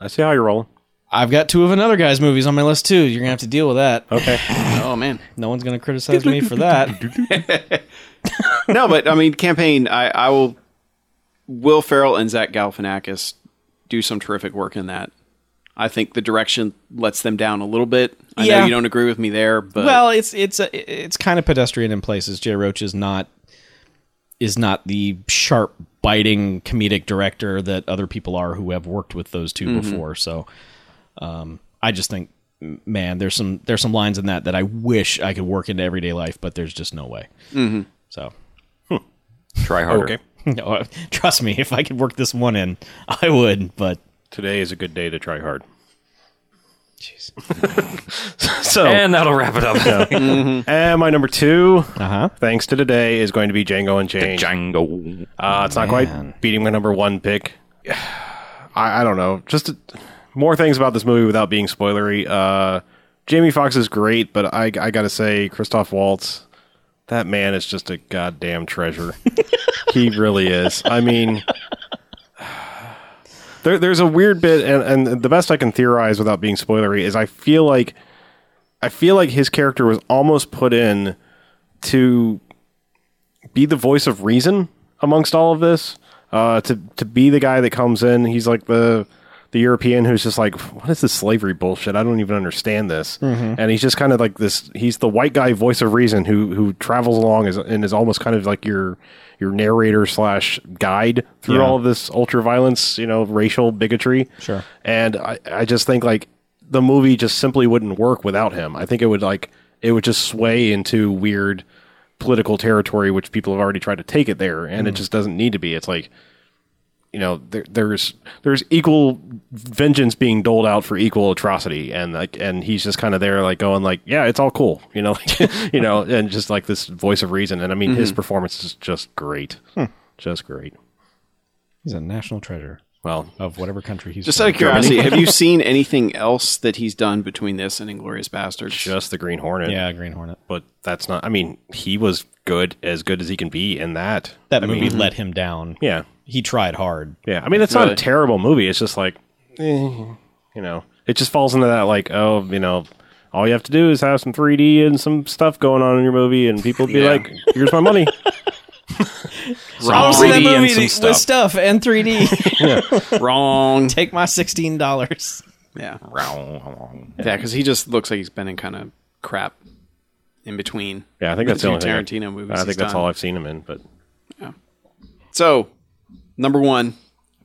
Speaker 2: I see how you're rolling.
Speaker 4: I've got two of another guy's movies on my list too. You're gonna have to deal with that.
Speaker 2: Okay,
Speaker 3: Oh man.
Speaker 4: No one's gonna criticize me for that.
Speaker 3: no, but I mean, campaign. I, I will. Will Ferrell and Zach Galifianakis do some terrific work in that. I think the direction lets them down a little bit. I know
Speaker 4: Yeah.
Speaker 3: you don't agree with me there, but
Speaker 4: Well, it's it's a, it's kind of pedestrian in places. Jay Roach is not is not the sharp, biting comedic director that other people are who have worked with those 2 before. So, um, I just think, m- man, there's some there's some lines in that that I wish I could work into everyday life, but there's just no way. So,
Speaker 5: Try harder.
Speaker 2: okay.
Speaker 4: no, trust me, if I could work this one in, I would. But
Speaker 2: Today is a good day to try hard. Jeez. so, and,
Speaker 5: And that'll wrap it up.
Speaker 2: my number two,
Speaker 4: uh huh,
Speaker 2: thanks to today, is going to be Django and Change.
Speaker 5: Django.
Speaker 2: Uh, it's not
Speaker 4: Man.
Speaker 2: quite beating my number one pick. I, I don't know. Just uh, more things about this movie without being spoilery. Uh, Jamie Foxx is great, but I, I gotta say, Christoph Waltz, that man is just a goddamn treasure. he really is. I mean, there, there's a weird bit, and, and the best I can theorize without being spoilery is I feel like I feel like his character was almost put in to be the voice of reason amongst all of this. Uh, to to be the guy that comes in, he's like the the European who's just like, what is this slavery bullshit? I don't even understand this. And he's just kind of like this. He's the white guy voice of reason who who travels along is, and is almost kind of like your your narrator slash guide through all of this ultra violence, you know, racial bigotry.
Speaker 4: Sure.
Speaker 2: And I, I just think like the movie just simply wouldn't work without him. I think it would like it would just sway into weird political territory, which people have already tried to take it there, and it just doesn't need to be. It's like, you know, there, there's there's equal vengeance being doled out for equal atrocity, and like, and he's just kind of there, like going, like, yeah, it's all cool, you know, like, you know, and just like this voice of reason. And I mean, his performance is just great, just great.
Speaker 4: He's a national treasure
Speaker 2: Well,
Speaker 4: of whatever country he's
Speaker 3: Just out
Speaker 4: from.
Speaker 3: of curiosity, have you seen anything else that he's done between this and Inglorious Bastards?
Speaker 2: just the Green Hornet.
Speaker 4: Yeah, Green Hornet.
Speaker 2: but that's not. I mean, he was good as good as he can be in that.
Speaker 4: That movie let him down.
Speaker 2: Yeah,
Speaker 4: He tried hard.
Speaker 2: yeah. I mean, it's not a
Speaker 3: Really?
Speaker 2: terrible movie. It's just like, eh, you know, it just falls into that like, oh, you know, all you have to do is have some 3D and some stuff going on in your movie, and people would be
Speaker 3: Yeah.
Speaker 2: like, "Here's my money."
Speaker 4: I
Speaker 5: Wrong.
Speaker 4: was in that
Speaker 5: 3D and
Speaker 4: movie
Speaker 5: some
Speaker 4: with
Speaker 5: stuff.
Speaker 4: stuff and 3D.
Speaker 3: Wrong.
Speaker 4: Take my sixteen dollars.
Speaker 3: Yeah. Yeah, because he just looks like he's been in kind of crap in between.
Speaker 2: Yeah, I think that's the
Speaker 3: two
Speaker 2: only thing I-
Speaker 3: Tarantino movies.
Speaker 2: I think
Speaker 3: he's
Speaker 2: that's
Speaker 3: done.
Speaker 2: all I've seen him in. But
Speaker 3: So, number one,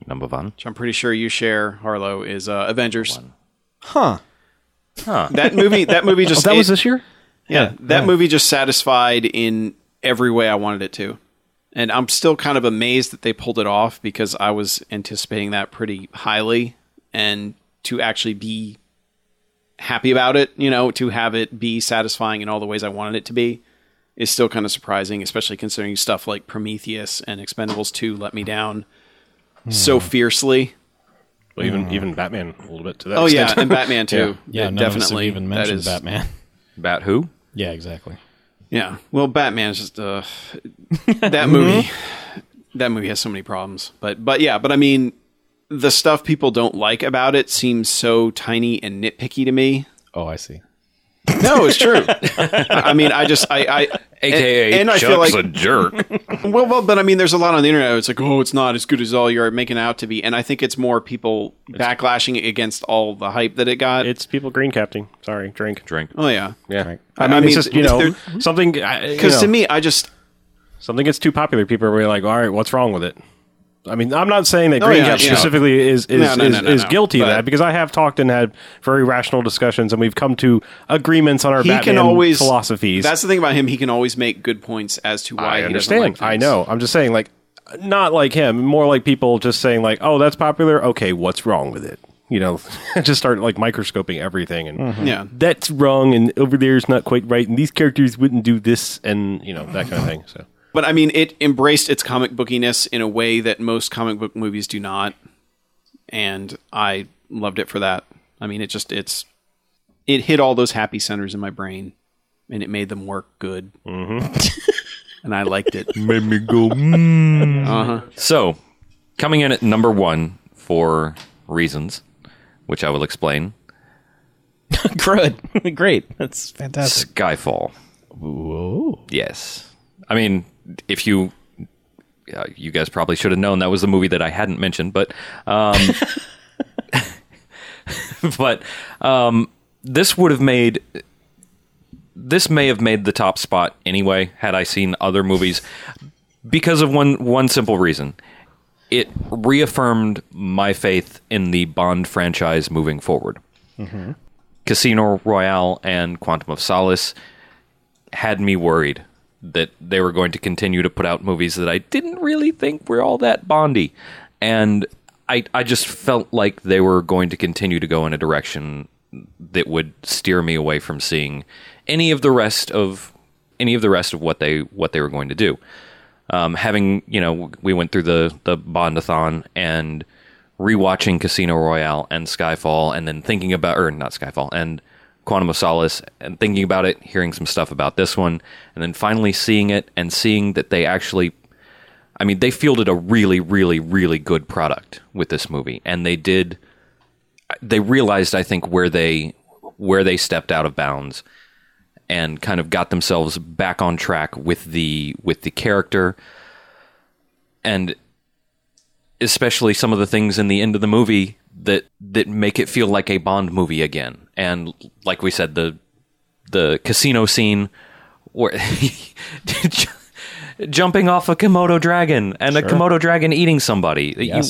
Speaker 5: Number one.
Speaker 3: which I'm pretty sure you share, Harlow, is uh, Avengers.
Speaker 4: Huh.
Speaker 3: That movie. That movie just
Speaker 2: Oh, that was
Speaker 3: it-
Speaker 2: this year.
Speaker 3: yeah. That movie just satisfied in every way I wanted it to, and I'm still kind of amazed that they pulled it off because I was anticipating that pretty highly, and to actually be happy about it, you know, to have it be satisfying in all the ways I wanted it to be. Is still kind of surprising, especially considering stuff like Prometheus and Expendables 2 let me down so fiercely.
Speaker 2: Well, even even Batman a little bit to that.
Speaker 3: Mm. Oh yeah,
Speaker 2: extent.
Speaker 3: and Batman too.
Speaker 4: Yeah,
Speaker 3: It
Speaker 4: none of us have
Speaker 3: definitely.
Speaker 4: even
Speaker 3: that
Speaker 4: mentioned
Speaker 3: is-
Speaker 4: Batman.
Speaker 5: About who?
Speaker 4: Yeah, exactly.
Speaker 3: Yeah. Well, Batman is just uh, that movie. that movie has so many problems, but but yeah, but I mean, the stuff people don't like about it seems so tiny and nitpicky to me.
Speaker 4: Oh, I see.
Speaker 3: No, it's true. I mean, I just I, I
Speaker 5: AKA
Speaker 3: and, and I
Speaker 5: Chuck's
Speaker 3: feel like
Speaker 5: a jerk.
Speaker 3: well, well, but I mean, there's a lot on the internet. It's like, oh, it's not as good as all you're making it out to be, and I think it's more people backlashing against all the hype that it got.
Speaker 2: it's people green capting. Sorry, drink.
Speaker 5: Drink.
Speaker 3: oh yeah,
Speaker 2: Yeah,
Speaker 3: I
Speaker 2: I mean,
Speaker 3: mean,
Speaker 2: it's just you
Speaker 3: if
Speaker 2: know
Speaker 3: they're-
Speaker 2: something because
Speaker 3: because to me, I just
Speaker 2: something gets too popular, people are like, all right, what's wrong with it? I mean, I'm not saying that
Speaker 3: Oh,
Speaker 2: Green
Speaker 3: yeah,
Speaker 2: Cap
Speaker 3: yeah.
Speaker 2: specifically is is,
Speaker 3: No, no,
Speaker 2: is,
Speaker 3: no, no,
Speaker 2: is
Speaker 3: no.
Speaker 2: guilty of
Speaker 3: But-
Speaker 2: that because I have talked and had very rational discussions, and we've come to agreements on our
Speaker 3: he
Speaker 2: Batman
Speaker 3: can always
Speaker 2: philosophies.
Speaker 3: That's the thing about him; he can always make good points as to
Speaker 2: I
Speaker 3: why he
Speaker 2: understand.
Speaker 3: doesn't like
Speaker 2: I
Speaker 3: things.
Speaker 2: know. I'm just saying, like, not like him, more like people just saying, like, oh, that's popular. Okay, what's wrong with it? You know, just start like microscoping everything and
Speaker 3: Yeah,
Speaker 2: that's wrong, and over there's not quite right, and these characters wouldn't do this, and you know that kind of thing. So
Speaker 3: but I mean, it embraced its comic bookiness in a way that most comic book movies do not, and I loved it for that. I mean, it just it's it hit all those happy centers in my brain, and it made them work good, mm-hmm. and I liked it.
Speaker 5: Made me go. So, coming in at number one for reasons, which I will explain.
Speaker 4: Good. Great. That's fantastic.
Speaker 5: Skyfall. Yes. I mean, if you. Uh, you guys probably should have known that was the movie that I hadn't mentioned, but. Um, but um, this would have made. This may have made the top spot anyway, had I seen other movies, because of one one simple reason. It reaffirmed my faith in the Bond franchise moving forward. Casino Royale and Quantum of Solace had me worried that they were going to continue to put out movies that I didn't really think were all that Bondy, and I I just felt like they were going to continue to go in a direction that would steer me away from seeing any of the rest of any of the rest of what they what they were going to do. Um, having you know, we went through the the Bondathon and rewatching Casino Royale and Skyfall, and then thinking about or not Skyfall and Quantum of Solace and thinking about it, hearing some stuff about this one, and then finally seeing it and seeing that they actually I mean, they fielded a really, really, really good product with this movie, and they did. They realized, I think, where they where they stepped out of bounds, and kind of got themselves back on track with the with the character, and especially some of the things in the end of the movie that that make it feel like a Bond movie again. And like we said, the the casino scene where j- jumping off a Komodo dragon and a Komodo dragon eating somebody. You-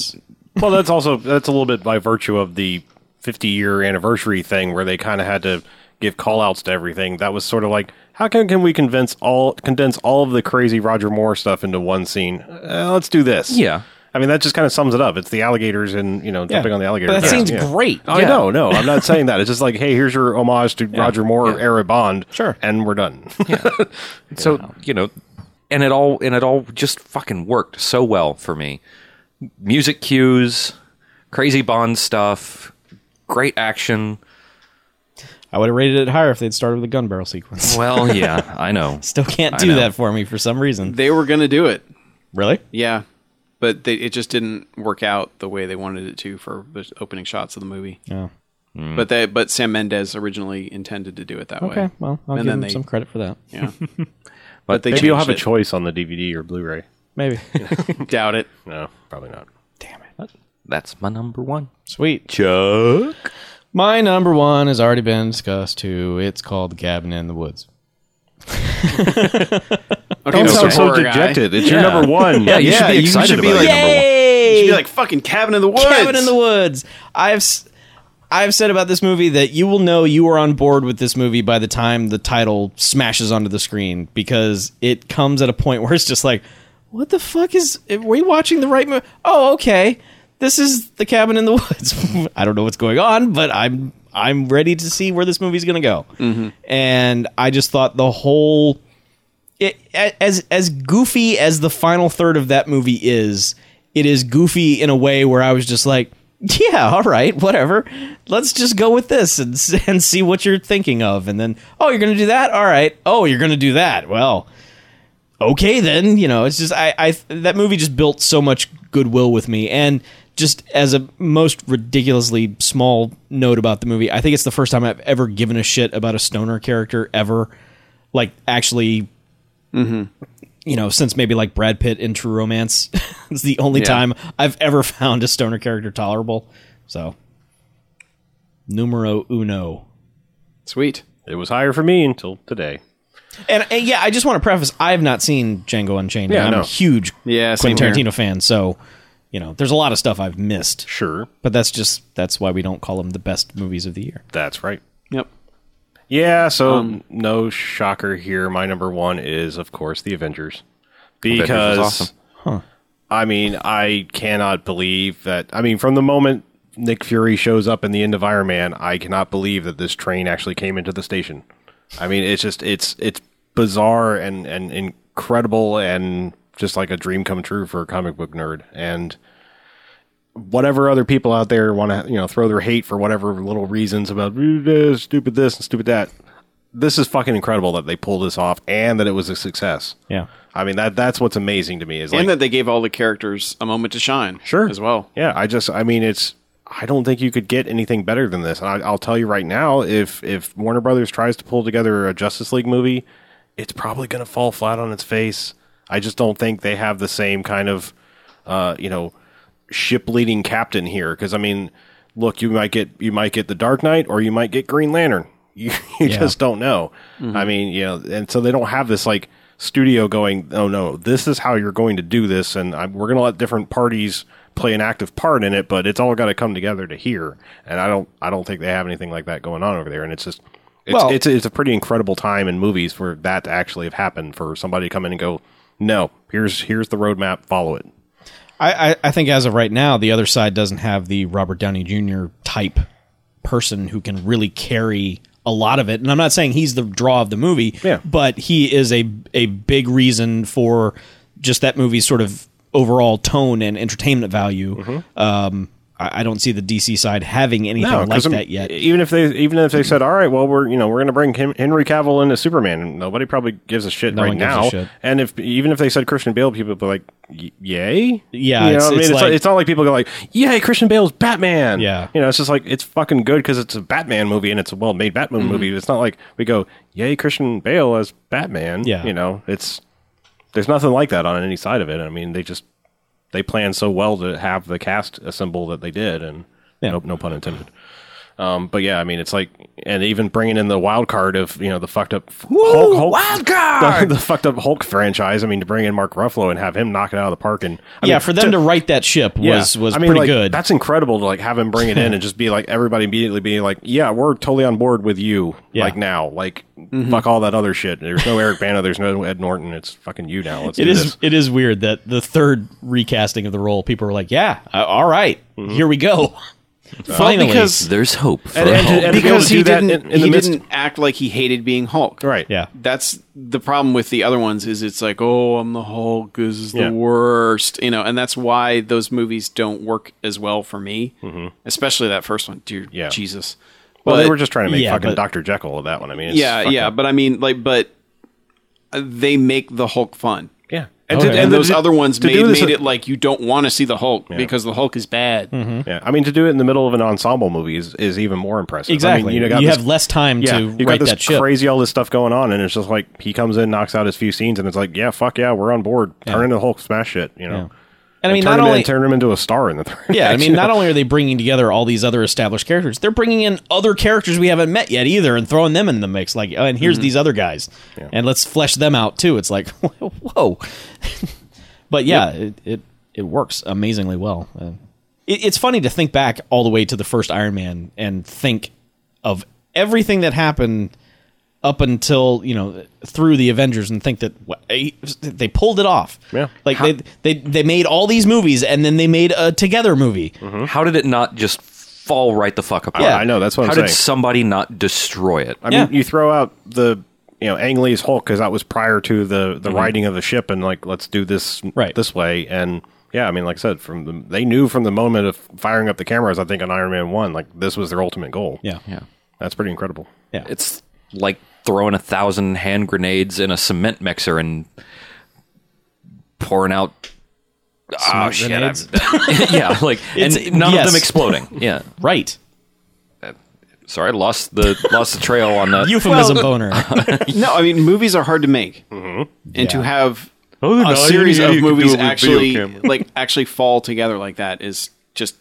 Speaker 2: well, that's also that's a little bit by virtue of the 50 year anniversary thing where they kind of had to give call outs to everything. That was sort of like, how can, can we convince all condense all of the crazy Roger Moore stuff into one scene? Uh, let's do this.
Speaker 5: Yeah.
Speaker 2: I mean, that just kind of sums it up. It's the alligators and, you know, jumping on the alligators.
Speaker 4: But that
Speaker 2: Yeah.
Speaker 4: seems
Speaker 2: Yeah.
Speaker 4: great.
Speaker 2: I
Speaker 5: Yeah.
Speaker 2: know, no, I'm not saying that. It's just like, hey, here's your homage to Roger Moore era Bond.
Speaker 4: Sure.
Speaker 2: And we're done.
Speaker 5: So you know, and it all and it all just fucking worked so well for me. Music cues, crazy Bond stuff, great action.
Speaker 4: I would have rated it higher if they'd started with the gun barrel sequence.
Speaker 5: Well, yeah, I know.
Speaker 4: Still can't do
Speaker 5: know.
Speaker 4: that for me for some reason.
Speaker 3: They were going to do it.
Speaker 4: Really?
Speaker 3: Yeah. But they, it just didn't work out the way they wanted it to for the opening shots of the movie.
Speaker 4: No.
Speaker 2: Mm.
Speaker 3: But they, but Sam Mendes originally intended to do it that way.
Speaker 4: Okay. Well, I'll
Speaker 3: And
Speaker 4: give
Speaker 3: then
Speaker 4: them
Speaker 3: they-
Speaker 4: some credit for that.
Speaker 3: Yeah.
Speaker 5: But
Speaker 3: they
Speaker 2: Maybe you'll have
Speaker 3: changed
Speaker 2: a
Speaker 3: it.
Speaker 2: choice on the DVD or Blu ray.
Speaker 4: Maybe.
Speaker 3: Doubt it.
Speaker 2: No, probably not.
Speaker 4: Damn it.
Speaker 5: that's my number one.
Speaker 4: Sweet.
Speaker 2: Chuck?
Speaker 4: My number one has already been discussed too. It's called The Cabin in the Woods.
Speaker 3: Okay,
Speaker 2: Don't
Speaker 3: no,
Speaker 2: sound so
Speaker 3: horror guy.
Speaker 2: dejected. It's your number one.
Speaker 5: Yeah, you
Speaker 3: Yeah,
Speaker 5: should be
Speaker 3: you
Speaker 5: excited
Speaker 3: should be
Speaker 5: about
Speaker 3: like-
Speaker 5: your number one.
Speaker 4: Yay!
Speaker 3: You'd be like fucking cabin in the woods.
Speaker 4: Cabin in the Woods. I've s- I've said about this movie that you will know you are on board with this movie by the time the title smashes onto the screen because it comes at a point where it's just like, what the fuck is? Are we watching the right movie? Oh, okay. This is the Cabin in the Woods. I don't know what's going on, but I'm I'm ready to see where this movie's gonna go. And I just thought the whole it, a- as as goofy as the final third of that movie is, it is goofy in a way where I was just like, yeah, all right, whatever. Let's just go with this and s- and see what you're thinking of, and then oh, you're gonna do that, all right. Oh, you're gonna do that. Well, okay then. You know, it's just I I that movie just built so much goodwill with me and. Just as a most ridiculously small note about the movie, I think it's the first time I've ever given a shit about a stoner character ever. Like, actually you know, since maybe like Brad Pitt in True Romance, it's the only
Speaker 3: Yeah.
Speaker 4: time I've ever found a stoner character tolerable. So, numero uno.
Speaker 3: Sweet.
Speaker 2: It was higher for me until today.
Speaker 4: And, and yeah, I just want to preface: I have not seen Django Unchained.
Speaker 2: Yeah,
Speaker 4: and I'm
Speaker 2: no.
Speaker 4: a huge
Speaker 3: Yeah, same here.
Speaker 4: Quentin Tarantino fan, so you know, there's a lot of stuff I've missed.
Speaker 2: Sure.
Speaker 4: But that's just that's why we don't call them the best movies of the year.
Speaker 2: That's right.
Speaker 3: Yep.
Speaker 2: Yeah, so
Speaker 5: Um,
Speaker 2: no shocker here. My number one is, of course, the Avengers. Because,
Speaker 5: Avengers was awesome.
Speaker 2: I mean, I cannot believe that. I mean, from the moment Nick Fury shows up in the end of Iron Man, I cannot believe that this train actually came into the station. I mean, it's just, it's, it's bizarre and, and incredible and just like a dream come true for a comic book nerd. And, whatever other people out there want to you know throw their hate for whatever little reasons about "Ooh, this, stupid this and stupid that this is fucking incredible that they pulled this off and that it was a success
Speaker 4: Yeah.
Speaker 2: i mean that that's what's amazing to me is like
Speaker 3: and that they gave all the characters a moment to shine.
Speaker 2: sure
Speaker 3: As well.
Speaker 2: yeah i just i mean it's i don't think you could get anything better than this and I, i'll tell you right now if if warner brothers tries to pull together a justice league movie it's probably going to fall flat on its face i just don't think they have the same kind of uh you know ship leading captain here because i mean look you might get you might get the dark knight or you might get green lantern you, you just don't know i mean you know and so they don't have this like studio going oh no this is how you're going to do this and I, we're going to let different parties play an active part in it but it's all got to come together to here and i don't i don't think they have anything like that going on over there and it's just it's,
Speaker 4: Well-
Speaker 2: it's it's a pretty incredible time in movies for that to actually have happened for somebody to come in and go no here's here's the roadmap follow it
Speaker 4: I, I, I think as of right now, the other side doesn't have the Robert Downey Jr. type person who can really carry a lot of it. And I'm not saying he's the draw of the movie,
Speaker 2: Yeah.
Speaker 4: but he is a a big reason for just that movie's sort of overall tone and entertainment value.
Speaker 2: Mm-hmm.
Speaker 4: Um, I, I don't see the DC side having anything like
Speaker 2: 'cause I'm-
Speaker 4: that yet.
Speaker 2: Even if they even if they said, "All right, well, we're you know we're going to bring Hen- Henry Cavill into Superman," and nobody probably gives a shit right
Speaker 4: one gives a
Speaker 2: now.
Speaker 4: shit.
Speaker 2: And if even if they said Christian Bale, people would be like, "Y- "Yay!"
Speaker 4: Yeah,
Speaker 2: you know
Speaker 4: it's-
Speaker 2: what I mean,
Speaker 4: it's
Speaker 2: it's,
Speaker 4: like-
Speaker 2: it's not like people go like, "Yay, Christian Bale's Batman!"
Speaker 4: Yeah.
Speaker 2: you know, it's just like it's fucking good because it's a Batman movie and it's a well-made Batman
Speaker 4: Mm-hmm.
Speaker 2: movie. It's not like we go, "Yay, Christian Bale as Batman!"
Speaker 4: Yeah.
Speaker 2: you know, it's there's nothing like that on any side of it. I mean, they just they planned so well to have the cast assemble that they did, and
Speaker 4: Yeah.
Speaker 2: no, no pun intended. Um, but yeah, I mean, it's like, and even bringing in the wild card of you know the fucked up Hulk, Hulk wild card, the, fucked up Hulk franchise. I mean, to bring in Mark Ruffalo and have him knock it out of the park, and I
Speaker 4: yeah,
Speaker 2: mean,
Speaker 4: for them to, write that ship
Speaker 2: yeah,
Speaker 4: was was
Speaker 2: I mean,
Speaker 4: pretty
Speaker 2: like,
Speaker 4: good.
Speaker 2: That's incredible to like have him bring it in and just be like everybody immediately being like, yeah, we're totally on board with you.
Speaker 4: Yeah.
Speaker 2: Like now, like fuck all that other shit. There's no Eric Bana, there's no Ed Norton. It's fucking you now. Let's
Speaker 4: It
Speaker 2: do
Speaker 4: is
Speaker 2: this.
Speaker 4: it is weird that the third recasting of the role, people were like, "Yeah, uh, all right,
Speaker 2: Mm-hmm.
Speaker 4: here we go." Finally,
Speaker 3: because-
Speaker 5: There's hope for
Speaker 2: And- and-
Speaker 5: Hulk.
Speaker 2: and- to be able
Speaker 3: because
Speaker 2: to
Speaker 3: he
Speaker 2: do that
Speaker 3: didn't,
Speaker 2: in- in the
Speaker 3: he
Speaker 2: midst-
Speaker 3: didn't act like he hated being Hulk.
Speaker 2: right.
Speaker 4: yeah,
Speaker 3: That's the problem with the other ones is it's like, oh, I'm the Hulk. This is
Speaker 2: Yeah.
Speaker 3: the worst, you know, and that's why those movies don't work as well for me, especially that first one. Dear
Speaker 2: Yeah.
Speaker 3: Jesus.
Speaker 2: Well, they
Speaker 3: But-
Speaker 2: were just trying to make
Speaker 4: yeah,
Speaker 2: fucking
Speaker 4: but-
Speaker 2: Doctor Jekyll of that one. I mean, it's
Speaker 3: yeah,
Speaker 2: fucking-
Speaker 3: yeah, but I mean, like, but uh, they make the Hulk fun.
Speaker 2: yeah. And,
Speaker 4: Okay.
Speaker 2: to,
Speaker 3: And,
Speaker 2: and
Speaker 3: those
Speaker 2: to-
Speaker 3: other ones
Speaker 2: to
Speaker 3: made,
Speaker 2: do this-
Speaker 3: made it like you don't want to see the Hulk because the Hulk is bad.
Speaker 2: Yeah,
Speaker 4: Mm-hmm.
Speaker 2: I mean, to do it in the middle of an ensemble movie is, is even more impressive. I mean,
Speaker 4: exactly.
Speaker 2: you know,
Speaker 4: you
Speaker 2: got this-
Speaker 4: have less time
Speaker 2: yeah,
Speaker 4: to
Speaker 2: you got
Speaker 4: write
Speaker 2: this
Speaker 4: that ship.
Speaker 2: crazy all this stuff going on, and it's just like he comes in, knocks out his few scenes, and it's like, yeah, fuck yeah, we're on board. Turn into the Hulk, smash it, you know.
Speaker 4: and I mean,
Speaker 2: turn
Speaker 4: not
Speaker 2: him in-
Speaker 4: only
Speaker 2: turn him into a star in the third.
Speaker 4: yeah, I
Speaker 2: act,
Speaker 4: mean,
Speaker 2: you
Speaker 4: not
Speaker 2: know?
Speaker 4: only are they bringing together all these other established characters, they're bringing in other characters we haven't met yet either, and throwing them in the mix. Like, oh, and
Speaker 2: Mm-hmm.
Speaker 4: here's these other guys, and let's flesh them out too. It's like, whoa, but yeah, it, it it works amazingly well. Uh, it, it's funny to think back all the way to the first Iron Man and think of everything that happened up until you know through the Avengers and think that wha- eh, they pulled it off.
Speaker 2: Yeah.
Speaker 4: like they, they they made all these movies and then they made a together movie.
Speaker 5: How did it not just fall right the fuck apart?
Speaker 4: Yeah.
Speaker 2: I know that's what
Speaker 5: How
Speaker 2: I'm
Speaker 5: did
Speaker 2: saying.
Speaker 5: somebody not destroy it?
Speaker 2: I
Speaker 4: Yeah.
Speaker 2: mean, you throw out the you know Ang Lee's Hulk because that was prior to the the riding of the ship, and like let's do this
Speaker 4: Mm-hmm. Right.
Speaker 2: this way. And yeah, I mean, like I said, from the, they knew from the moment of firing up the cameras, I think on Iron Man one, like this was their ultimate goal.
Speaker 4: Yeah,
Speaker 5: Yeah.
Speaker 2: that's pretty incredible.
Speaker 5: It's like throwing a thousand hand grenades in a cement mixer and pouring out. Oh, shit. I'm-
Speaker 4: grenades?
Speaker 5: yeah, like, and
Speaker 4: It's-
Speaker 5: none
Speaker 4: yes.
Speaker 5: of them exploding. Yeah.
Speaker 4: right.
Speaker 5: Sorry, I lost the lost the trail on that.
Speaker 4: Euphemism boner.
Speaker 3: No, I mean, movies are hard to make,
Speaker 2: Mm-hmm.
Speaker 3: and to have
Speaker 2: they're
Speaker 3: a
Speaker 2: not.
Speaker 3: series
Speaker 2: You-
Speaker 3: of
Speaker 2: you can do
Speaker 3: movies
Speaker 2: it with video
Speaker 3: actually
Speaker 2: camera.
Speaker 3: like actually fall together like that is just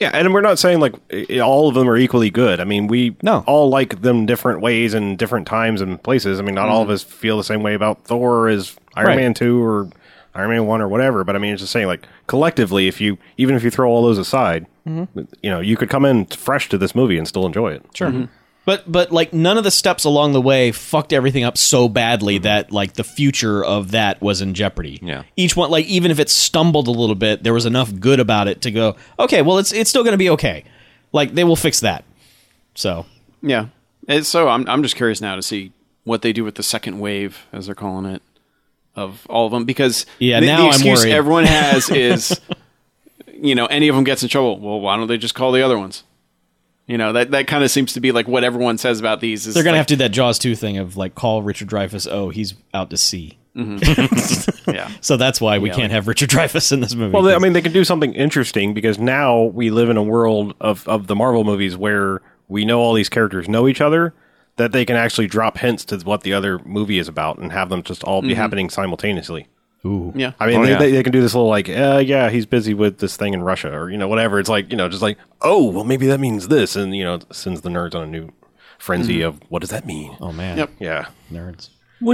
Speaker 2: Yeah, and we're not saying like i- all of them are equally good. I mean, we
Speaker 4: No.
Speaker 2: all like them different ways and different times and places. I mean, not all of us feel the same way about Thor as Iron
Speaker 4: Mm-hmm. Right.
Speaker 2: Man two or Iron Man one or whatever. But I mean, it's just saying like collectively, if you even if you throw all those aside,
Speaker 4: Mm-hmm.
Speaker 2: you know, you could come in fresh to this movie and still enjoy it.
Speaker 4: Sure. But but like none of the steps along the way fucked everything up so badly that like the future of that was in jeopardy.
Speaker 5: Yeah.
Speaker 4: Each one like even if it stumbled a little bit, there was enough good about it to go, okay, well it's it's still gonna be okay. Like they will fix that. So
Speaker 3: yeah. And so I'm I'm just curious now to see what they do with the second wave, as they're calling it, of all of them because
Speaker 4: Yeah,
Speaker 3: the,
Speaker 4: now
Speaker 3: the
Speaker 4: I'm
Speaker 3: excuse
Speaker 4: worried.
Speaker 3: everyone has is you know any of them gets in trouble. Well, why don't they just call the other ones? You know that that kind of seems to be like what everyone says about these. Is
Speaker 4: they're gonna
Speaker 3: like,
Speaker 4: have to do that Jaws two thing of like call Richard Dreyfus, oh, he's out to sea.
Speaker 3: yeah.
Speaker 4: So that's why we can't have Richard Dreyfus in this movie. Oh,
Speaker 2: Well, they, I mean, they can do something interesting because now we live in a world of, of the Marvel movies where we know all these characters know each other, that they can actually drop hints to what the other movie is about and have them just all be happening simultaneously.
Speaker 3: Yeah.
Speaker 2: I mean,
Speaker 5: Mm-hmm. Oh,
Speaker 2: they,
Speaker 5: yeah.
Speaker 2: they, they can do this little like, uh, yeah, he's busy with this thing in Russia or, you know, whatever. It's like, you know, just like, oh, well, maybe that means this. And, you know, it sends the nerds on a new frenzy
Speaker 5: Mm-hmm.
Speaker 2: of what does that mean?
Speaker 4: oh man.
Speaker 3: Yep.
Speaker 2: Yeah.
Speaker 4: Nerds.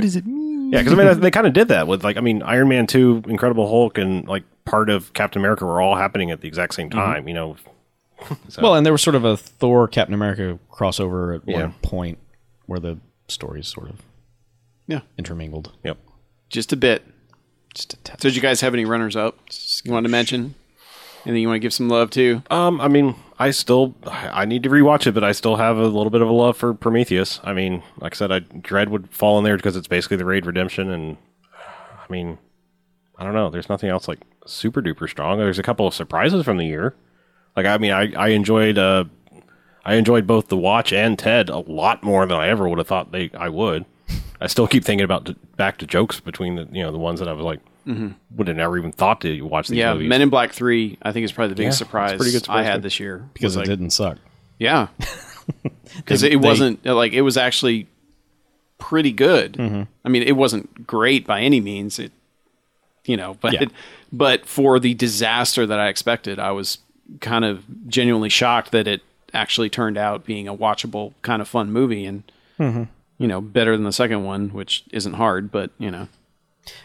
Speaker 2: Yeah, because I mean, they kind of did that with like, I mean, Iron Man two, Incredible Hulk, and like part of Captain America were all happening at the exact same time. You know,
Speaker 4: Well, and there was sort of a Thor Captain America crossover at
Speaker 2: Yeah.
Speaker 4: one point where the stories sort of
Speaker 3: Yeah.
Speaker 4: intermingled.
Speaker 2: yep.
Speaker 3: Just a bit.
Speaker 4: Just a tad.
Speaker 3: So, did you guys have any runners up you wanted to mention? Anything you want to give some love to?
Speaker 2: Um, I mean, I still I need to rewatch it, but I still have a little bit of a love for Prometheus. I mean, like I said, I Dread would fall in there because it's basically the Raid Redemption, and I mean, I don't know. There's nothing else like super duper strong. There's a couple of surprises from the year. Like I mean, I I enjoyed uh, I enjoyed both The Watch and Ted a lot more than I ever would have thought they I would. I still keep thinking about d back to jokes between the you know the ones that I was like would have never even thought to watch these
Speaker 3: Mm-hmm. Yeah,
Speaker 2: movies.
Speaker 3: Men in Black Three. I think is probably the biggest
Speaker 2: Yeah, it's
Speaker 3: surprise
Speaker 2: pretty good
Speaker 3: I
Speaker 2: surprise,
Speaker 3: had
Speaker 2: too.
Speaker 3: this year
Speaker 4: because
Speaker 3: Was
Speaker 4: it
Speaker 3: like-
Speaker 4: didn't suck.
Speaker 3: Yeah, because it wasn't uh, like it was actually pretty good. I mean, it wasn't great by any means. It, you know, but
Speaker 4: Yeah.
Speaker 3: but for the disaster that I expected, I was kind of genuinely shocked that it actually turned out being a watchable kind of fun movie and you know better than the second one, which isn't hard, but you know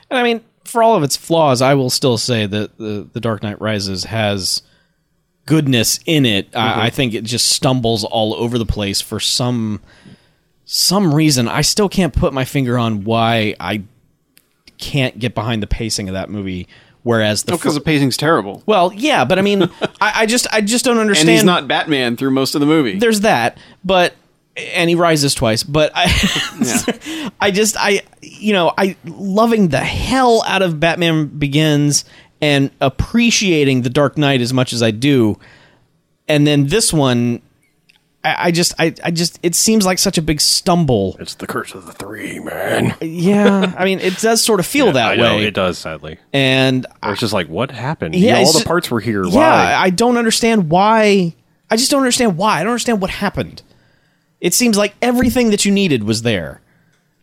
Speaker 4: And I mean, for all of its flaws, I will still say that the, the Dark Knight Rises has goodness in it. I, I think it just stumbles all over the place for some some reason. I still can't put my finger on why I can't get behind the pacing of that movie. Whereas the
Speaker 3: because
Speaker 4: fir-
Speaker 3: the pacing's terrible.
Speaker 4: well, yeah, but I mean, I, I just I just don't understand.
Speaker 3: And he's not Batman through most of the movie.
Speaker 4: there's that but and he rises twice but i i just i you know i loving the hell out of batman begins and appreciating the dark knight as much as i do and then this one I I just, I, I just, it seems like such a big stumble.
Speaker 2: It's the curse of the three, man.
Speaker 4: Yeah, I mean, it does sort of feel that
Speaker 2: I know
Speaker 4: way.
Speaker 2: it does. Sadly,
Speaker 4: And
Speaker 2: Or it's just like what happened.
Speaker 4: Yeah,
Speaker 2: Yeah, all
Speaker 4: it's
Speaker 2: the
Speaker 4: ju-
Speaker 2: parts were here.
Speaker 4: Yeah,
Speaker 2: Why?
Speaker 4: I don't understand why. I just don't understand why. I don't understand what happened. It seems like everything that you needed was there.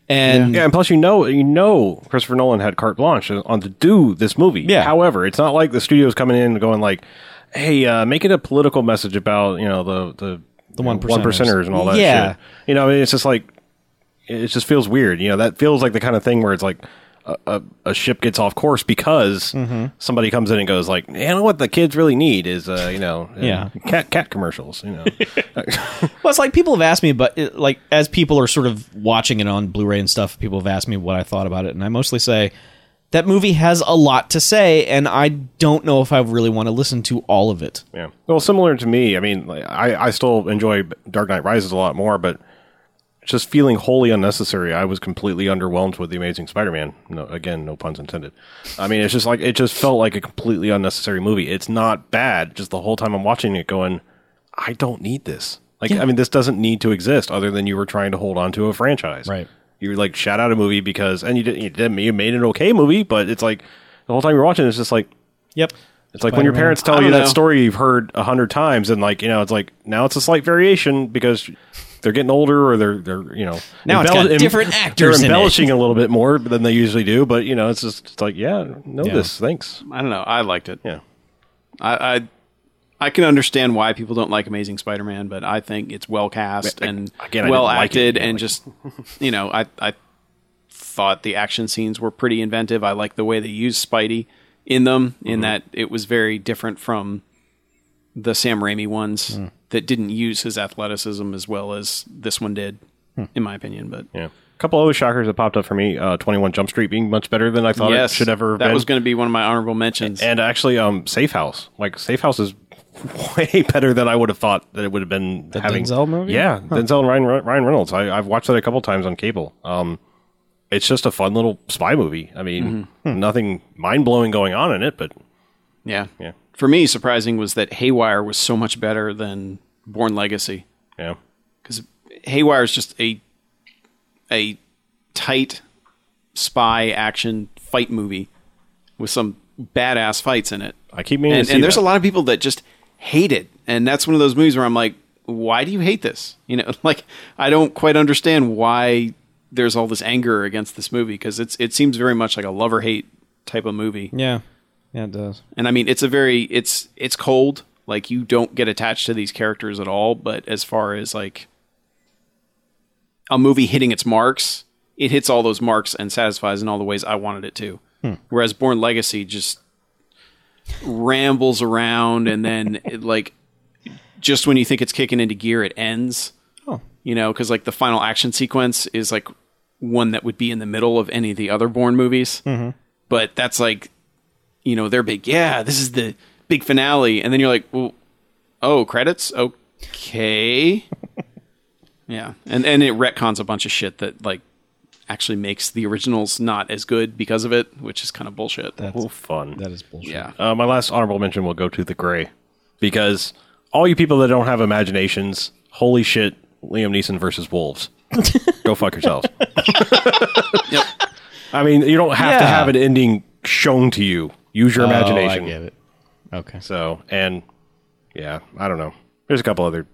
Speaker 4: And
Speaker 2: Yeah, and plus you know you know Christopher Nolan had carte blanche on to do this movie.
Speaker 4: Yeah.
Speaker 2: However, it's not like the studio's coming in and going like, "Hey, uh, make it a political message about you know the the the
Speaker 4: one
Speaker 2: one
Speaker 4: percenters.
Speaker 2: percenters and all that."
Speaker 4: Yeah.
Speaker 2: shit. you know, I mean, it's just like it just feels weird. You know, that feels like the kind of thing where it's like. A, a, a ship gets off course because
Speaker 4: Mm-hmm.
Speaker 2: somebody comes in and goes like, "You know what the kids really need is, uh, you know, uh,
Speaker 4: Yeah.
Speaker 2: cat cat commercials." You know,
Speaker 4: well, it's like people have asked me, but it, like as people are sort of watching it on Blu-ray and stuff, people have asked me what I thought about it, and I mostly say that movie has a lot to say, and I don't know if I really want to listen to all of it.
Speaker 2: Yeah. Well, similar to me. I mean, like, I I still enjoy Dark Knight Rises a lot more, but just feeling wholly unnecessary. I was completely underwhelmed with the Amazing Spider-Man. No, again, no puns intended. I mean, it's just like it just felt like a completely unnecessary movie. It's not bad. Just the whole time I'm watching it, going, I don't need this. Like, I mean, this doesn't need to exist other than you were trying to hold on to a franchise.
Speaker 4: Right.
Speaker 2: You like shout out a movie because, and you did, you did, you made an okay movie, but it's like the whole time you're watching, it's just like,
Speaker 4: Yep.
Speaker 2: it's like when your parents
Speaker 3: I
Speaker 2: tell
Speaker 3: don't
Speaker 2: you that
Speaker 3: know.
Speaker 2: story you've heard a hundred times, and like you know, it's like now it's a slight variation because they're getting older or they're they're you know
Speaker 4: Now it's got different actors in
Speaker 2: They're
Speaker 4: it.
Speaker 2: embellishing a little bit more than they usually do, but you know, it's just it's like yeah, know this, thanks.
Speaker 3: I don't know. I liked it.
Speaker 2: Yeah,
Speaker 3: I, I I can understand why people don't like Amazing Spider-Man, but I think it's well cast
Speaker 2: I-
Speaker 3: and
Speaker 2: again, I
Speaker 3: well
Speaker 2: didn't like
Speaker 3: acted,
Speaker 2: it.
Speaker 3: and just you know, I I thought the action scenes were pretty inventive. I like the way they used Spidey in them,
Speaker 2: Mm-hmm.
Speaker 3: in that it was very different from the Sam Raimi ones
Speaker 2: Hmm.
Speaker 3: that didn't use his athleticism as well as this one did, in my opinion. But
Speaker 2: Hmm. yeah. A couple other shockers that popped up for me. Uh, Twenty One Jump Street being much better than I thought
Speaker 3: yes,
Speaker 2: it should ever have
Speaker 3: that
Speaker 2: been.
Speaker 3: was going to be one of my honorable mentions.
Speaker 2: and actually, um, Safe House, like Safe House is way better than I would have thought that it would have been. The having
Speaker 4: Denzel movie?
Speaker 2: yeah, Denzel and Ryan Ryan Reynolds. I, I've watched that a couple times on cable. Um, it's just a fun little spy movie. I mean,
Speaker 3: Mm-hmm.
Speaker 2: nothing mind blowing going on in it, but
Speaker 3: yeah,
Speaker 2: yeah,
Speaker 3: for me, surprising was that Haywire was so much better than Born Legacy.
Speaker 2: yeah,
Speaker 3: because Haywire is just a a tight spy action fight movie with some badass fights in it.
Speaker 2: I keep meaning
Speaker 3: And,
Speaker 2: to see
Speaker 3: and there's
Speaker 2: that.
Speaker 3: a lot of people that just hate it, and that's one of those movies where I'm like, why do you hate this? You know, like I don't quite understand why there's all this anger against this movie because it's it seems very much like a love or hate type of movie.
Speaker 4: Yeah. Yeah, it does.
Speaker 3: And I mean, it's a very it's it's cold. Like you don't get attached to these characters at all. But as far as like a movie hitting its marks, it hits all those marks and satisfies in all the ways I wanted it to. Whereas Born Legacy just rambles around and then it, like just when you think it's kicking into gear, it ends.
Speaker 4: Oh.
Speaker 3: You know, because like the final action sequence is like one that would be in the middle of any of the other Born movies. But that's like you know they're big yeah this is the big finale and then you're like well, oh credits okay yeah and and it retcons a bunch of shit that like actually makes the originals not as good because of it which is kind of bullshit
Speaker 2: Oh, fun.
Speaker 4: That is bullshit.
Speaker 3: yeah
Speaker 2: Uh, my last honorable mention will go to The Gray because all you people that don't have imaginations, holy shit, Liam Neeson versus wolves. go fuck yourselves.
Speaker 3: Yep.
Speaker 2: I mean, you don't have to
Speaker 4: Yeah.
Speaker 2: have an ending shown to you. Use your imagination.
Speaker 4: Oh, I get it. Okay.
Speaker 2: So, and yeah, I don't know. There's a couple other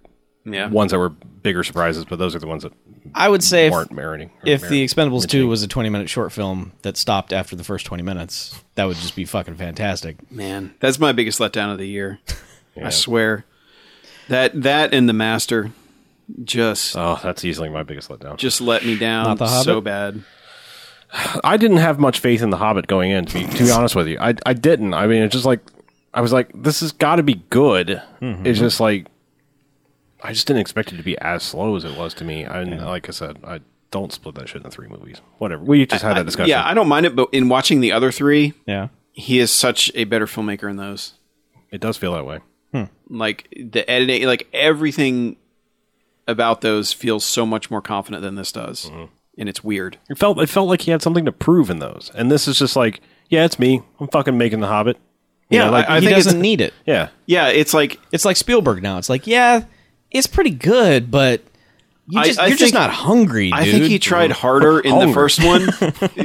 Speaker 3: yeah
Speaker 2: ones that were bigger surprises, but those are the ones that
Speaker 4: I would say if,
Speaker 2: weren't meriting. or
Speaker 4: if The
Speaker 2: merit-
Speaker 4: Expendables 2 was a 20 minute short film that stopped after the first 20 minutes, that would just be fucking fantastic.
Speaker 3: man that's my biggest letdown of the year i swear That that and the master just
Speaker 2: Oh, that's easily my biggest letdown.
Speaker 3: just let me down
Speaker 4: Uh, Not The
Speaker 3: so
Speaker 4: Hobbit?
Speaker 3: bad.
Speaker 2: I didn't have much faith in the Hobbit going in. To be, to be honest with you, I I didn't. I mean, it's just like I was like, this has got to be good.
Speaker 3: Mm-hmm.
Speaker 2: It's just like I just didn't expect it to be as slow as it was to me. And like I said, I don't split that shit into three movies. Whatever. We just had that discussion.
Speaker 3: Yeah, I don't mind it, but in watching the other three,
Speaker 4: Yeah.
Speaker 3: he is such a better filmmaker in those.
Speaker 2: it does feel that way.
Speaker 3: Like the editing, like everything about those feels so much more confident than this does,
Speaker 4: Mm-hmm.
Speaker 3: and it's weird.
Speaker 2: It felt it felt like he had something to prove in those. And this is just like, yeah, it's me. I'm fucking making the Hobbit. You know, like
Speaker 3: I, I
Speaker 4: he
Speaker 3: think it's,
Speaker 4: doesn't need it.
Speaker 2: yeah.
Speaker 3: yeah, it's like
Speaker 4: It's like Spielberg now. It's like, yeah, it's pretty good, but you
Speaker 3: I-
Speaker 4: just,
Speaker 3: I
Speaker 4: you're
Speaker 3: think-
Speaker 4: just not hungry, dude.
Speaker 3: I think he tried harder in the
Speaker 2: Hungry.
Speaker 3: first one,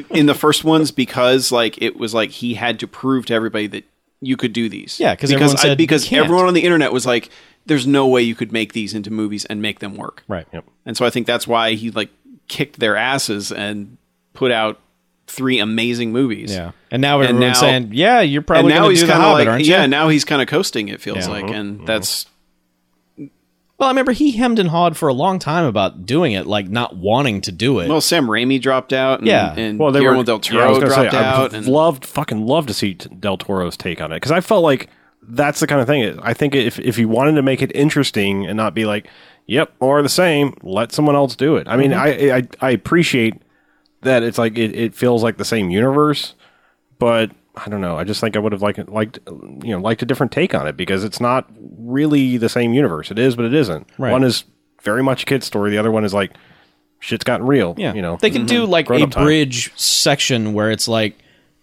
Speaker 3: in the first ones because like it was like he had to prove to everybody that you could do these.
Speaker 4: Yeah,
Speaker 3: because
Speaker 4: 'cause everyone said you
Speaker 3: because
Speaker 4: can't.
Speaker 3: everyone on the internet was like, "There's no way you could make these into movies and make them work."
Speaker 4: Right.
Speaker 2: Yep.
Speaker 3: And so I think that's why he like kicked their asses and put out three amazing movies.
Speaker 4: Yeah. And now
Speaker 3: And
Speaker 4: everyone's
Speaker 3: now-
Speaker 4: saying, yeah, you're
Speaker 3: And
Speaker 4: probably
Speaker 3: now
Speaker 4: going to
Speaker 3: he's
Speaker 4: do the
Speaker 3: kind
Speaker 4: Hobbit,
Speaker 3: of like,
Speaker 4: aren't you?
Speaker 3: yeah. Now he's kind of coasting. It feels like,
Speaker 2: Uh-huh.
Speaker 3: and that's
Speaker 4: Well, I remember he hemmed and hawed for a long time about doing it, like not wanting to do it.
Speaker 3: well, Sam Raimi dropped out. And,
Speaker 4: Yeah.
Speaker 3: and
Speaker 2: Well, they
Speaker 3: Guillermo
Speaker 2: were
Speaker 3: del
Speaker 2: yeah, I
Speaker 3: Toro
Speaker 2: was gonna say,
Speaker 3: dropped out.
Speaker 2: I
Speaker 3: and,
Speaker 2: loved fucking loved to see t- Del Toro's take on it because I felt like that's the kind of thing. I think if if he wanted to make it interesting and not be like, yep, or the same, let someone else do it. I mean,
Speaker 3: Mm-hmm.
Speaker 2: I, I I appreciate that it's like it, it feels like the same universe, but I don't know. I just think I would have liked liked you know liked a different take on it because it's not really the same universe. It is, but it isn't.
Speaker 4: Right.
Speaker 2: One is very much a kid's story. The other one is like shit's gotten real.
Speaker 4: Yeah.
Speaker 2: you know
Speaker 4: they could do like a
Speaker 2: Grown-up time.
Speaker 4: bridge section where it's like,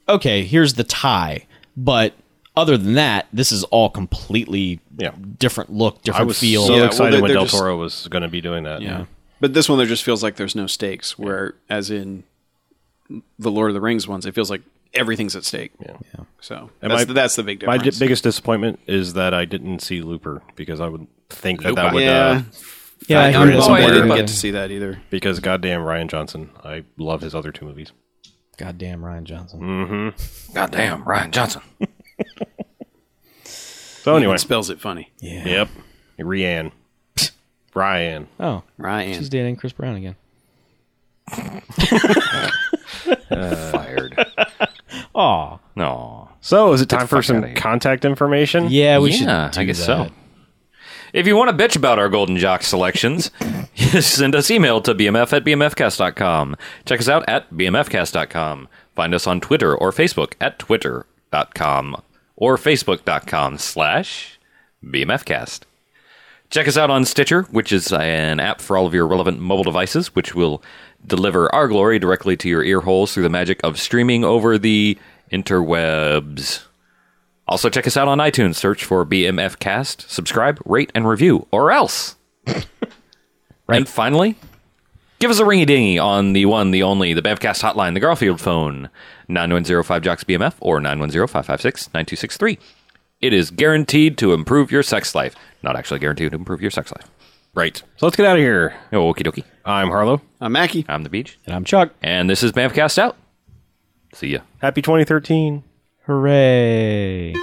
Speaker 4: okay, here's the tie, but other than that, this is all completely
Speaker 2: Yeah.
Speaker 4: different look,
Speaker 2: I
Speaker 4: different
Speaker 2: was
Speaker 4: feel.
Speaker 2: so
Speaker 3: Yeah, well,
Speaker 2: excited
Speaker 3: they're-
Speaker 2: when
Speaker 3: they're
Speaker 2: Del
Speaker 3: just-
Speaker 2: Toro was going to be doing that.
Speaker 3: Yeah. But this one, there just feels like there's no stakes. Where, as in the Lord of the Rings ones, it feels like everything's at stake. Yeah. So that's,
Speaker 2: my-
Speaker 3: the, that's the big
Speaker 2: My
Speaker 3: difference.
Speaker 2: di- biggest disappointment is that I didn't see Looper because I would think that that would uh,
Speaker 3: yeah.
Speaker 4: yeah,
Speaker 3: I,
Speaker 4: I
Speaker 3: am
Speaker 4: heard it
Speaker 3: bummed I
Speaker 4: somewhere.
Speaker 3: didn't
Speaker 5: Yeah.
Speaker 3: get to see that either.
Speaker 2: because goddamn Ryan Johnson, I love his other two movies.
Speaker 4: Goddamn Ryan Johnson.
Speaker 2: Mm,
Speaker 5: Goddamn, Ryan Johnson.
Speaker 2: So anyway,
Speaker 3: It spells it funny.
Speaker 4: Yeah.
Speaker 2: yep, Rianne, Ryan.
Speaker 4: Oh,
Speaker 3: Ryan.
Speaker 4: he's dating Chris Brown again.
Speaker 5: Fired.
Speaker 4: Oh,
Speaker 5: No.
Speaker 2: So is it time for
Speaker 5: outta
Speaker 2: some
Speaker 5: here.
Speaker 2: contact information?
Speaker 4: yeah, we
Speaker 5: Yeah,
Speaker 4: should. Do
Speaker 5: I guess
Speaker 4: that.
Speaker 5: so. If you want to bitch about our Golden Jock selections, send us email to bmf at bmfcast.com. Check us out at bmfcast.com. Find us on Twitter or Facebook at twitter.com or facebook.com slash bmfcast. Check us out on Stitcher, which is an app for all of your relevant mobile devices, which will deliver our glory directly to your ear holes through the magic of streaming over the interwebs. Also, check us out on iTunes. Search for BMF Cast. Subscribe, rate, and review, or else. And finally, give us a ringy dingy on the one, the only, the Bevcast hotline, the Garfield phone, 9105 Jocks BMF or 910 556 9263. It is guaranteed to improve your sex life. Not actually guaranteed to improve your sex life.
Speaker 2: Right. So let's get out of here.
Speaker 5: Oh, okie dokie.
Speaker 2: I'm Harlow.
Speaker 3: I'm Mackie.
Speaker 5: I'm the beach.
Speaker 4: And I'm Chuck.
Speaker 5: And this is Bamfcast out. See ya.
Speaker 2: Happy 2013.
Speaker 4: Hooray.